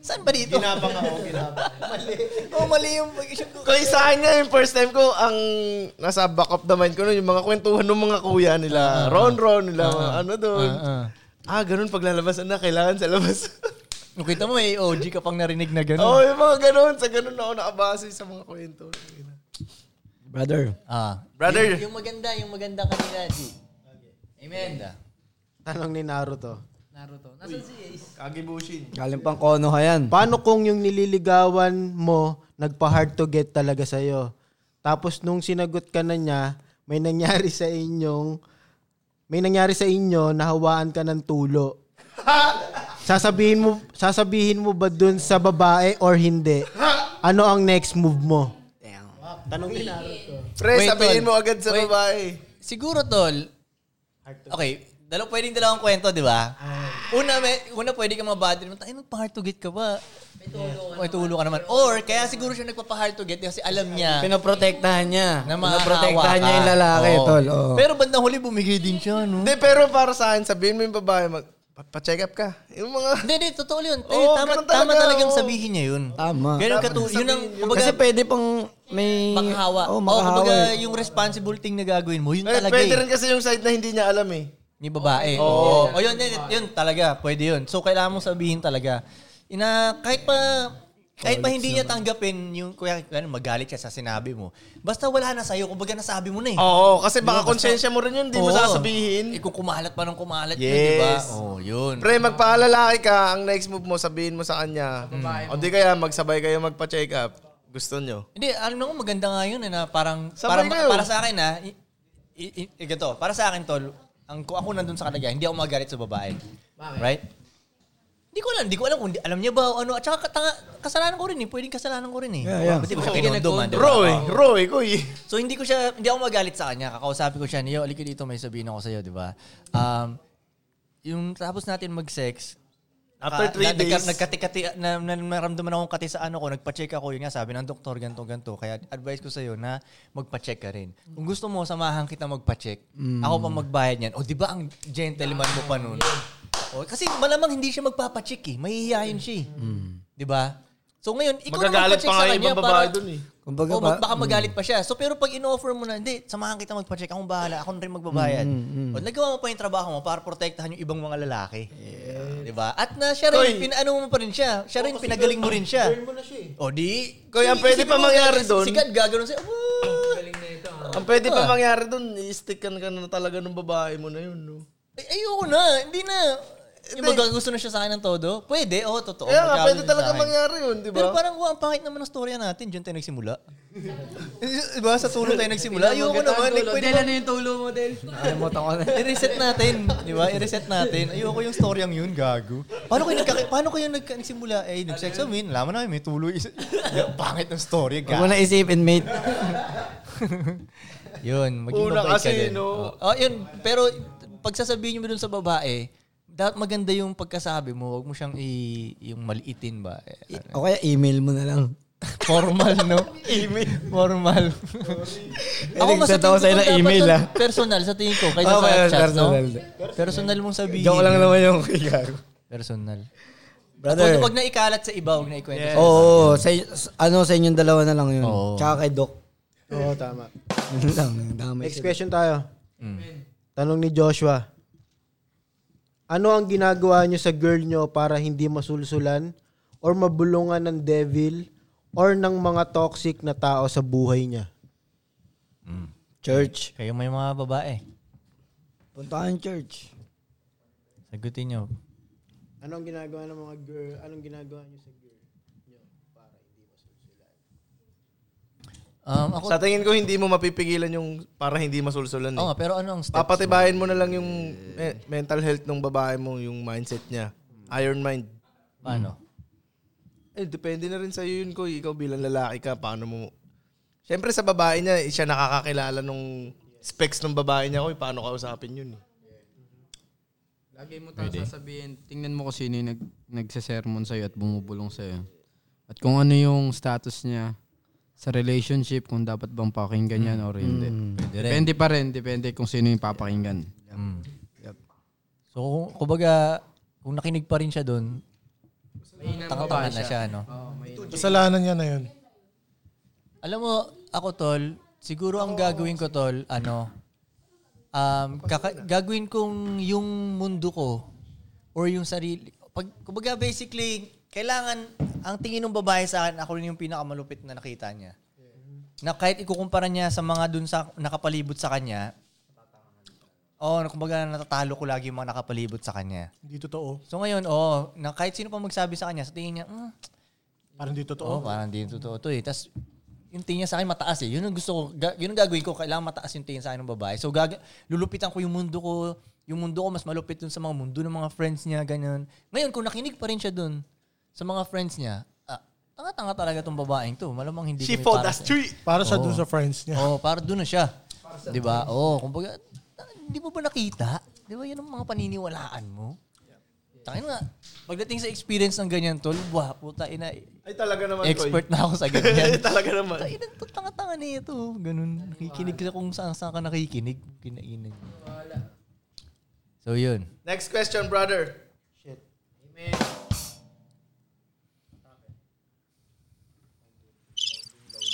B: Saan ba dito?
A: Ginabang ako, ginabang.
B: mali. Oh, mali yung pag-shoot ko.
A: Kaya sa akin nga, yung first time ko, ang nasa back of the mind ko nun, yung mga kwentuhan ng mga kuya nila.
B: Ah.
A: Ron Ron nila,
B: Ah.
A: ano doon.
B: Ah,
A: Ah, ganun paglalabas na, kailangan sa labas.
B: Nakita mo, may OG ka pang narinig na gano'n.
A: Oo, oh, yung mga ganun. Sa ganun ako nakabase sa mga kwento.
C: Brother.
B: Ah.
A: Brother.
B: Yung, yung maganda, yung maganda kanina, G. Amen.
I: Tanong ni Naruto.
F: Naruto. Nasaan si Ace?
A: Kagibushin.
C: Galing pang kono ka yan.
I: Paano kung yung nililigawan mo, nagpa-hard to get talaga sa'yo? Tapos nung sinagot ka na niya, may nangyari sa inyong, may nangyari sa inyo, nahawaan ka ng tulo. sasabihin mo, sasabihin mo ba dun sa babae or hindi? Ano ang next move mo?
A: Tanong ni Naruto. Pre,
B: Wait,
A: sabihin mo
B: tol.
A: agad sa
B: Wait.
A: babae.
B: Siguro, tol, okay, dalaw, pwedeng dalawang kwento, di ba? Una, may, una pwede ka mabadrin mo, tayo nagpa-hard to get ka ba? May tulo ka, may tulo ka naman. Or, kaya siguro siya nagpapa-hard to get kasi alam niya.
C: Pinoprotektahan niya.
B: Na mahahawa
C: Pinoprotektahan niya
B: ka.
C: yung lalaki,
B: Oo.
C: tol. oo.
B: Pero bandang huli, bumigay din siya, no?
A: Hindi, pero para sa akin, sabihin mo yung babae, mag, pa- pa-check up ka. Yung mga...
B: Hindi, hindi, totoo yun. Eh,
A: Oo,
B: tama,
A: ganun
B: tama
A: talaga,
B: talagang
A: oo.
B: sabihin niya yun.
C: Tama.
B: Ganun ka yun ang, kumbaga,
C: Kasi pwede pang may...
B: makahawa.
C: Oo,
B: Oo,
C: makahawa.
B: kumbaga,
C: eh.
B: yung responsible thing na gagawin mo, yun
A: Eh,
B: talaga
A: pwede
B: eh.
A: rin kasi yung side na hindi niya alam eh.
B: Ni babae.
A: Oo.
B: Oo. O yun, yun, yun talaga. Pwede yun. So, kailangan mong sabihin talaga. Ina, kahit pa, kahit pa hindi niya tanggapin yung kuya, ano, magalit siya sa sinabi mo. Basta wala na sa'yo, kumbaga nasabi mo na eh.
A: Oo, kasi baka
B: Di ba? Basta-
A: konsensya mo rin yun, di mo
B: Oo.
A: sasabihin.
B: Eh, kung kumalat pa ng kumalat yun, di ba?
A: Yes.
B: Oo, yun.
A: Pre, magpaalalaki ka, ang next move mo, sabihin mo sa kanya. O di kaya, magsabay kayo magpa-check up. Gusto nyo.
B: Hindi, alam mo, maganda nga yun eh, na parang,
A: Sabay
B: parang
A: kayo.
B: para sa akin ha, i, i, i, i- ganito, para sa akin tol, ang, kung ako nandun sa kalagayan, hindi ako magalit sa babae. Right? Hindi ko alam, hindi ko alam kung di- alam niya ba o ano. At saka katanga, kasalanan ko rin eh, pwedeng kasalanan ko rin eh.
A: Yeah, yeah.
B: Hindi ko siya
A: Oo.
B: kinondoman, di ba?
A: Roy, Roy, kuy.
B: So hindi ko siya, hindi ako magalit sa kanya. Kakausapin ko siya, Niyo, alik dito, may sabihin ako sa'yo, di ba? Um, yung tapos natin mag-sex,
A: After
B: naka-
A: three
B: na- nagka-
A: days.
B: nagkatikati, na, na, naramdaman akong kati sa ano ko, nagpa-check ako, yun nga, sabi ng doktor, ganto, ganto. Kaya advice ko sa'yo na magpa-check ka rin. Kung gusto mo, samahan kita magpa-check.
F: Mm.
B: Ako pa magbayad niyan. O di ba ang gentleman mo pa nun? O, kasi malamang hindi siya magpapacheck eh. Mahihiyayin siya eh. Di ba? So ngayon, ikaw
A: Magagalit
B: na magpa-check
A: pa
B: sa
A: nga yung
B: kanya
A: ibang babae
B: para-
A: dun eh.
C: Kumbaga
B: o, mag-
C: ba-
B: baka magalit pa siya. So pero pag in-offer mo na, hindi, samahan kita magpa-check. Akong bahala. Ako na rin magbabayad.
C: Mm, mm,
B: O, nagawa mo pa yung trabaho mo para protektahan yung ibang mga lalaki. Di ba? At na siya rin,
A: Koy. Oh,
B: pinaano mo pa rin siya. Siya rin, pinagaling mo rin siya.
A: Burn mo na siya eh.
B: O di,
A: Koy, ang
B: sige,
A: pwede
B: isipin
A: pa
B: mo,
A: mangyari
B: gaga-
A: dun-
B: Si God gagano'n siya. Galing na ito.
J: Ang pwede pa
B: Ah.
J: mangyari dun, i-stickan ka na talaga ng babae mo na yun, no?
B: Ay, ayoko na. Hindi na. Yung baga gusto na siya sa akin ng todo? Pwede, oo, totoo.
J: Kaya nga,
B: Magkakagusto
J: pwede
B: siya
J: talaga
B: sa akin.
J: mangyari yun, di ba?
B: Pero parang, wow, ang pangit naman ang storya natin. Diyan tayo nagsimula. Diba, sa tulong tayo nagsimula. Ayoko naman. Like, pwede ba?
F: yung tulo mo, Del?
B: Nakalimutan ko na. I-reset natin. Di ba? I-reset natin. Ayoko yung storyang yun, gago. Paano kayo, nagka- paano kayo nagka- nagsimula? Eh, nag-sex amin. Laman namin, may tuloy. isa- Yung Pangit ng story,
C: Huwag mo
B: gago.
C: na isipin, mate.
B: yun, maging
J: Una
B: mabait
J: kasi,
B: ka din.
J: no?
B: Oh. Oh, yun. Pero, pagsasabihin mo dun sa babae, dapat maganda yung pagkasabi mo. Huwag mo siyang i- yung maliitin ba. Eh, ano.
C: O kaya email mo na lang.
B: Formal, no? email. Formal. Ako mas sa
C: Nagtatawa sa'yo
B: tingin ko
C: ng
B: dapat
C: email,
B: yun
C: ah.
B: Personal sa tingin ko kaysa
C: Oh,
B: sa
C: well,
B: chat,
C: personal.
B: no? Personal mong sabihin.
C: Joke lang naman yung kaya
B: Personal.
C: Brother.
B: Brother. Huwag na ikalat sa iba, huwag na ikwento. sa iba.
C: Oo, sa, sa- ano sa inyong dalawa na lang yun. Tsaka kay Doc.
I: Oo, tama.
C: Yun lang, yun, tama
I: Next
C: yun.
I: question tayo.
B: Mm.
I: Tanong ni Joshua. Ano ang ginagawa nyo sa girl nyo para hindi masulsulan or mabulungan ng devil or ng mga toxic na tao sa buhay niya?
C: Church.
B: Mm. Kayo may mga babae.
C: Puntahan church.
B: Sagutin nyo.
I: Ano ang ginagawa ng mga girl? Anong ginagawa nyo sa girl?
B: Um, ako,
A: Sa tingin ko, hindi mo mapipigilan yung para hindi masulsulan. Eh.
B: Oo nga, pero ano ang steps
A: Papatibayin mo na lang yung me- mental health ng babae mo, yung mindset niya. Iron mind.
B: Paano?
A: Eh, depende na rin sa'yo yun ko. Ikaw bilang lalaki ka, paano mo... Siyempre sa babae niya, eh, siya nakakakilala nung specs ng babae niya ko. Paano ka usapin yun? Eh.
F: Lagi mo tayo sasabihin, tingnan mo kung sino yung nag, nagsasermon sa'yo at bumubulong sa'yo. At kung ano yung status niya sa relationship, kung dapat bang pakinggan yan or hindi.
B: Pwede rin.
F: Depende pa rin, depende kung sino yung papakinggan.
B: Mm. So, kung, kumbaga, kung nakinig pa rin siya doon, tanga-tanga na siya, ano? no?
D: Kasalanan niya na yun.
B: Alam mo, ako tol, siguro ang gagawin ko tol, ano, um, kaka- gagawin kong yung mundo ko or yung sarili. Pag, kumbaga basically, kailangan, ang tingin ng babae sa akin, ako rin yung pinakamalupit na nakita niya. Na kahit ikukumpara niya sa mga dun sa nakapalibot sa kanya, Oo, oh, kumbaga natatalo ko lagi yung mga nakapalibot sa kanya.
D: Hindi totoo.
B: So ngayon, oo, na kahit sino pa magsabi sa kanya, sa tingin niya, mm,
D: Parang di
B: Oo,
D: totoo.
B: parang di totoo to eh. Tapos, yung tingin niya sa akin mataas eh. Yun ang gusto ko, ga- yun ang gagawin ko. Kailangan mataas yung tingin sa akin ng babae. So, gag- lulupitan ko yung mundo ko. Yung mundo ko mas malupit dun sa mga mundo ng mga friends niya, ganyan. Ngayon, kung nakinig pa rin siya dun sa mga friends niya, ah, tanga-tanga talaga tong babaeng to. Malamang hindi
A: She
B: kami
A: fought
B: para
A: us
B: sa-
A: three.
D: Para siya
B: Oo.
D: dun sa friends niya.
B: Oo, para dun na siya. Di ba? Oo, kumbaga, ah, hindi mo ba nakita? Di ba, yan ang mga paniniwalaan mo? Takin nga, pagdating sa experience ng ganyan, tol, wah, puta ina,
A: Ay, talaga naman, Koy.
B: expert na ako sa ganyan.
A: talaga naman.
B: Takin na, to, tanga-tanga na ito. Ganun, nakikinig ka kung saan saan ka nakikinig. Kinainan. So, yun.
A: Next question, brother.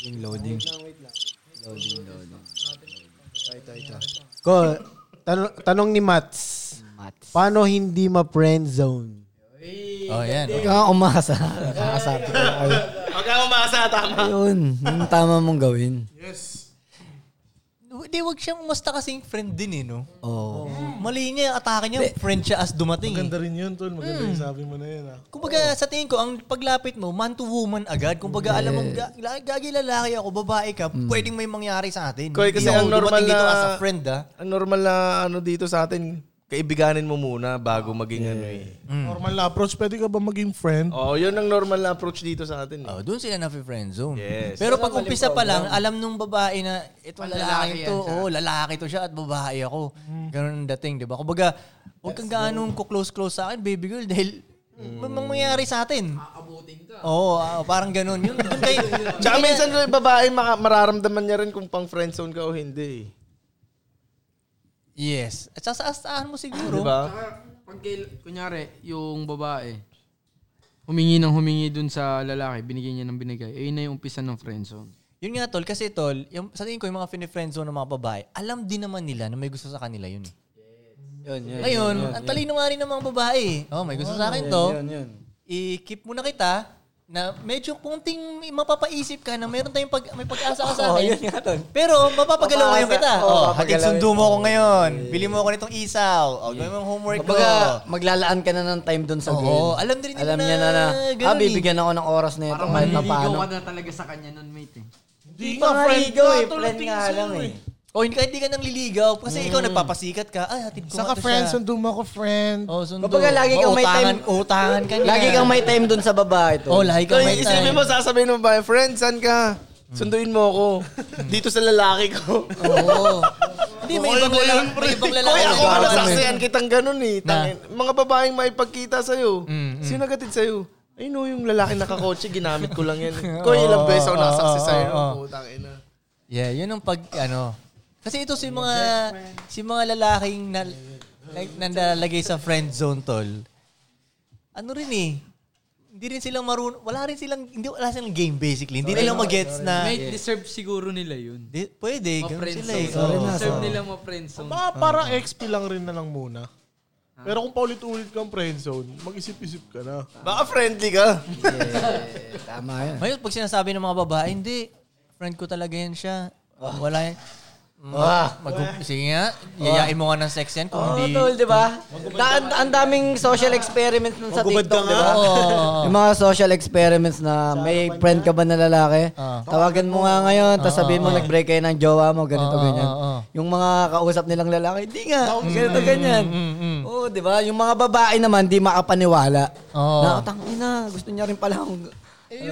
K: Loading, loading.
C: Loading, loading.
I: Ito, ito. Ko, tanong, tanong ni Mats. Paano hindi ma-friend zone?
B: Oh, yan.
C: Huwag kang umasa. Umasa.
A: Huwag kang umasa, tama.
C: Yun, yung tama mong gawin.
A: Yes.
B: Hindi, wag siyang umasta kasing friend din eh, no?
C: Oo.
B: Mali niya, atake niya, friend siya as dumating. eh. Hmm.
D: Maganda rin yun, tol. Maganda yung sabi mo na yun. Ah.
B: Kumbaga, sa tingin ko, ang paglapit mo, man to woman agad. Kumbaga, alam mo, ga- la- gagi lalaki ako, babae ka,
F: Mm.
B: pwedeng may mangyari sa atin.
A: Koy, kasi
B: Hindi ako
A: ang normal
B: dumating dito
A: na-
B: as a friend, ah.
A: Ang normal na ano dito sa atin, kaibiganin mo muna bago maging ano eh.
B: Hmm.
D: Normal na approach. Pwede ka ba maging friend?
A: Oo, Oh, yun ang normal na approach dito sa atin. Eh.
B: Oh, doon sila na-friend zone.
A: Yes.
B: Pero pag umpisa pa lang, alam nung babae na itong
F: Ang
B: lalaki
F: lalaki
B: to,
F: yan siya. Mm.
B: oh, lalaki to siya at babae ako. Ganun ang dating, di ba? Kumbaga, huwag kang gaanong kuklose-close sa akin, baby girl, dahil
F: Mm.
B: may mangyayari sa atin.
F: Abutin ka.
B: Oo, ah, parang ganun. Yun, yun kay,
A: Tsaka minsan yung babae, maka- mararamdaman niya rin kung pang friendzone ka o hindi. eh.
B: Yes. At saka sa asahan mo siguro.
A: Di ba?
F: Pag, kail- kunyari, yung babae, humingi ng humingi dun sa lalaki, binigyan niya ng binigay, ayun na yung umpisa ng friendzone.
B: Yun nga tol, kasi tol, yung, sa tingin ko yung mga fini-friend zone ng mga babae, alam din naman nila na may gusto sa kanila yun. eh.
C: Yun, yun.
B: Ngayon, ang talino nga rin ng mga babae. eh. Oh, may gusto sa akin to.
C: Yun, yun.
B: I-keep muna kita. na medyo kunting mapapaisip ka na meron tayong pag, may pag-asa ka sa
J: Oo,
B: akin.
J: yun nga, Tol.
B: Pero mapapagalawin
J: Papasa-
B: kita.
J: Oo,
B: Oh,
J: kapatid, sundo mo ako ngayon. Bili mo ako nitong isaw. O, gawin mo yung homework ko.
C: Kumbaga, maglalaan ka na ng time dun sa
J: Oo,
C: game.
J: alam na rin nila
C: Alam
J: na
C: niya na na,
J: ganun
C: ah,
J: eh."
C: bibigyan ako ng oras na ito
F: Parang
C: kahit pa
F: manliligaw
C: paano.
F: ka na talaga sa kanya nun, mate. Eh.
D: Hindi
C: pa nga friend ligaw eh,
B: friend
C: nga lang eh.
B: O, hindi Oh, kahit di ka nang liligaw kasi ikaw nagpapasikat ka. Ay, hatid ko
D: Saka
B: nga to
D: friend,
B: ano siya.
D: sundo mo ako, friend.
B: Oh, sundo.
C: Kumbaga, lagi kang may time.
B: Mautangan ka niya.
C: Lagi kang may time dun sa babae to.
B: Oh, lagi kang may time.
A: Isipin mo, sasabihin mo ba, friend, saan ka? Sunduin mo ako. Dito sa lalaki ko.
B: Oo. Hindi, may ibang lalaki. May ibang lalaki.
A: Kaya ako
B: na
A: nga
B: ano,
A: nasaksihan
B: eh.
A: kitang ganun eh.
B: Na?
A: Tangin, mga babaeng may pagkita sa'yo.
B: Mm, mm.
A: Sino nagatid sa'yo? Ay no, yung lalaki nakakotse, ginamit ko lang yan. eh. Koy, ilang beses ako nakasaksi sa'yo.
B: Oo, oo, oo.
A: Putang ina.
B: Yeah, yun ang pag, ano. Kasi ito si mga, si mga lalaking na, like, nandalagay sa friend zone, tol. Ano rin eh. Hindi rin silang marunong, wala rin silang, hindi wala silang game basically. Hindi nila magets na.
L: May deserve siguro nila yun.
B: Di- pwede, ganun
L: Ma-friendzone.
B: sila eh.
L: Sorry
B: Oo.
L: na, Deserve sorry. nila ma-friendzone.
D: Baka parang XP lang rin na lang muna. Pero kung paulit-ulit kang friendzone, mag-isip-isip ka na.
A: Baka friendly ka.
C: Tama yan.
B: Ngayon, pag sinasabi ng mga babae, hindi, friend ko talaga yan siya. Wala yan. Mm,
C: Ah.
B: Mag- Sige nga, yayain mo nga ng sex yan kung
C: Oo,
B: hindi.
C: tol, di ba? Da- Ang ang daming social experiments nun sa
B: Magubad
C: TikTok,
B: ka
C: di ba?
B: nga. Oo.
C: Yung mga social experiments na
G: ano
C: may friend ka ba na lalaki?
B: Ah.
C: Tawagan mo nga ngayon, tapos sabihin mo nag-break kayo ng jowa mo, ganito,
B: Oo,
C: ganyan.
B: oo, oo.
C: Yung mga kausap nilang lalaki, hindi nga,
B: ah, Mm,
C: ganito,
B: mm,
C: ganyan.
B: mm,
C: Oo, di ba? Yung mga babae naman, di makapaniwala.
B: Oo.
C: Na, tang ina, gusto niya rin pala akong...
B: Eh,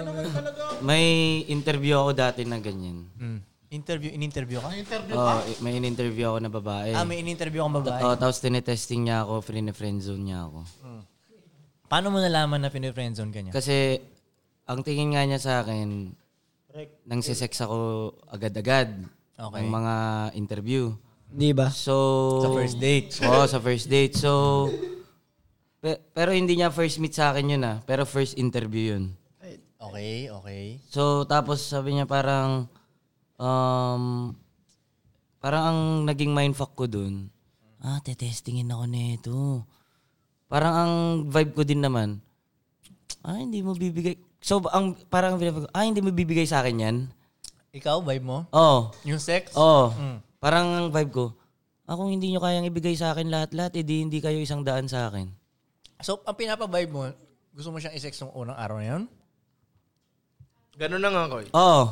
G: May interview ako dati na ganyan.
B: Hmm. Interview, in-interview ka? In-interview
C: Ah,
G: Oh,
C: eh,
G: may in-interview ako na babae.
B: Ah, may in-interview kang babae.
G: Oo, tapos tinetesting niya ako, friend-friendzone niya ako.
B: Paano mo nalaman na pinifriendzone ka niya?
G: Kasi, ang tingin nga niya sa akin, nang sisex ako agad-agad.
B: Okay.
G: Ang mga interview.
C: Di ba?
G: So,
B: Sa first date.
G: Oo, sa first date. So, pe- pero hindi niya first meet sa akin yun ah. Pero first interview yun.
B: Okay, okay.
G: So, tapos sabi niya parang, um, parang ang naging mindfuck ko dun, ah, tetestingin ako nito. Parang ang vibe ko din naman, ah, hindi mo bibigay. So, ang, parang ang vibe ko, ah, hindi mo bibigay sa akin yan?
B: Ikaw, vibe mo?
G: Oo.
B: Yung sex?
G: Oo.
B: Mm.
G: Parang ang vibe ko, ah, kung hindi nyo kayang ibigay sa akin lahat-lahat, edi hindi kayo isang daan sa akin.
B: So, ang pinapa-vibe mo, gusto mo siyang i-sex nung unang araw na yun?
A: Ganun na nga, Koy.
G: Oo.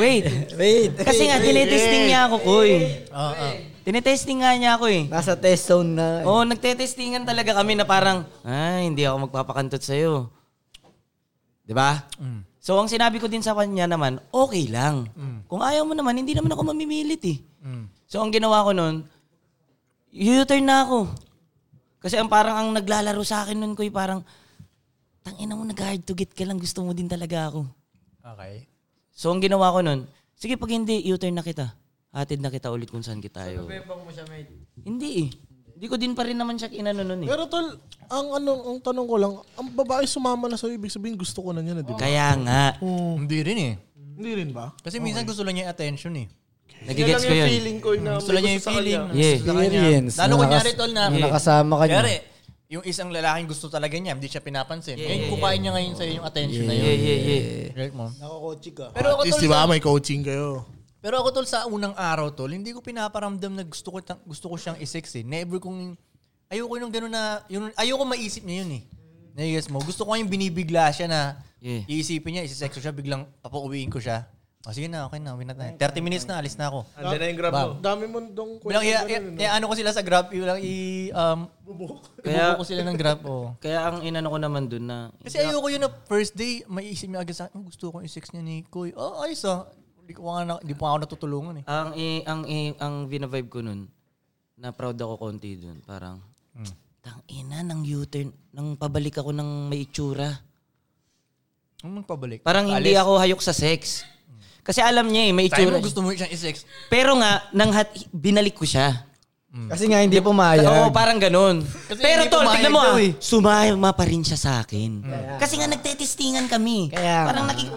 G: Wait.
C: Wait.
G: Kasi nga, tinetesting niya ako, Koy.
B: Oo.
G: Tinetesting nga niya ako eh.
C: Nasa test zone na. eh.
G: Oo, oh, nagtetestingan talaga kami na parang, ay, hindi ako magpapakantot sa'yo. Di ba?
B: Mm.
G: So, ang sinabi ko din sa kanya naman, okay lang.
B: Mm.
G: Kung ayaw mo naman, hindi naman ako mamimilit eh. So, ang ginawa ko nun, U-turn na ako. Kasi ang parang ang naglalaro sa akin nun, Koy, parang, tangina mo, nag-hard to get ka lang, gusto mo din talaga ako.
B: Okay.
G: So, ang ginawa ko nun, sige, pag hindi, U-turn na kita. Hatid na kita ulit kung saan kita ayaw.
L: mo siya, mate.
G: Hindi eh. Hindi ko din pa rin naman siya kinano nun eh.
D: Pero tol, ang ano, ang tanong ko lang, ang babae sumama na sa'yo, ibig sabihin gusto ko na niya na, di ba? Mm.
G: Kaya nga.
B: Hindi rin eh.
D: Hindi rin ba?
B: Kasi minsan gusto lang niya yung attention eh.
G: Nagigets ko yun.
B: gusto lang niya yung feeling.
G: kanya. Yeah.
B: Gusto lang niya.
C: Experience.
B: Lalo
C: Na
B: kunyari
C: nakas-
B: tol na.
C: na nakasama ka niya.
B: Kunyari, yung isang lalaking gusto talaga niya, hindi siya pinapansin. Ngayon, kukain niya ngayon sa'yo yung attention na yun.
G: Yeah, yeah, yeah.
B: Right, ma'am?
I: Nakakotse ka.
B: Pero ako
D: At least,
B: tol,
D: di ba,
B: sa-
D: may coaching kayo.
B: pero ako tol sa unang araw tol, hindi ko pinaparamdam na gusto ko ta- gusto ko siyang i-sex eh. Never kong ayoko nung ganun na yun ayoko maisip niya yun eh. Nagigets mo? Gusto ko yung binibigla siya na iisipin niya, isisex ko siya, biglang papauwiin ko siya. O sige na, okay na, uwi na tayo. 30 minutes na, alis na ako.
A: Andiyan na yung grab
B: Bam.
A: mo.
D: Dami mo dong
B: Bilang i- i- i- ano ko sila sa Grab, bilang i um ibubuko ko sila ng Grab oh.
G: Kaya ang inano ko naman dun na,
B: Kasi ayoko yun na first day, may isip niya agad sa akin, "Oh, gusto ko yung sex niya ni Koy. Oh, ayos ah. Hindi ko nga na, hindi pa ako natutulungan eh.
G: ang i- ang i- ang vina-vibe ko nun, na proud ako konti dun. Parang,
B: Mm.
G: tang ina ng U-turn, nang pabalik ako ng may itsura.
B: Ang magpabalik.
G: Parang hindi
B: Alis.
G: ako hayok sa sex. Kasi alam niya eh, may
B: Sabi mo
G: itsura.
B: gusto mo siyang i-sex.
G: Pero nga, nang hat- binalik ko siya.
C: Kasi nga hindi pumayag.
G: Oo, parang ganun.
C: hindi
G: Pero tol,
C: pumayag
G: tignan mo
C: daw
G: ah,
C: eh.
G: sumama pa rin siya sa
B: Mm.
G: akin. Kasi nga nagtetestingan kami. Parang nakik...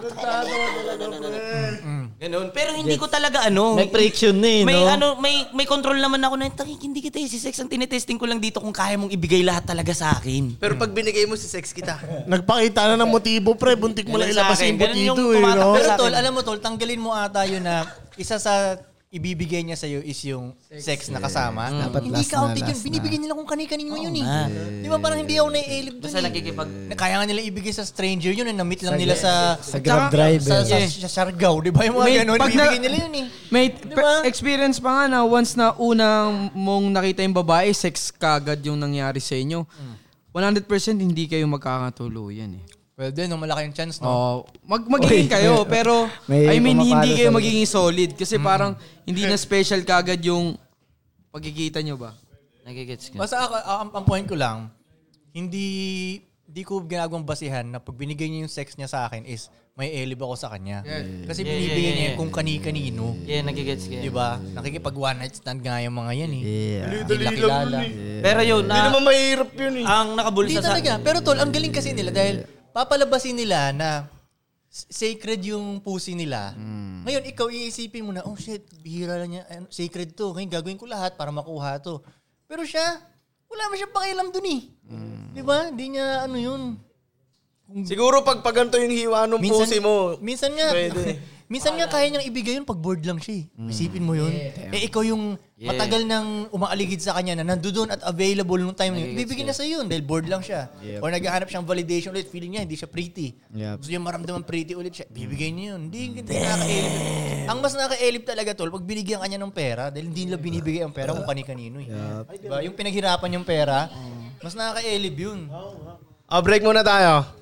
G: Ganun. Pero hindi ko talaga ano.
M: May friction na eh,
G: May
M: no?
G: ano, may may control naman ako na tangik hindi kita eh, si sex ang tinetesting ko lang dito kung kaya mong ibigay lahat talaga sa akin.
M: Pero pag binigay mo si sex kita.
D: Nagpakita na ng motibo, pre. Buntik mo lang
G: Ganun sa
D: ilabas
G: akin.
D: yung
G: Ganun
D: motibo,
G: yung
D: eh. No?
B: Pero tol, alam mo tol, tanggalin mo ata yun na isa sa ibibigay niya sa'yo is yung sex, na kasama.
F: Mm.
C: Yeah. Dapat
B: hindi
C: last na,
B: counted yun.
C: last
B: Binibigay nila kung kani-kanino yun eh.
G: nga.
B: Di ba parang hindi ako naiilip dun
G: Basta
B: eh.
G: nakikipag...
B: Na kaya nga nila ibigay sa stranger yun, na meet
C: Sa-
B: lang nila sa...
C: sa Grab
E: eh.
C: driver.
B: Sa, sa,
F: Yeah.
B: sa Siargao, di ba? Yung mga ganun, ibibigay nila yun eh.
F: May pe- experience pa nga na once na unang mong nakita yung babae, sex kagad yung nangyari sa inyo.
B: Hmm.
F: 100% hindi kayo magkakatuluyan eh.
B: Well, din, no, malaki yung chance, no?
F: Oh, mag magiging
B: Uy,
F: kayo,
B: may-
F: pero
B: may
F: I mean
B: pumapalo
F: hindi kayo
B: sa-
F: magiging solid kasi
B: Hmm.
F: parang hindi na special kagad yung pagkikita nyo ba?
G: Nagigets
B: Basta ako, ah, ang, ang point ko lang, hindi hindi ko ginagawang basihan na pag binigay niya yung sex niya sa akin is may elib ako sa kanya.
G: Yeah.
B: Kasi
G: Yeah, yeah,
B: binibigay
G: yeah,
B: niya
G: yeah.
B: yung kung kani-kanino.
G: Yeah, nagigets ko yan.
B: Di ba? Nakikipag one night stand nga yung mga yan eh.
G: Yeah.
B: Hindi
G: Dali-dali
B: nakilala.
G: lang yun eh. Pero yun, Hindi na- naman mahirap yun eh. ang nakabulsa
B: Hindi
G: sa-
B: talaga. Pero tol, ang galing kasi nila dahil papalabasin nila na s- sacred yung pussy nila.
G: Hmm.
B: Ngayon, ikaw iisipin mo na, oh shit, bihira lang niya. Ano, sacred to. Ngayon, gagawin ko lahat para makuha to. Pero siya, wala mo siya pakialam dun eh.
G: Hmm.
B: Di ba? Hindi niya ano yun.
M: Siguro pag paganto yung hiwa ng pusi mo.
B: Minsan nga,
M: Pwede.
B: minsan nga kaya niyang ibigay yun pag bored lang siya eh. Isipin mo yun.
M: Mm. Yeah.
B: Eh ikaw yung
M: Yeah.
B: matagal nang umaaligid sa kanya na nandoon at available nung time na yun.
M: Nagigets
B: Bibigyan
M: niya.
B: na sa yun dahil bored lang siya.
M: Yep.
B: Or naghahanap siyang validation ulit. Feeling niya hindi siya pretty.
M: Yep.
B: Gusto niya maramdaman pretty ulit siya. Bibigyan niya yun. Hindi hindi nakaka-elip. Ang mas nakaka-elip talaga tol, pag binigyan kanya ng pera, dahil hindi nila binibigay ang pera kung kani-kanino eh. Diba? Yung pinaghirapan yung pera,
M: Mm.
B: mas nakaka-elip yun.
A: Oh, break muna tayo.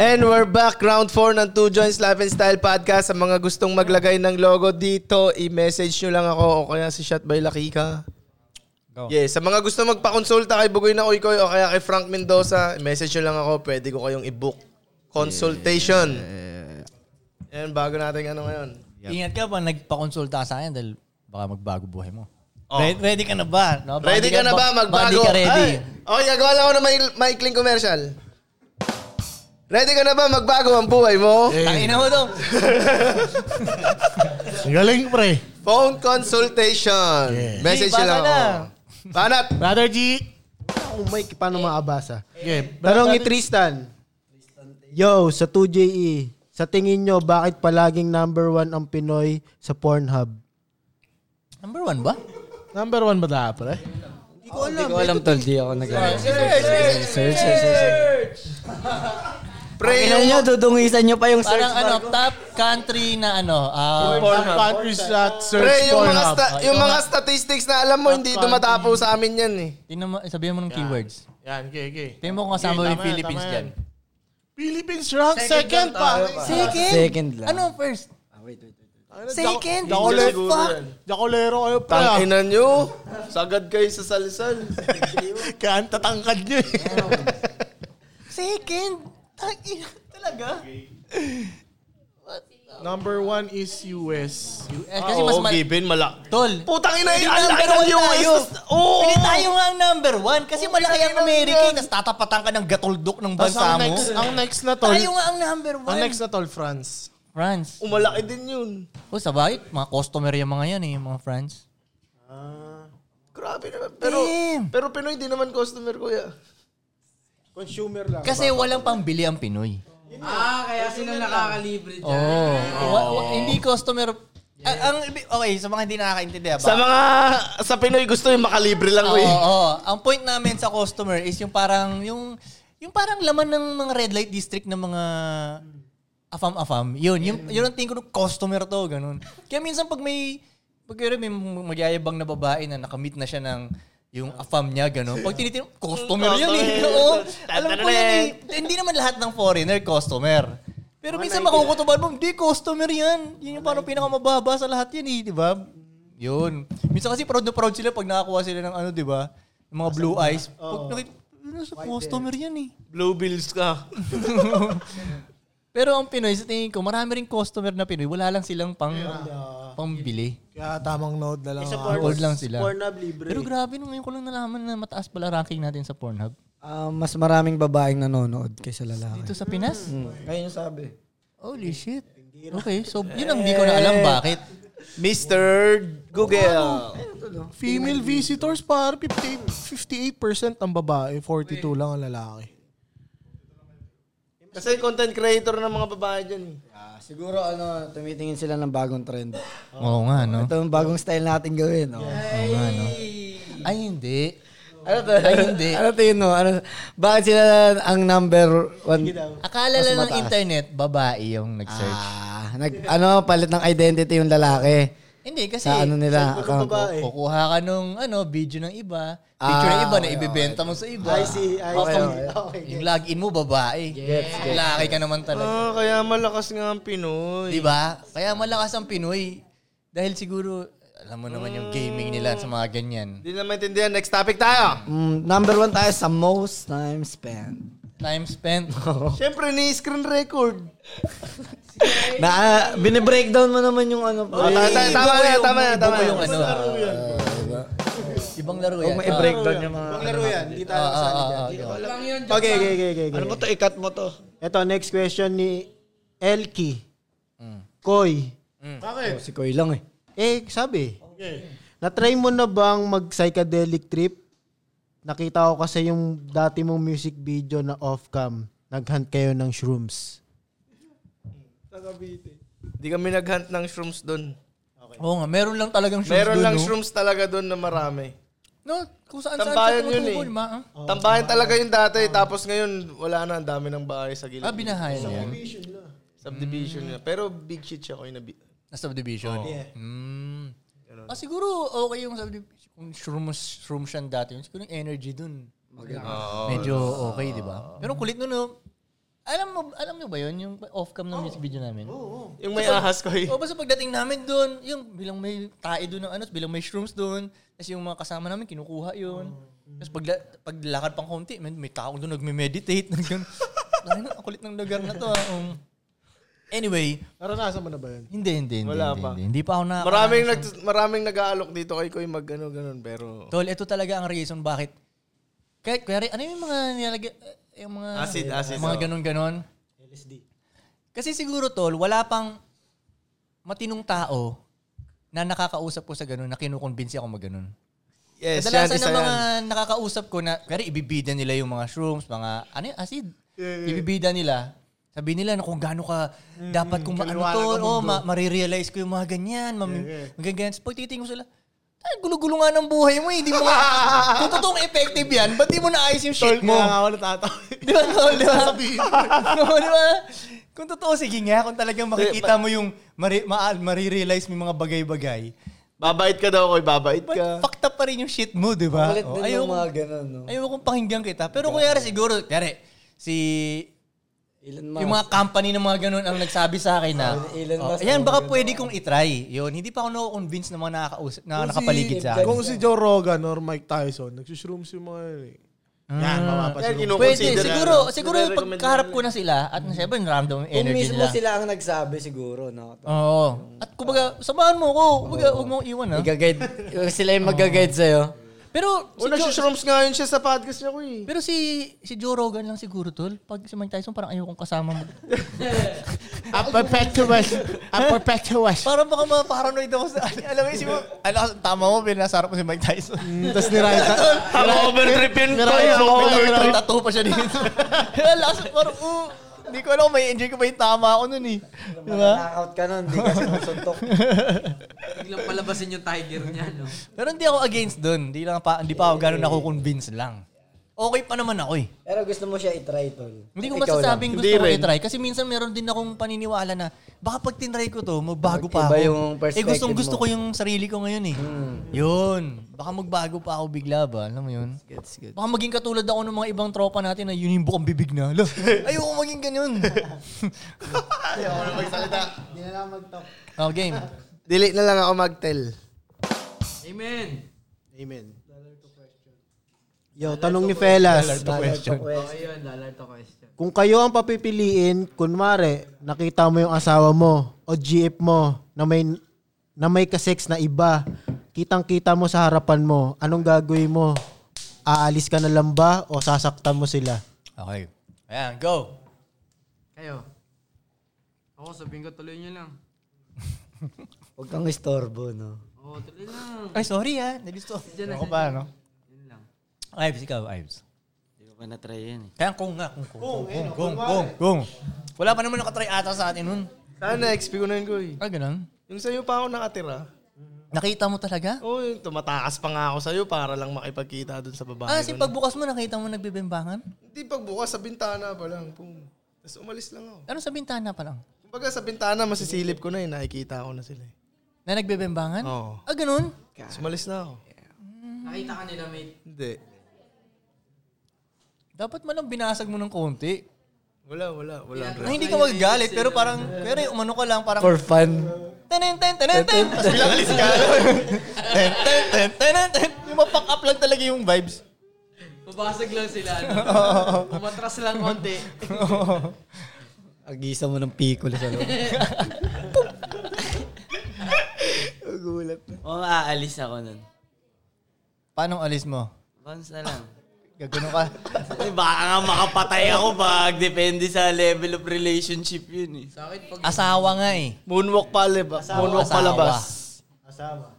A: And we're back, round 4 ng Two Joints Life and Style Podcast. Sa mga gustong maglagay ng logo dito, i-message nyo lang ako o kaya si Shot by Lakika. Yes, sa mga gusto magpakonsulta kay Bugoy na Uykoy o kaya kay Frank Mendoza, message nyo lang ako, pwede ko kayong i-book. Consultation. Yan, bago natin ano ngayon.
B: Ingat ka pa, nagpakonsulta ka sa akin dahil baka magbago buhay mo.
A: Oh.
B: Re- Ready ka na ba? No? Baka
A: Ready
B: di
A: ka na ba
B: baka- baka di
A: magbago?
B: ka ready.
A: Ay, okay, gagawa lang ako ng mai- maikling commercial. Ready ka na ba magbago ang buhay mo?
B: Tangina mo to.
A: Galing pre. Phone consultation. Message
M: Hey,
A: nyo lang
M: basa
A: ako.
M: na.
A: Banat!
M: Brother G!
I: Oh Mike, paano maabasa?
M: Okay.
I: Tanong ni Tristan. Yo, sa 2JE, sa tingin nyo, bakit palaging number one ang Pinoy sa Pornhub?
B: Number one ba?
D: Number one ba dapat eh? Hindi
C: ko alam.
M: Hindi ko alam, tol. Di ako nag-
C: search,
M: Search, search, search.
A: Pre,
M: Tingnan nyo, dudungisan nyo pa yung search
B: Parang ano,
M: bar.
B: top country na ano. ah,
M: Pornhub. Top
D: countries that search
A: Pre, yung mga,
B: Pornhub.
A: sta-
B: Ah,
A: yung
B: ito
A: mga
B: nga.
A: statistics na alam mo, hindi tumatapo sa amin yan eh.
B: Tingnan mo, sabihin mo ng keywords.
D: Yan, okay, okay.
B: Tingnan mo kung kasama
D: Okay,
B: yung
D: tama yan,
B: Philippines
D: tama
B: dyan.
D: Philippines rank second, pa.
B: Second?
C: Second lang.
B: Ano first?
M: Ah,
B: Second?
A: Dakoler-
B: What the fuck?
D: Dakolero kayo ah. pa.
A: Tanginan nyo. Sagad kayo sa salisal.
D: Kaya ang tatangkad nyo eh.
B: Second? Tangina, Talaga?
D: Number one is US.
B: US, kasi mas mal-
A: given, mala.
B: Tol.
A: Putang ina,
B: hindi
A: ang laki
B: number
A: ng US.
B: one tayo.
A: Oo.
B: Hindi tayo nga ang number one kasi malaki ang Amerika. eh, Tapos tatapatan ka ng gatuldok ng
D: Tapos
B: bansa
D: ang
B: mo.
D: next, ang next na tol.
B: Tayo nga ang number one.
D: Ang next na tol, France.
B: France.
A: Umalaki Oh, din yun.
B: O sabay, mga customer yung mga yan eh, yung mga France.
A: Grabe naman. Pero, pero Pinoy di naman customer, kuya. Consumer lang.
B: Kasi walang pambili ang Pinoy.
L: Ah, kaya sila nakakalibre dyan.
B: Oo. Oh. Wa- wa- hindi customer... A- ang, okay, sa mga hindi nakakaintindi. ah,
A: Sa
B: baka-
A: mga, sa Pinoy gusto yung makalibre lang,
B: Oo,
A: kuya.
B: oo. Ang point namin sa customer is yung parang yung yung parang laman ng mga red light district ng mga afam-afam. Yun, yung yun ang tingin ko ng customer to, ganun. Kaya minsan pag may pag yun, may magyayabang na babae na nakamit na siya ng yung afam niya, ganun. Pag tinitin, customer yun eh. Oo. Alam ko yan eh. Hindi naman lahat ng foreigner, customer. Pero minsan makukutuban mo, hindi, customer yan. Yun yung parang pinakamababa sa lahat yan eh, di ba? Yun. Minsan kasi proud na proud sila pag nakakuha sila ng ano, di ba? Ng mga blue
D: Ah,
B: eyes. Pag nakita, ano sa customer yan eh.
A: Blue bills ka.
B: Pero ang Pinoy, sa tingin ko, marami rin customer na Pinoy. Wala lang silang pang Pambili.
D: Kaya tamang load na lang.
B: Eh, sa
D: ang
B: Pornhub-
D: hours.
B: lang sila.
M: Pornhub libre.
B: Pero grabe nung ngayon ko lang nalaman na mataas pala ranking natin sa Pornhub.
C: Ah, mas maraming babaeng nanonood kaysa lalaki.
B: Dito sa Pinas?
C: Mm. Kaya yung sabi.
B: Holy shit. Okay, so yun ang hindi ko na alam bakit.
A: Mr. Eh, Google.
D: Female visitors par 58, 58% ang babae, 42 lang ang lalaki.
A: Kasi content creator ng mga babae dyan eh.
B: Ah,
C: siguro ano, tumitingin sila ng bagong trend.
B: Oo nga, no?
C: Ito yung bagong style natin gawin. Oh.
B: Oo nga, no? Ay, hindi.
C: Ano to?
B: Ay, hindi.
C: ano to yun, no? Ano, bakit sila ang number one?
B: Akala
C: mas
B: lang ng
C: mataas?
B: internet, babae yung nag-search.
C: Ah, nag, ano, palit ng identity yung lalaki.
B: Hindi, kasi
C: Sa ano nila,
B: Sa-
C: account.
B: Kukuha ka nung ano, video ng iba, picture ng
C: Ah,
B: iba na
C: okay,
B: ibebenta mo sa iba.
C: I see, I
B: Kapag-
C: see. Okay, okay,
B: Yung login mo, babae.
C: Gets, gets.
B: Laki ka naman talaga.
A: Ah, kaya malakas nga ang Pinoy.
B: Di ba? Kaya malakas ang Pinoy. Dahil siguro, alam mo naman yung gaming nila sa mga ganyan.
A: Hindi na maintindihan. Next topic tayo.
C: Mm, number one tayo sa most time spent.
B: Time spent.
A: Siyempre, ni screen record.
C: na, ah, bine-breakdown mo naman yung ano.
A: Oh, tama, tama, tama na, tama na, tama na.
B: Yung ano,
C: ah. diba?
B: ibang laro yan.
C: Huwag mo i-breakdown
B: Ah.
C: yung mga-
M: Ibang laro yan. Di tayo
B: Ah, ah,
M: kasali
B: ah,
M: dyan.
B: ah, ah.
M: Lang
L: yun,
M: joke
I: ano Okay,
M: lang.
I: okay, okay, okay, okay.
M: Ano mo to? I-cut mo to.
I: Ito, next question ni Elki.
B: Mm.
I: Koy.
M: Bakit?
C: si Koy lang eh.
I: Eh, sabi.
M: Okay.
I: Na-try mo na bang mag-psychedelic trip? Nakita ko kasi yung dati mong music video na off-cam. Nag-hunt kayo ng shrooms.
A: Hindi kami nag-hunt ng shrooms doon.
B: Oo nga, meron lang talagang shrooms
A: Meron
B: dun,
A: lang
B: no?
A: shrooms talaga doon na marami.
B: Ah, No, kung saan saan siya
A: Tambayan yun eh.
B: tumutubo, di ba? ah?
A: Tambayan talaga yung dati. Tapos ngayon, wala na. Ang dami ng bahay sa gilid.
B: Ah, binahayan niya.
A: Subdivision na. Subdivision na. Pero big shit siya ko yung nabi.
B: Na subdivision?
A: Oo.
B: Yeah. Mm. Ah, siguro okay yung subdivision. Kung shrooms, shroom siya dati, yun, siguro yung energy dun.
A: Oo.
B: Medyo okay, di ba? Pero kulit nun, no? Alam mo, alam mo ba yun? Yung off-cam ng
C: Oh.
B: music video namin? Oo.
A: Yung may ahas ko eh.
B: O, oh, basta pagdating namin doon, yung bilang may tae doon ng ano, bilang may shrooms doon, kasi yung mga kasama namin, kinukuha yun.
D: Mm.
B: Tapos pag, paglakad pang konti, may, may tao doon nagme-meditate. Nag- Lalo na, ang kulit ng lugar na to. ah. Um, anyway,
D: Naranasan mo na ba yun?
B: hindi, hindi, hindi.
A: Wala
B: hindi,
A: pa.
B: Hindi, hindi pa ako na...
A: Maraming nag maraming nag-aalok dito kay Koy mag ano ganun pero
B: Tol, ito talaga ang reason bakit. Kahit, kuwari, ano yung mga nilalagay, eh, yung mga...
A: Acid, acid,
B: Mga
A: oh.
B: ganun-ganun.
I: LSD.
B: Kasi siguro, Tol, wala pang matinong tao na nakakausap ko sa ganun, na kinukonvince ako mag ganun.
A: Yes, yan,
B: Kadalasan
A: isa
B: ng mga
A: yan.
B: nakakausap ko na, kuwari, ibibida nila yung mga shrooms, mga, ano yung acid? Ibibida nila. Sabi nila na kung gaano ka dapat kung maano
M: kaliwala
B: to,
M: ka mundo.
B: oh, ma- marirealize ko yung mga ganyan, mami,
M: Yeah, yeah.
B: mga ganyan. Tapos pagtitingin ko sila, ay, gulo-gulo nga ng buhay mo, eh. hindi mo nga, kung totoong effective yan, ba't di mo naayos yung shit mo?
D: Kaya nga ako natatawa.
B: Di ba, tol? Di ba? no, di ba? Kung totoo, sige nga. Kung talagang makikita mo yung mari, ma- marirealize mo yung mga bagay-bagay.
A: babait ka daw Koy, babait ka.
B: Fucked up pa rin yung shit mo, di ba?
C: Kulit
B: Oh,
C: din
B: ayaw,
C: yung mga ganun, no?
B: ayaw kong pakinggan kita. Pero kunyari siguro, kunyari, si... Yung mga company ng mga ganun ang nagsabi sa akin na,
C: Elon
B: oh,
C: Musk,
B: ayan,
C: mga
B: baka
C: ganun.
B: pwede kong itry. Yun, hindi pa ako na-convince ng mga nakakausap, na
D: Kung
B: nakapaligid
D: si-
B: sa akin.
D: Kung si Joe Rogan or Mike Tyson, nagsushroom si mga yun eh. Yan, mapapashrooms.
B: Hmm. Pwede, siguro,
C: ano?
B: siguro yung pagkaharap ko na sila at syempre
C: Hmm.
B: random
C: Kung
B: energy
C: mismo
B: nila.
C: sila ang nagsabi siguro, no?
B: Oo. At kumbaga, samahan mo ko. Kumbaga, huwag mo iwan, ha?
C: Igaguide. sila yung magagaguide sa'yo.
B: Pero,
A: O, nagsusurums Oh, nga yun siya sa podcast niya ko eh.
B: Pero si si Joe Rogan lang siguro, tol. Pag si Mike Tyson, parang ayokong kasama mo.
D: A perpetuous. A perpetuous.
B: parang baka ma-paranoid ako sa... Alam mo, isip mo, ano, tama mo, binasarap mo si Mike Tyson.
D: Tapos niraya.
A: Ako overtrip yun Koy. Ako overtrip.
B: Tattoo pa siya dito. Last, parang, uh, hindi ko alam kung may enjoy ko ba yung tama ako nun eh. Di ba?
C: Knockout ka nun, di ka sinusuntok.
L: Biglang palabasin yung tiger niya, no?
B: Pero hindi ako against dun. Hindi, lang pa, hindi pa ako gano'n nakukonvince lang. Okay pa naman ako eh.
C: Pero gusto mo siya i-try, tol.
B: Hindi ko
C: Ikaw lang.
B: masasabing gusto ko i-try. Kasi minsan meron din akong paniniwala na baka pag tinry ko to, magbago pa ako.
C: Iba yung
B: eh
C: perspective
B: gustong gusto
C: mo.
B: ko yung sarili ko ngayon eh. Yun. Baka magbago pa ako bigla ba? Alam mo yun? Baka maging katulad ako ng mga ibang tropa natin na yun yung bukang bibig na. Ala, ayoko maging ganyan.
A: Ayoko na magsalita.
I: Hindi na lang mag-talk.
B: oh, game.
A: Delete na lang ako mag-tell.
L: Amen.
I: Amen. Yo, tanong ni Felas.
L: Oh, yun, dollar to question.
I: Kung kayo ang papipiliin, kunwari, nakita mo yung asawa mo o GF mo na may na may kasex na iba, kitang-kita mo sa harapan mo, anong gagawin mo? Aalis ka na lang ba o sasaktan mo sila?
B: Okay. Ayan, go.
L: Kayo. Ako, sabihin ko tuloy nyo lang.
C: Huwag kang istorbo, no?
L: Oo, tuloy lang.
B: Ay, sorry ah. Nagusto.
L: Diyan na,
B: Ako
L: diyan
B: ba,
L: na.
B: no? Ives, ikaw, Ives.
G: Hindi ko pa na-try yan eh.
B: Kaya kung nga, kung kung
G: Kung,
B: kung
G: eh,
B: kung
G: no,
B: kung
G: kung
B: kung
G: pare.
B: kung. Wala pa naman nakatry ata sa atin nun.
A: Sana, XP ko na yun, Goy.
B: Ah, ganun?
A: Yung sa'yo pa ako nakatira.
B: Nakita mo talaga?
A: Oo, yung tumatakas pa nga ako sa'yo para lang makipagkita dun sa babae
B: Ah,
A: ko
B: si
A: na-
B: pagbukas mo, nakita mo nagbebembangan?
A: Hindi pagbukas, sa bintana pa lang. Pum. Tapos umalis lang ako.
B: Ano sa bintana pa lang?
A: Kumbaga sa bintana, masisilip ko na eh. Nakikita ko na sila eh.
B: Na nagbebembangan?
A: Oo.
B: Ah, ganun?
A: Tapos umalis na ako.
L: Nakita ka nila, mate.
A: Hindi.
B: Dapat man lang binasag mo ng konti.
A: Wala, wala, wala.
B: Na eh, hindi ka magagalit, pero parang, pero umano ka lang, parang...
C: For fun.
B: Tenen, ten, tenen, ten. Tapos bilang alis ka. ten, ten, ten, tenen, ten. Yung mapack up lang talaga yung vibes.
L: Babasag lang sila.
F: ano?
B: Oo.
L: No? Umatras lang konti.
C: Agisa mo ng pikol sa loob.
G: Gulat na. Oo, aalis ako nun.
B: Paano alis mo?
G: Bounce na lang.
B: Gagano ka.
G: Eh, baka nga makapatay ako pag depende sa level of relationship yun eh.
L: Sa akin pag...
B: Asawa nga eh.
A: Moonwalk pa, leba. Moonwalk palabas.
I: Asawa.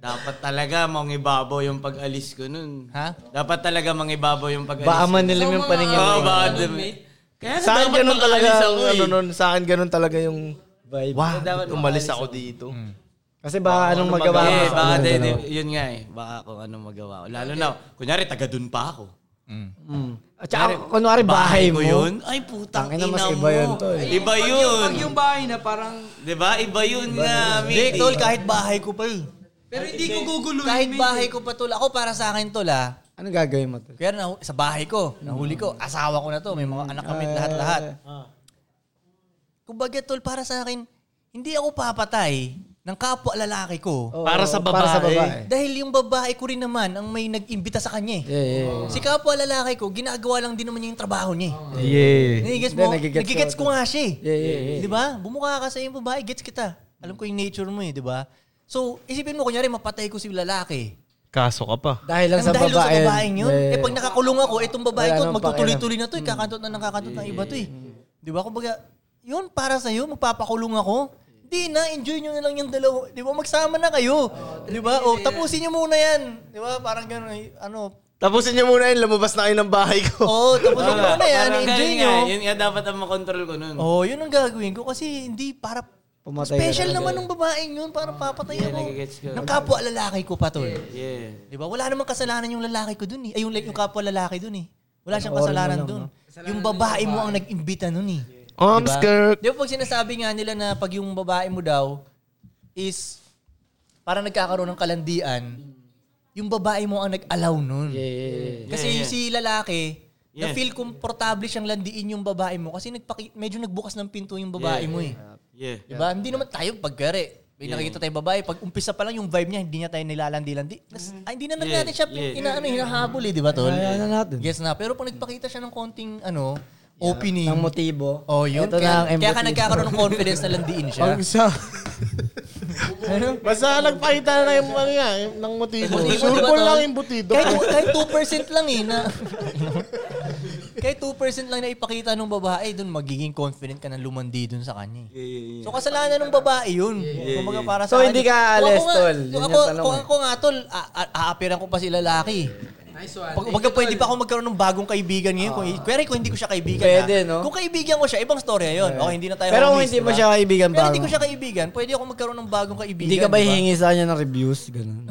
G: Dapat talaga mangibabaw yung pag-alis ko nun.
B: Ha?
G: Dapat talaga mangibabaw yung pag-alis
C: Baka
G: ko.
C: manilim yung paningin
G: Oo,
C: mo.
G: baka
C: Ano,
G: dumi.
C: mate?
G: Kaya
A: sa akin ganun talaga
G: ako
A: ang
G: eh.
A: ano nun, sa akin ganun talaga yung
C: vibe.
A: Wow,
G: Kaya dapat
A: umalis
G: makaalis
A: ako
G: ako. Mm.
A: dito.
C: Kasi baka anong magawa mo
G: Eh,
C: sa
G: baka
C: kanila
G: din,
B: ano?
C: dalawa.
G: yun nga eh. Baka kung anong magawa ko. Lalo na, kunyari, taga dun pa ako.
C: Mm. At saka, kunwari bahay mo.
G: ko yun? Ay, putang
C: Tangina,
G: ina
C: mas
G: mo.
C: iba yun to eh.
G: Iba
L: Pag
G: yun.
L: yung- Pag yung bahay na parang...
G: Diba? Iba yun nga.
B: Hindi, tol, kahit bahay ko pa eh.
L: Pero hindi ko guguluhin.
B: Kahit
L: mate.
B: bahay ko pa tol. Ako para sa akin tol ah.
C: Ano gagawin mo? tol?
B: Kaya nahu- sa bahay ko, nahuli ko, asawa ko na to, may mga anak kami
C: Ah,
B: lahat-lahat. Kumbaga tol, para sa akin, hindi ako papatay ng kapwa lalaki ko.
C: Oo, Para sa para sa babae. babae.
B: Dahil yung babae ko rin naman ang may nag-imbita sa kanya eh.
C: Yeah, yeah, yeah.
B: Si kapwa lalaki ko, ginagawa lang din naman niya yung trabaho niya eh.
C: Ah. Yeah.
B: Nagigets
C: Hindi,
B: mo?
C: nagigets
B: Nagigets
C: ko.
B: ko nga siya eh.
C: Yeah, yeah, yeah.
B: Di ba? Bumuka ka sa iyong babae, gets kita. Alam ko yung nature mo eh, di ba? So, isipin mo, kunyari, mapatay ko si lalaki.
A: Kaso ka pa.
C: Dahil lang sa
B: Ang dahil
C: babae.
B: sa babaeng yun.
C: Yeah, yeah.
B: Eh, pag nakakulong ako, itong babae
C: Wala
B: to,
C: nang Mm.
B: magtutuloy-tuloy na to. Eh. Kakantot na ng kakantot ng iba to eh. Di ba? Kumbaga, yun para sa'yo, magpapakulong ako. Di na, enjoy nyo na lang yung dalawa. Di ba? Magsama na kayo.
C: Oh,
B: Di ba? O, tapusin nyo muna yan. Di ba? Parang gano'n. eh, Ano?
A: Tapusin niyo muna yun, lumabas na kayo ng bahay ko.
B: Oo, tapusin nyo muna yan.
G: Parang
B: Enjoy
G: ganun
B: nyo.
G: nga, Yun nga dapat ang makontrol ko nun.
B: Oo, yun ang gagawin ko kasi hindi para
C: Pumatay ka
B: special
C: talaga.
B: naman ng babaeng yun. Parang papatay
G: Yeah,
B: ako.
G: nagigets ko.
B: Ng kapwa lalaki ko pa, tol.
G: Yeah.
B: Di ba? Wala namang kasalanan yung lalaki ko dun eh. Ay, yung, yung kapwa lalaki dun eh. Wala siyang
C: Oras mo
B: kasalanan
C: lang,
B: dun.
C: no?
B: Yung babae mo ang nag-imbita nun eh.
A: Oms, Kirk.
B: Di ba pag sinasabi nga nila na pag yung babae mo daw is parang nagkakaroon ng kalandian, yung babae mo ang nag-allow nun. Kasi
G: Yeah, yeah.
B: si lalaki,
G: Yeah.
B: na feel komportable siyang landiin yung babae mo kasi nagpaki- medyo nagbukas ng pinto yung babae
G: Yeah.
B: mo eh.
G: Yeah.
B: Diba? Hindi naman tayo pagkari. May
G: Yeah.
B: nakikita tayong babae, pag umpisa pa lang yung vibe niya, hindi niya tayo nilalandi-landi. Nas- ah, hindi na lang
G: Mm-hmm. Yeah.
B: natin siya pin-
G: Yeah.
B: inaano, hinahabol eh, di ba tol?
C: Kaya na ano natin.
B: Yes na. Pero pag nagpakita siya ng konting ano, opening.
C: Ang motibo.
B: Oh, yun.
C: Ito na ang
B: kaya, kaya ka
C: motibo.
B: nagkakaroon ng confidence na landiin siya.
D: Pag sa... Basta nagpakita na yung ano yan, yung- ng motibo.
B: Motibo,
D: Sure
B: diba,
D: ko
B: tol?
D: lang yung butido.
B: Kahit, kahit 2% lang eh. Na, kahit 2% lang na ipakita ng babae, dun magiging confident ka na lumandi dun sa kanya. eh. So kasalanan ng babae yun. Kumbaga para sa
C: So, hindi ka
B: Kung
C: aalis,
B: ako nga-
C: tol. Yun
B: Kung
C: yung
B: ako,
C: tanong
B: kung
C: eh.
B: ako nga, tol, a- a- aapiran ko pa si lalaki.
L: Nice one.
B: Pag, pagka pwede pa ako magkaroon ng bagong kaibigan ngayon. Kung, i- kaya kung hindi ko siya kaibigan.
C: Pwede,
B: ha?
C: no?
B: Kung kaibigan ko siya, ibang story na yun. Okay, hindi na tayo
C: Pero kung
B: homies,
C: hindi mo
B: diba?
C: siya kaibigan
B: Pero hindi
C: bago.
B: ko siya kaibigan, pwede ako magkaroon ng bagong kaibigan.
C: Hindi ka ba
B: diba?
C: hihingi sa kanya ng reviews? Ganun.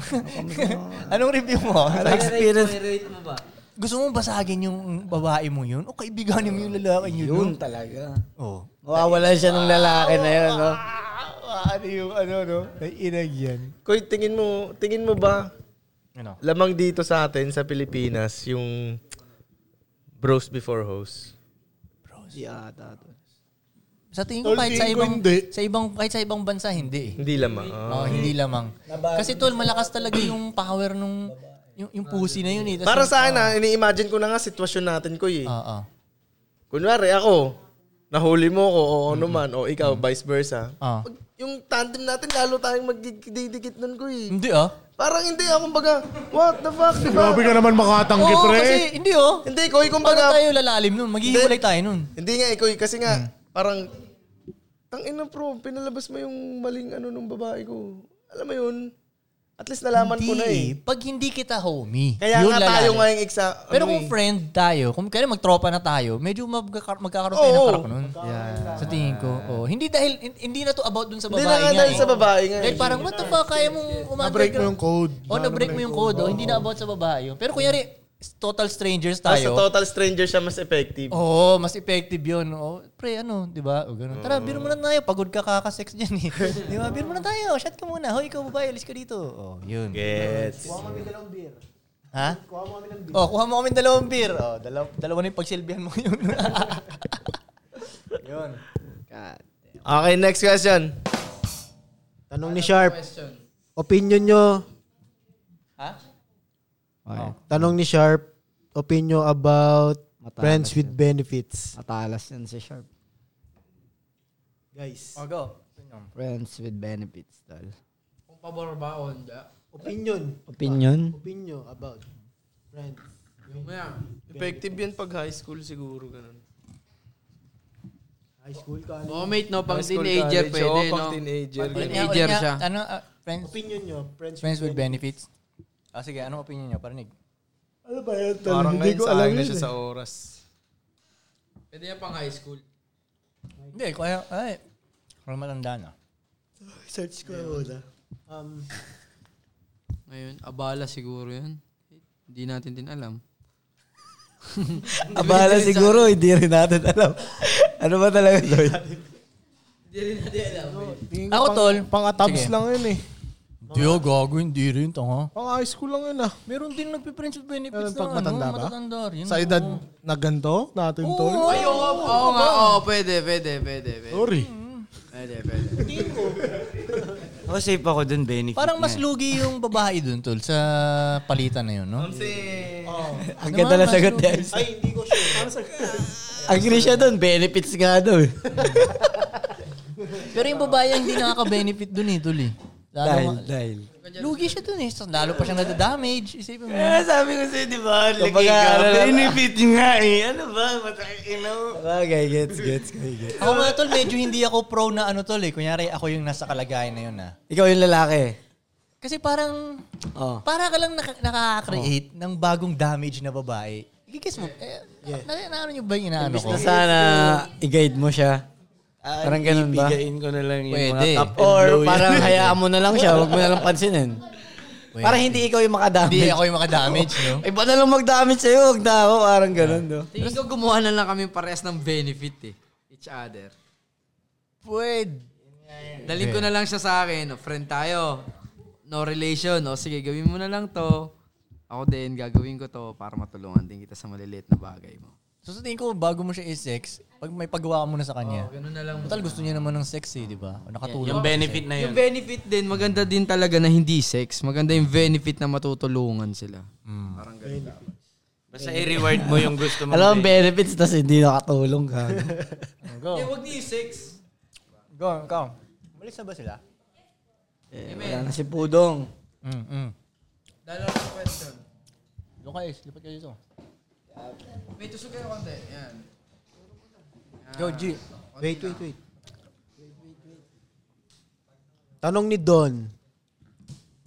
B: Anong review mo?
C: Parang experience.
L: Rate mo ba?
B: Gusto mo basagin yung babae mo yun? O kaibiganin mo yung lalaki Oh. yun?
C: Yun talaga.
B: Oo.
C: Mawawalan siya ng lalaki na yun, no?
B: Ano yung ano, no? Naiinag yan.
A: Koy, tingin mo, tingin mo ba
B: Ano?
A: lamang dito sa atin sa Pilipinas yung bros before hoes?
C: Hindi ata. tol.
B: Sa tingin ko
D: Tol,
B: kahit sa
D: tingin ko
B: ibang
D: hindi.
B: sa ibang kahit sa ibang bansa hindi. eh.
A: Hindi lamang. ah.
B: Oo, hindi lamang. Kasi tol malakas talaga yung power nung yung, yung pussy na yun eh. Tas
A: Para
B: yung-
A: sa akin, ah, ini-imagine ko na nga sitwasyon natin, Koy. Eh.
B: Oo. Oo.
D: oh,
A: Kunwari ako, nahuli mo ko o ano man, o ikaw, vice versa.
B: Oo.
A: Pag yung tandem natin, lalo tayong magdidikit nun ko eh.
B: Hindi ah.
A: Parang hindi ah, kumbaga, what the fuck, di ba?
D: Grabe ka naman makatanggi,
A: Oo,
D: pre.
A: kasi-
B: Hindi oh.
A: Hindi, ko kumbaga...
B: Paano tayo lalalim nun? Maghihiwalay tayo nun. Hmm.
A: Hindi nga, ikaw eh, kasi nga, parang, tang ina pro, pinalabas mo yung maling ano nung babae ko. Alam mo yun? At least nalaman ko na eh.
B: Hindi. Pag hindi kita homie,
A: Kaya
B: yun
A: nga
B: lalalim.
A: tayo ngayong exa...
B: Pero
A: ano
B: kung
A: eh.
B: friend tayo, kung kaya magtropa na tayo, medyo magkaka- magkakaroon tayo ng
A: Oo.
B: karak nun. Sa tingin ko. oo. Hindi dahil, hin- hindi na to about dun sa babae
A: Hindi na nga dahil
B: eh.
A: sa babae nga
B: Dahil
A: eh.
B: parang, what the fuck, kaya mong umandar
D: Na-break mo yung code.
B: O, na-break mo yung code. oh. hindi na about sa babae yun. Pero kunyari, total strangers
A: Basta
B: tayo.
A: Ah, total stranger siya mas effective.
B: Oo, mas effective yun. Oo, pre, ano, di ba? O ganun. Tara, biro muna tayo. Pagod ka kakasex dyan eh. di ba? Biro muna tayo. Shot ka muna. Hoy, ikaw babae, alis ka dito. Oh, yun.
A: Gets.
N: Kuha kami dalawang beer.
B: Ha?
N: Kuha mo kami ng beer.
B: Oh, kuha mo kami dalawang beer. Oh, dalaw dalawa na yung pagsilbihan mo yun. yun.
O: Okay, next question.
I: Tanong ni Sharp. Opinion nyo.
B: Ha?
I: Okay. Tanong ni Sharp. Opinion about
C: Matalas
I: friends with benefits.
C: Matalas yan si Sharp.
I: Guys.
A: Oh,
B: O, go.
G: Hmm.
C: Friends with benefits, tol.
G: Diba?
F: Kung pabor ba o hindi.
I: Opinion.
C: Opinion?
I: Opinion about friends.
A: Effective yan pag high school siguro, ganun.
I: High school, college.
F: Oo, mate, no? Pang
A: High school,
F: teenager
A: college,
F: pwede,
A: oo, pang
F: no?
A: teenager.
F: Pang
A: ganun.
F: teenager
B: Ulit nga,
F: siya.
B: Ano, ah, friends?
I: Opinion nyo. Friends,
B: Friends with benefits. Ah, sige, anong opinion nyo? Parinig.
I: Ano ba yun? tol?
O: Parang
I: Hindi
O: ngayon
I: ko
O: sayang
I: alam
O: na
I: yun.
O: siya
I: eh.
O: sa oras.
F: Pwede yan pang high school.
B: Hindi, kaya, ay, parang matanda na.
I: Search ko muna. Um,
F: Ngayon, abala siguro yun. Hindi natin din alam.
C: Abala siguro, hindi rin natin alam. ano ba talaga, Lloyd?
F: Hindi rin natin alam.
D: Tingin ko
B: Ako,
D: pang-
B: tol.
D: Pang-atabs
B: Sige.
D: lang yun eh.
B: Hindi, oh, gago, hindi rin, tanga.
D: Pang-high school lang yun ah.
B: Meron din nagpe-friends with benefits
D: Meron
B: na,
D: pag
B: ano,
D: matanda ba?
B: matatanda rin.
D: Sa edad na ganito natin, tol. ah.
F: Ay, oo, oo, oo nga, oo, pwede, pwede, pwede, pwede.
D: Sorry.
F: Pwede, pwede.
G: Ako safe ako dun, benefit
B: Parang mas
G: nga eh.
B: lugi yung babae dun, tol, sa palitan na yun, no?
C: Ang ganda
B: Ano,
C: ng sagot
B: mas
C: niya.
B: lugi.
C: Ay, hindi ko sure. Agree siya doon. Benefits nga daw eh.
B: Pero yung babae hindi nakaka-benefit dun eh, tol eh. Lalo
C: Dahil,
B: ma-
C: dahil.
B: Lugi siya dun eh. So, Lalo pa siyang nadadamage. Isipin mo.
G: Eh, sabi ko sa'yo, di ba? Lagay
C: Kumbaga,
G: ka.
C: ano lang-
G: Benefit nga eh. Ano ba? Mataki- you know?
C: Okay, gets, gets, gets, gets.
B: Ako nga tol, medyo hindi ako pro na ano tol eh. Kunyari ako yung nasa kalagayan na yun ah.
C: Ikaw yung lalaki.
B: Kasi parang,
C: Oh.
B: para ka lang naka- nakaka-create ng bagong damage na babae. Ikikiss mo. Eh, na, na, ano nyo ba yung inaano
C: Imbis
B: ko?
C: na sana i-guide mo siya. Parang ganun ba?
G: Ibigayin Ah, ko na lang yung
C: Pwede.
G: mga top and low
C: Or
G: yun.
C: parang hayaan mo na lang siya. Huwag mo na lang pansinin. Para hindi ikaw yung makadamage.
B: Hindi ako yung makadamage, no?
C: Iba na lang mag-damage sa'yo. Huwag na ako. Parang ganun, no?
F: Tingin ko gumawa na lang kami parehas ng benefit eh. Each other.
B: Pwede.
F: Dalhin ko na lang siya sa akin. No, friend tayo. No relation. O sige, gawin mo na lang to. Ako din, gagawin ko to para matulungan din kita sa maliliit na bagay mo.
B: So sa tingin ko, bago mo siya i-sex, pag may pagawa ka muna sa kanya.
F: Ganun na lang.
B: Total gusto niya naman ng sex eh, di ba? O Nakatulong.
G: Yung benefit na yun.
F: Yung benefit din, maganda din talaga na hindi sex. Maganda yung benefit na matutulungan sila.
C: Mm.
F: Parang ganun.
G: Basta i-reward mo yung gusto mo.
C: Alam mo, benefits, tas hindi nakatulong ka.
B: Go.
F: Eh, wag niyo sex.
B: Go, ikaw. Umalis na ba sila?
C: eh, wala na si Pudong.
B: Mm, mm.
F: Dalawang question.
B: Doon kayo, lipat kayo dito.
F: May tusok kayo konti. Yan.
B: Go, G.
I: Wait, wait, wait. Tanong ni Don.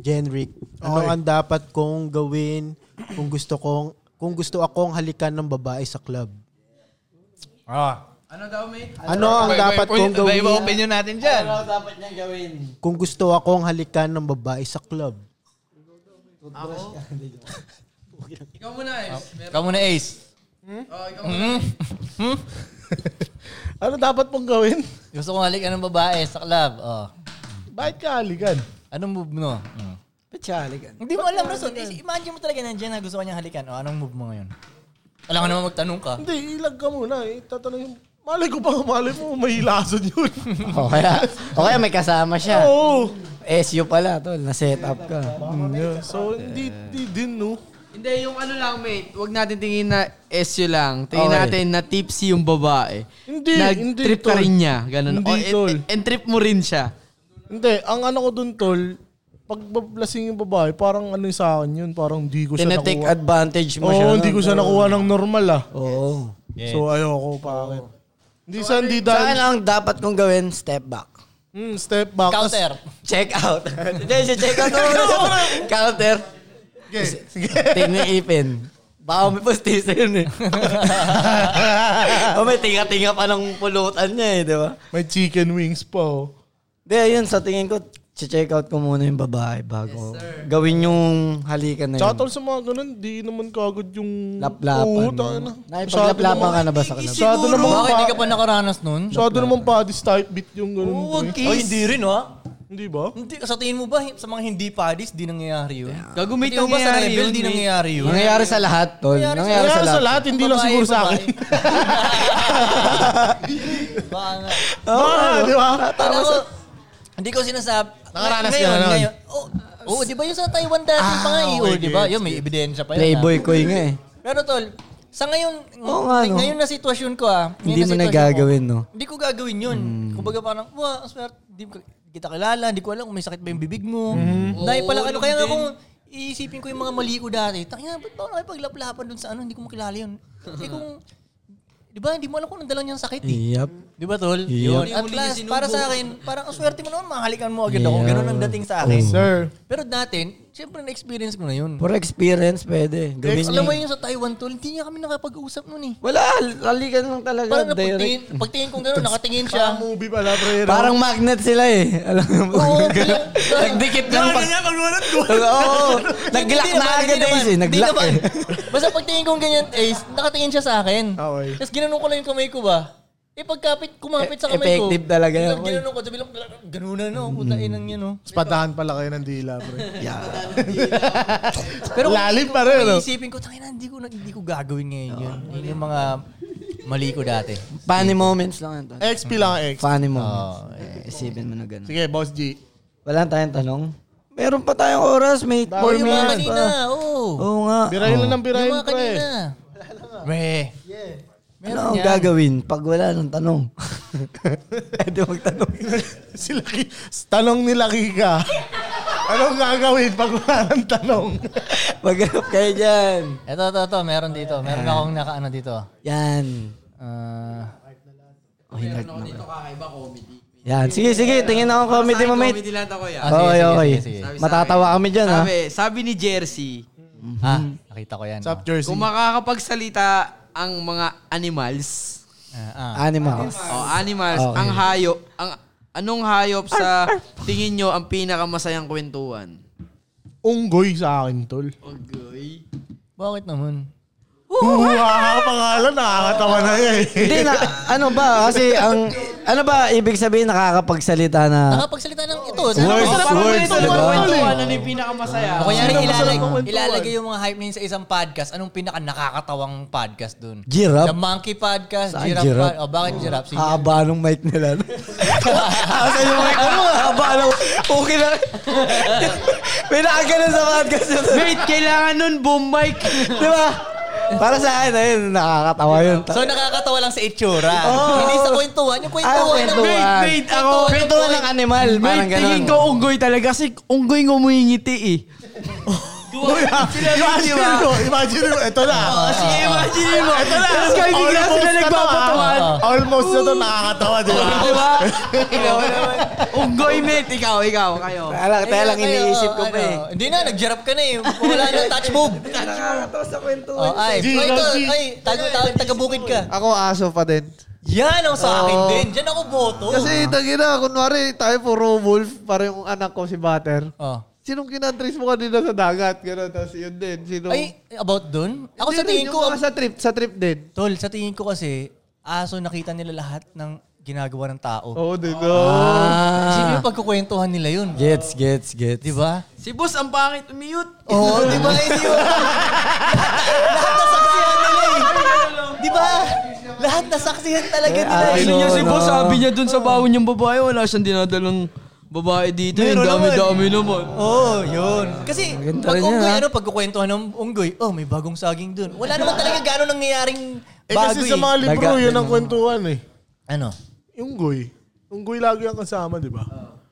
I: Genric, ano
D: Okay.
I: ang dapat kong gawin kung gusto kong kung gusto akong halikan ng babae sa club?
B: Ah.
F: Ano daw, mate?
I: Ano ang dapat kong gawin?
B: natin dyan.
C: Ano dapat niya gawin?
I: Kung gusto akong halikan ng babae sa club.
F: Ako? ikaw muna, Ace. Meron-
B: Ikaw Ah. muna, Ace.
F: Oh, ikaw muna.
B: Hmm? Hmm?
D: Ano dapat pong gawin?
B: Gusto kong halikan ng babae sa club. Oh.
D: Bakit ka halikan?
B: Anong move mo?
C: Oh.
B: Mm.
C: Pitsa, halikan.
B: Hindi mo alam, Rason. Imagine mo talaga nandiyan na gusto kanyang halikan. O, anong move mo ngayon? Alam ka naman magtanong ka.
D: Hindi, ilag ka muna. Eh. Tatanong yung, malay ko pa, malay mo, may hilason yun.
C: O kaya, o kaya may kasama siya.
D: Oo.
C: SU pala, tol. Na-set up ka. Mm.
D: So, hindi, hindi din, no?
F: Hindi, yung ano lang, mate. Huwag natin tingin na SU lang. Tingin
C: Okay.
F: natin na tipsy yung babae.
D: Hindi, hindi,
F: Nag-trip ka
D: tol.
F: rin niya. Ganun. O,
D: Hindi,
F: and-
D: tol.
F: and, and trip mo rin siya.
D: Hindi, ang ano ko dun, tol, pag bablasing yung babae, parang ano yung sa akin yun, parang di ko siya nakuha.
C: Tinetake advantage
D: Oo,
C: mo siya, no?
D: hindi ko siya
C: Oo.
D: nakuha ng normal ah.
C: Oo.
D: So ayoko, pangit. Hindi sa hindi
C: Sa akin
D: dahil...
C: ano ang dapat kong gawin, step back.
D: Mm, step back.
C: Counter. Check out. Hindi, check out. Counter. Sige. Tingnan ipin. Baka may postisa yun eh. o may tinga-tinga pa ng pulutan niya eh, di ba?
D: May chicken wings pa oh.
C: Hindi, ayun, sa tingin ko, check out ko muna yung babae bago gawin yung halikan na yun.
D: Tsaka tol, sa mga ganun, di naman kagad yung...
C: Laplapan,
D: Oo,
C: no?
D: tanga na.
C: Naipaglaplapan ka na ba sa kanila?
D: Masyado namang
B: Bakit
D: pa-
B: hindi ka pa nakaranas nun?
D: Masyado naman body type beat yung ganun.
B: Oo,
D: tol.
B: kiss. Ay, hindi rin oh. ha?
D: Hindi ba?
B: Hindi, sa tingin mo ba, sa mga hindi padis, di nangyayari yun?
L: Gago, may
B: Tingin mo ba sa
L: nangyayari
B: rebel,
L: yun,
B: di
L: mate.
B: nangyayari yun?
C: Nangyayari sa lahat, tol. Nangyayari, sa, lahat.
D: hindi lang siguro sa akin.
B: Oo,
D: di ba?
B: Tama sa- Hindi ko sinasabi.
J: Nakaranas
B: Ngayon,
J: ka na nun?
B: ngayon. Oo, oh, di ba yung sa Taiwan dati pa nga, eh, oh, di ba? Yun, may ebidensya pa yun.
C: Playboy
B: ah.
C: ko yun nga eh.
B: Pero tol, sa ngayon,
C: Oo nga, no?
B: ngayon na sitwasyon ko ah. ngayon
C: Hindi mo na
B: sitwasyon ko,
C: gagawin, Hmm. no?
B: Hindi ko gagawin yun. Kumbaga parang, wah, swerte, di ko- di kita kilala, hindi ko alam kung may sakit ba yung bibig mo. Dahil pala,
J: Oo,
B: ano, kaya nga
J: yun
B: kung iisipin ko yung mga mali ko dati, tangina, ba't ba ako nakipaglaplapan dun sa ano, hindi ko makilala yun. Eh kung, di ba, hindi mo alam kung ang dala niyang sakit eh.
C: Yep.
B: Di ba, tol?
C: Yep.
B: Yun. At last, para sa akin, parang ang swerte mo naman, mahalikan mo agad ako.
C: Yeah.
B: Ganun ang dating sa akin.
C: Yes, sir.
B: Pero dati, syempre na-experience ko na yun.
C: For experience, pwede. Gawin
B: Alam
C: niya.
B: mo
C: eh.
B: yung sa Taiwan, tol, hindi niya kami nakapag-usap nun eh.
C: Wala, halikan lang talaga.
B: Parang
C: direct.
B: napagtingin, pagtingin kong gano'n, nakatingin siya.
D: movie pala, pre.
C: Parang magnet sila eh. Alam mo. Nagdikit lang pag... Oo. Naglak na
B: Hindi naman,
C: agad Ace
B: hindi
C: eh.
B: naman, hindi
C: Naglak
B: naman.
C: eh.
B: Basta pagtingin kong ganyan, Ace, nakatingin siya sa akin.
D: Okay.
B: Tapos ginanong ko lang yung kamay ko ba? Eh pagkapit, kumapit sa
C: E-
B: kamay ko.
C: effective talaga yun,
B: yun.
C: oy.
B: Ginanong ko, sabi lang, ganun na no, puta inang oh. yan no.
D: Hmm. Spadahan pala kayo ng dila, pre.
B: Pero
D: Lalim pa rin, no?
B: Isipin ko, tangina, hindi ko, na- hindi ko gagawin ngayon yun. Yun yung mga mali ko dati.
C: Funny moments lang yan. tol.
D: XP lang, XP.
C: Funny moments. Eh, Isipin mo na gano'n.
D: Sige, Boss G.
C: Wala tayong tanong. Meron pa tayong oras, mate.
B: Oh,
C: Four
B: yung mga
C: minutes
B: kanina,
C: pa.
B: oo.
C: Oo nga.
D: ah. Birahin
C: Oo.
D: lang ng birahin,
B: yung mga
D: pre.
B: kanina. Pre.
C: Ano
B: Meron
C: ang
B: yan.
C: gagawin pag wala ng tanong? Pwede magtanong.
D: Sila, ki- tanong nila Kika. Anong gagawin pag wala ng tanong?
C: Maghanap kayo dyan.
B: Ito, ito, ito. Meron dito. Meron akong nakaano dito.
C: Yan.
B: Uh,
C: Meron
L: ako dito kakaiba comedy.
C: Yan. Sige, sige. Tingin ako ng comedy mo, mate.
L: Comedy lang ako yan.
C: Ah, sige, Okay, sige, okay. sige, sige.
L: Sabi sa
C: Matatawa
L: akin,
C: kami dyan, ah. ha?
L: Sabi, sabi ni Jersey,
B: Ah, nakita ko yan. ah.
D: Sup, Jersey?
L: kung makakapagsalita ang mga animals,
B: Ah,
C: Animals.
L: oh, animals,
C: Okay.
L: ang hayop, ang anong hayop sa tingin nyo ang pinakamasayang kwentuhan?
D: Unggoy sa akin, tol.
L: Ogoy.
B: Bakit naman?
D: Huwa pangalan, nakakatawa na eh. yan.
C: Hindi na, ano ba? Kasi ang, ano ba ibig sabihin nakakapagsalita na
B: Nakapagsalita ng ito. Sa
C: Words, words, diba? di ba?
L: Ano Kwentuhan, ano yung pinakamasaya?
B: O kaya
D: Sino masarap
B: ilalag,
D: ang kwentuhan?
B: ilalagay yung mga hype na yun sa isang podcast. Anong pinaka nakakatawang podcast dun?
C: Giraffe?
B: The Monkey Podcast.
C: Saan
B: giraffe,
C: giraffe?
B: Pod- O bakit giraffe? Sige.
C: haba nung mic nila? Asa yung mic? Ano haba nung... Okay na. May nakaganan sa podcast na to.
L: Mate, kailangan nun boom mic.
C: Di ba? Para sa akin, ayun, nakakatawa yun.
B: So nakakatawa lang sa itsura.
C: Oo.
B: Hindi sa kwentuhan. Yung
C: Ayaw
B: kwentuhan. ng-
C: kwentuhan.
L: Mate, ako.
C: Kwentuhan ng animal. Hmm, Parang
L: Mate,
C: ganun.
L: tingin ko unggoy talaga kasi unggoy ngumingiti eh.
D: Imagine mo, imagine mo, ito na.
L: Sige, imagine mo.
D: Ito na.
L: Tapos kayo bigla
D: Almost
L: sila
D: na to,
L: nagpapatawa.
D: ah. Almost na to, nakakatawa, di ba?
L: Diba? Ikaw naman. Unggoy, mate. Ikaw, ikaw, kayo.
C: Alam, kaya lang
B: Ayun,
C: iniisip ko
B: ano,
C: pa eh.
B: Hindi na, nag-giraffe ka na eh. Wala na, touch move.
C: Nakakatawa sa kwentuhan.
B: Oh, ay,
D: G,
B: ay, ito,
D: G.
B: ay, tago, tago, taga-bukid ka.
E: Ako aso pa din.
B: Yan ang sa akin
E: Oo.
B: din. Diyan ako boto.
E: Kasi tangina, kunwari tayo puro wolf, para yung anak ko si Butter.
B: Oh.
E: Sinong kinantris mo kanina sa dagat? Ganun, tapos yun din. Sino?
B: Ay, about dun? Ako
E: Hindi
B: sa
E: rin,
B: tingin
E: yung
B: ko,
E: mga sa trip, sa trip din.
B: tol, sa tingin ko kasi, aso nakita nila lahat ng ginagawa ng tao.
E: Oo, oh, dito.
B: Isipin yung pagkukwentuhan nila yun.
C: Gets, gets, gets.
B: Di ba?
L: Si boss, ang pangit. Mute.
B: Oo, di ba? Eh, di ba? lahat nasaksihan nila eh. Di ba? Lahat nasaksihan talaga
C: Eh,
B: nila eh.
C: ayun.
L: Ano niya
C: Oo,
L: si
C: no.
L: boss, sabi niya dun sa bawon yung babae, wala siyang dinadalang babae dito. Yung
B: Meron
L: dami-dami naman.
B: Oo, oh, yun. Kasi
C: Maganda
B: pag
C: rin yan,
B: unggoy,
C: ha?
B: ano, pag kukwentuhan ng unggoy, oh, may bagong saging dun. Wala naman talaga gano'ng nangyayaring
D: Eh
B: bago
D: kasi sa mga libro,
C: Dagat
D: yun
C: din
D: ang
C: naman.
D: kwentuhan eh.
B: Ano?
C: Ah,
D: Yung goy. Yung goy lagi ang kasama, di ba?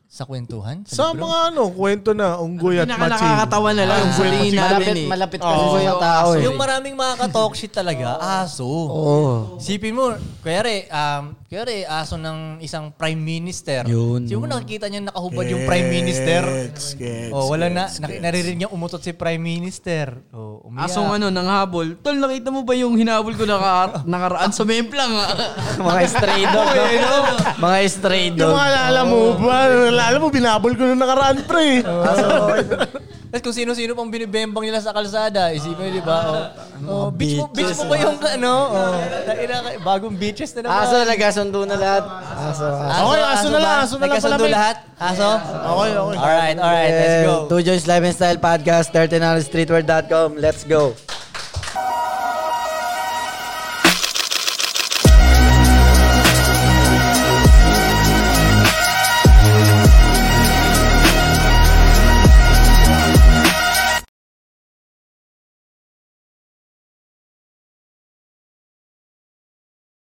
B: Sa kwentuhan?
D: Sa
B: libro? Ah,
D: mga ano, kwento na, unggoy at
B: Ano, Pinaka
D: matching.
B: nakakatawa na lang,
D: Unggoy at
B: sabihin
D: matching.
B: natin eh.
C: Ah, Malapit
B: Oo.
C: kasi sa tao eh.
B: Yung maraming makaka-talk shit talaga, aso.
C: Oo.
B: Sipin mo, kuyari, um, kuyari, aso ng isang prime minister.
C: Yun.
B: Sipin mo nakikita niya nakahubad Ano yung prime minister.
D: Gets, gets, Ah,
B: oh, wala na,
C: gets,
B: na
C: gets.
B: naririnig niya umutot si prime minister. Oh, umiyak.
L: Asong ano, nanghabol. Tol, nakita mo ba yung hinabol ko naka, nakaraan sa memplang? ah?
C: Mga stray dog.
L: Oo, eh, no?
C: Mga stray dog.
D: Yung mga naalala mo,
B: Oh.
D: ba, naalala mo, binabol ko nung nakaraan pre.
B: Ah, Tapos kung sino-sino pang binibembang nila sa kalsada, isipin mo, di ba? Oh, oh, bitch mo, bitch mo ba yung ano? Oh, tangina ka, bagong bitches na naman.
C: Aso, nagkasundo na lahat. Aso, aso.
B: Okay, aso na lang,
C: ba?
B: aso na lang
C: Nagkasundo
B: pala, may-
C: lahat? Aso?
B: Okay, okay. Alright, alright, let's go.
C: Two Joys Live and Style Podcast, 1300streetwear.com. Let's go.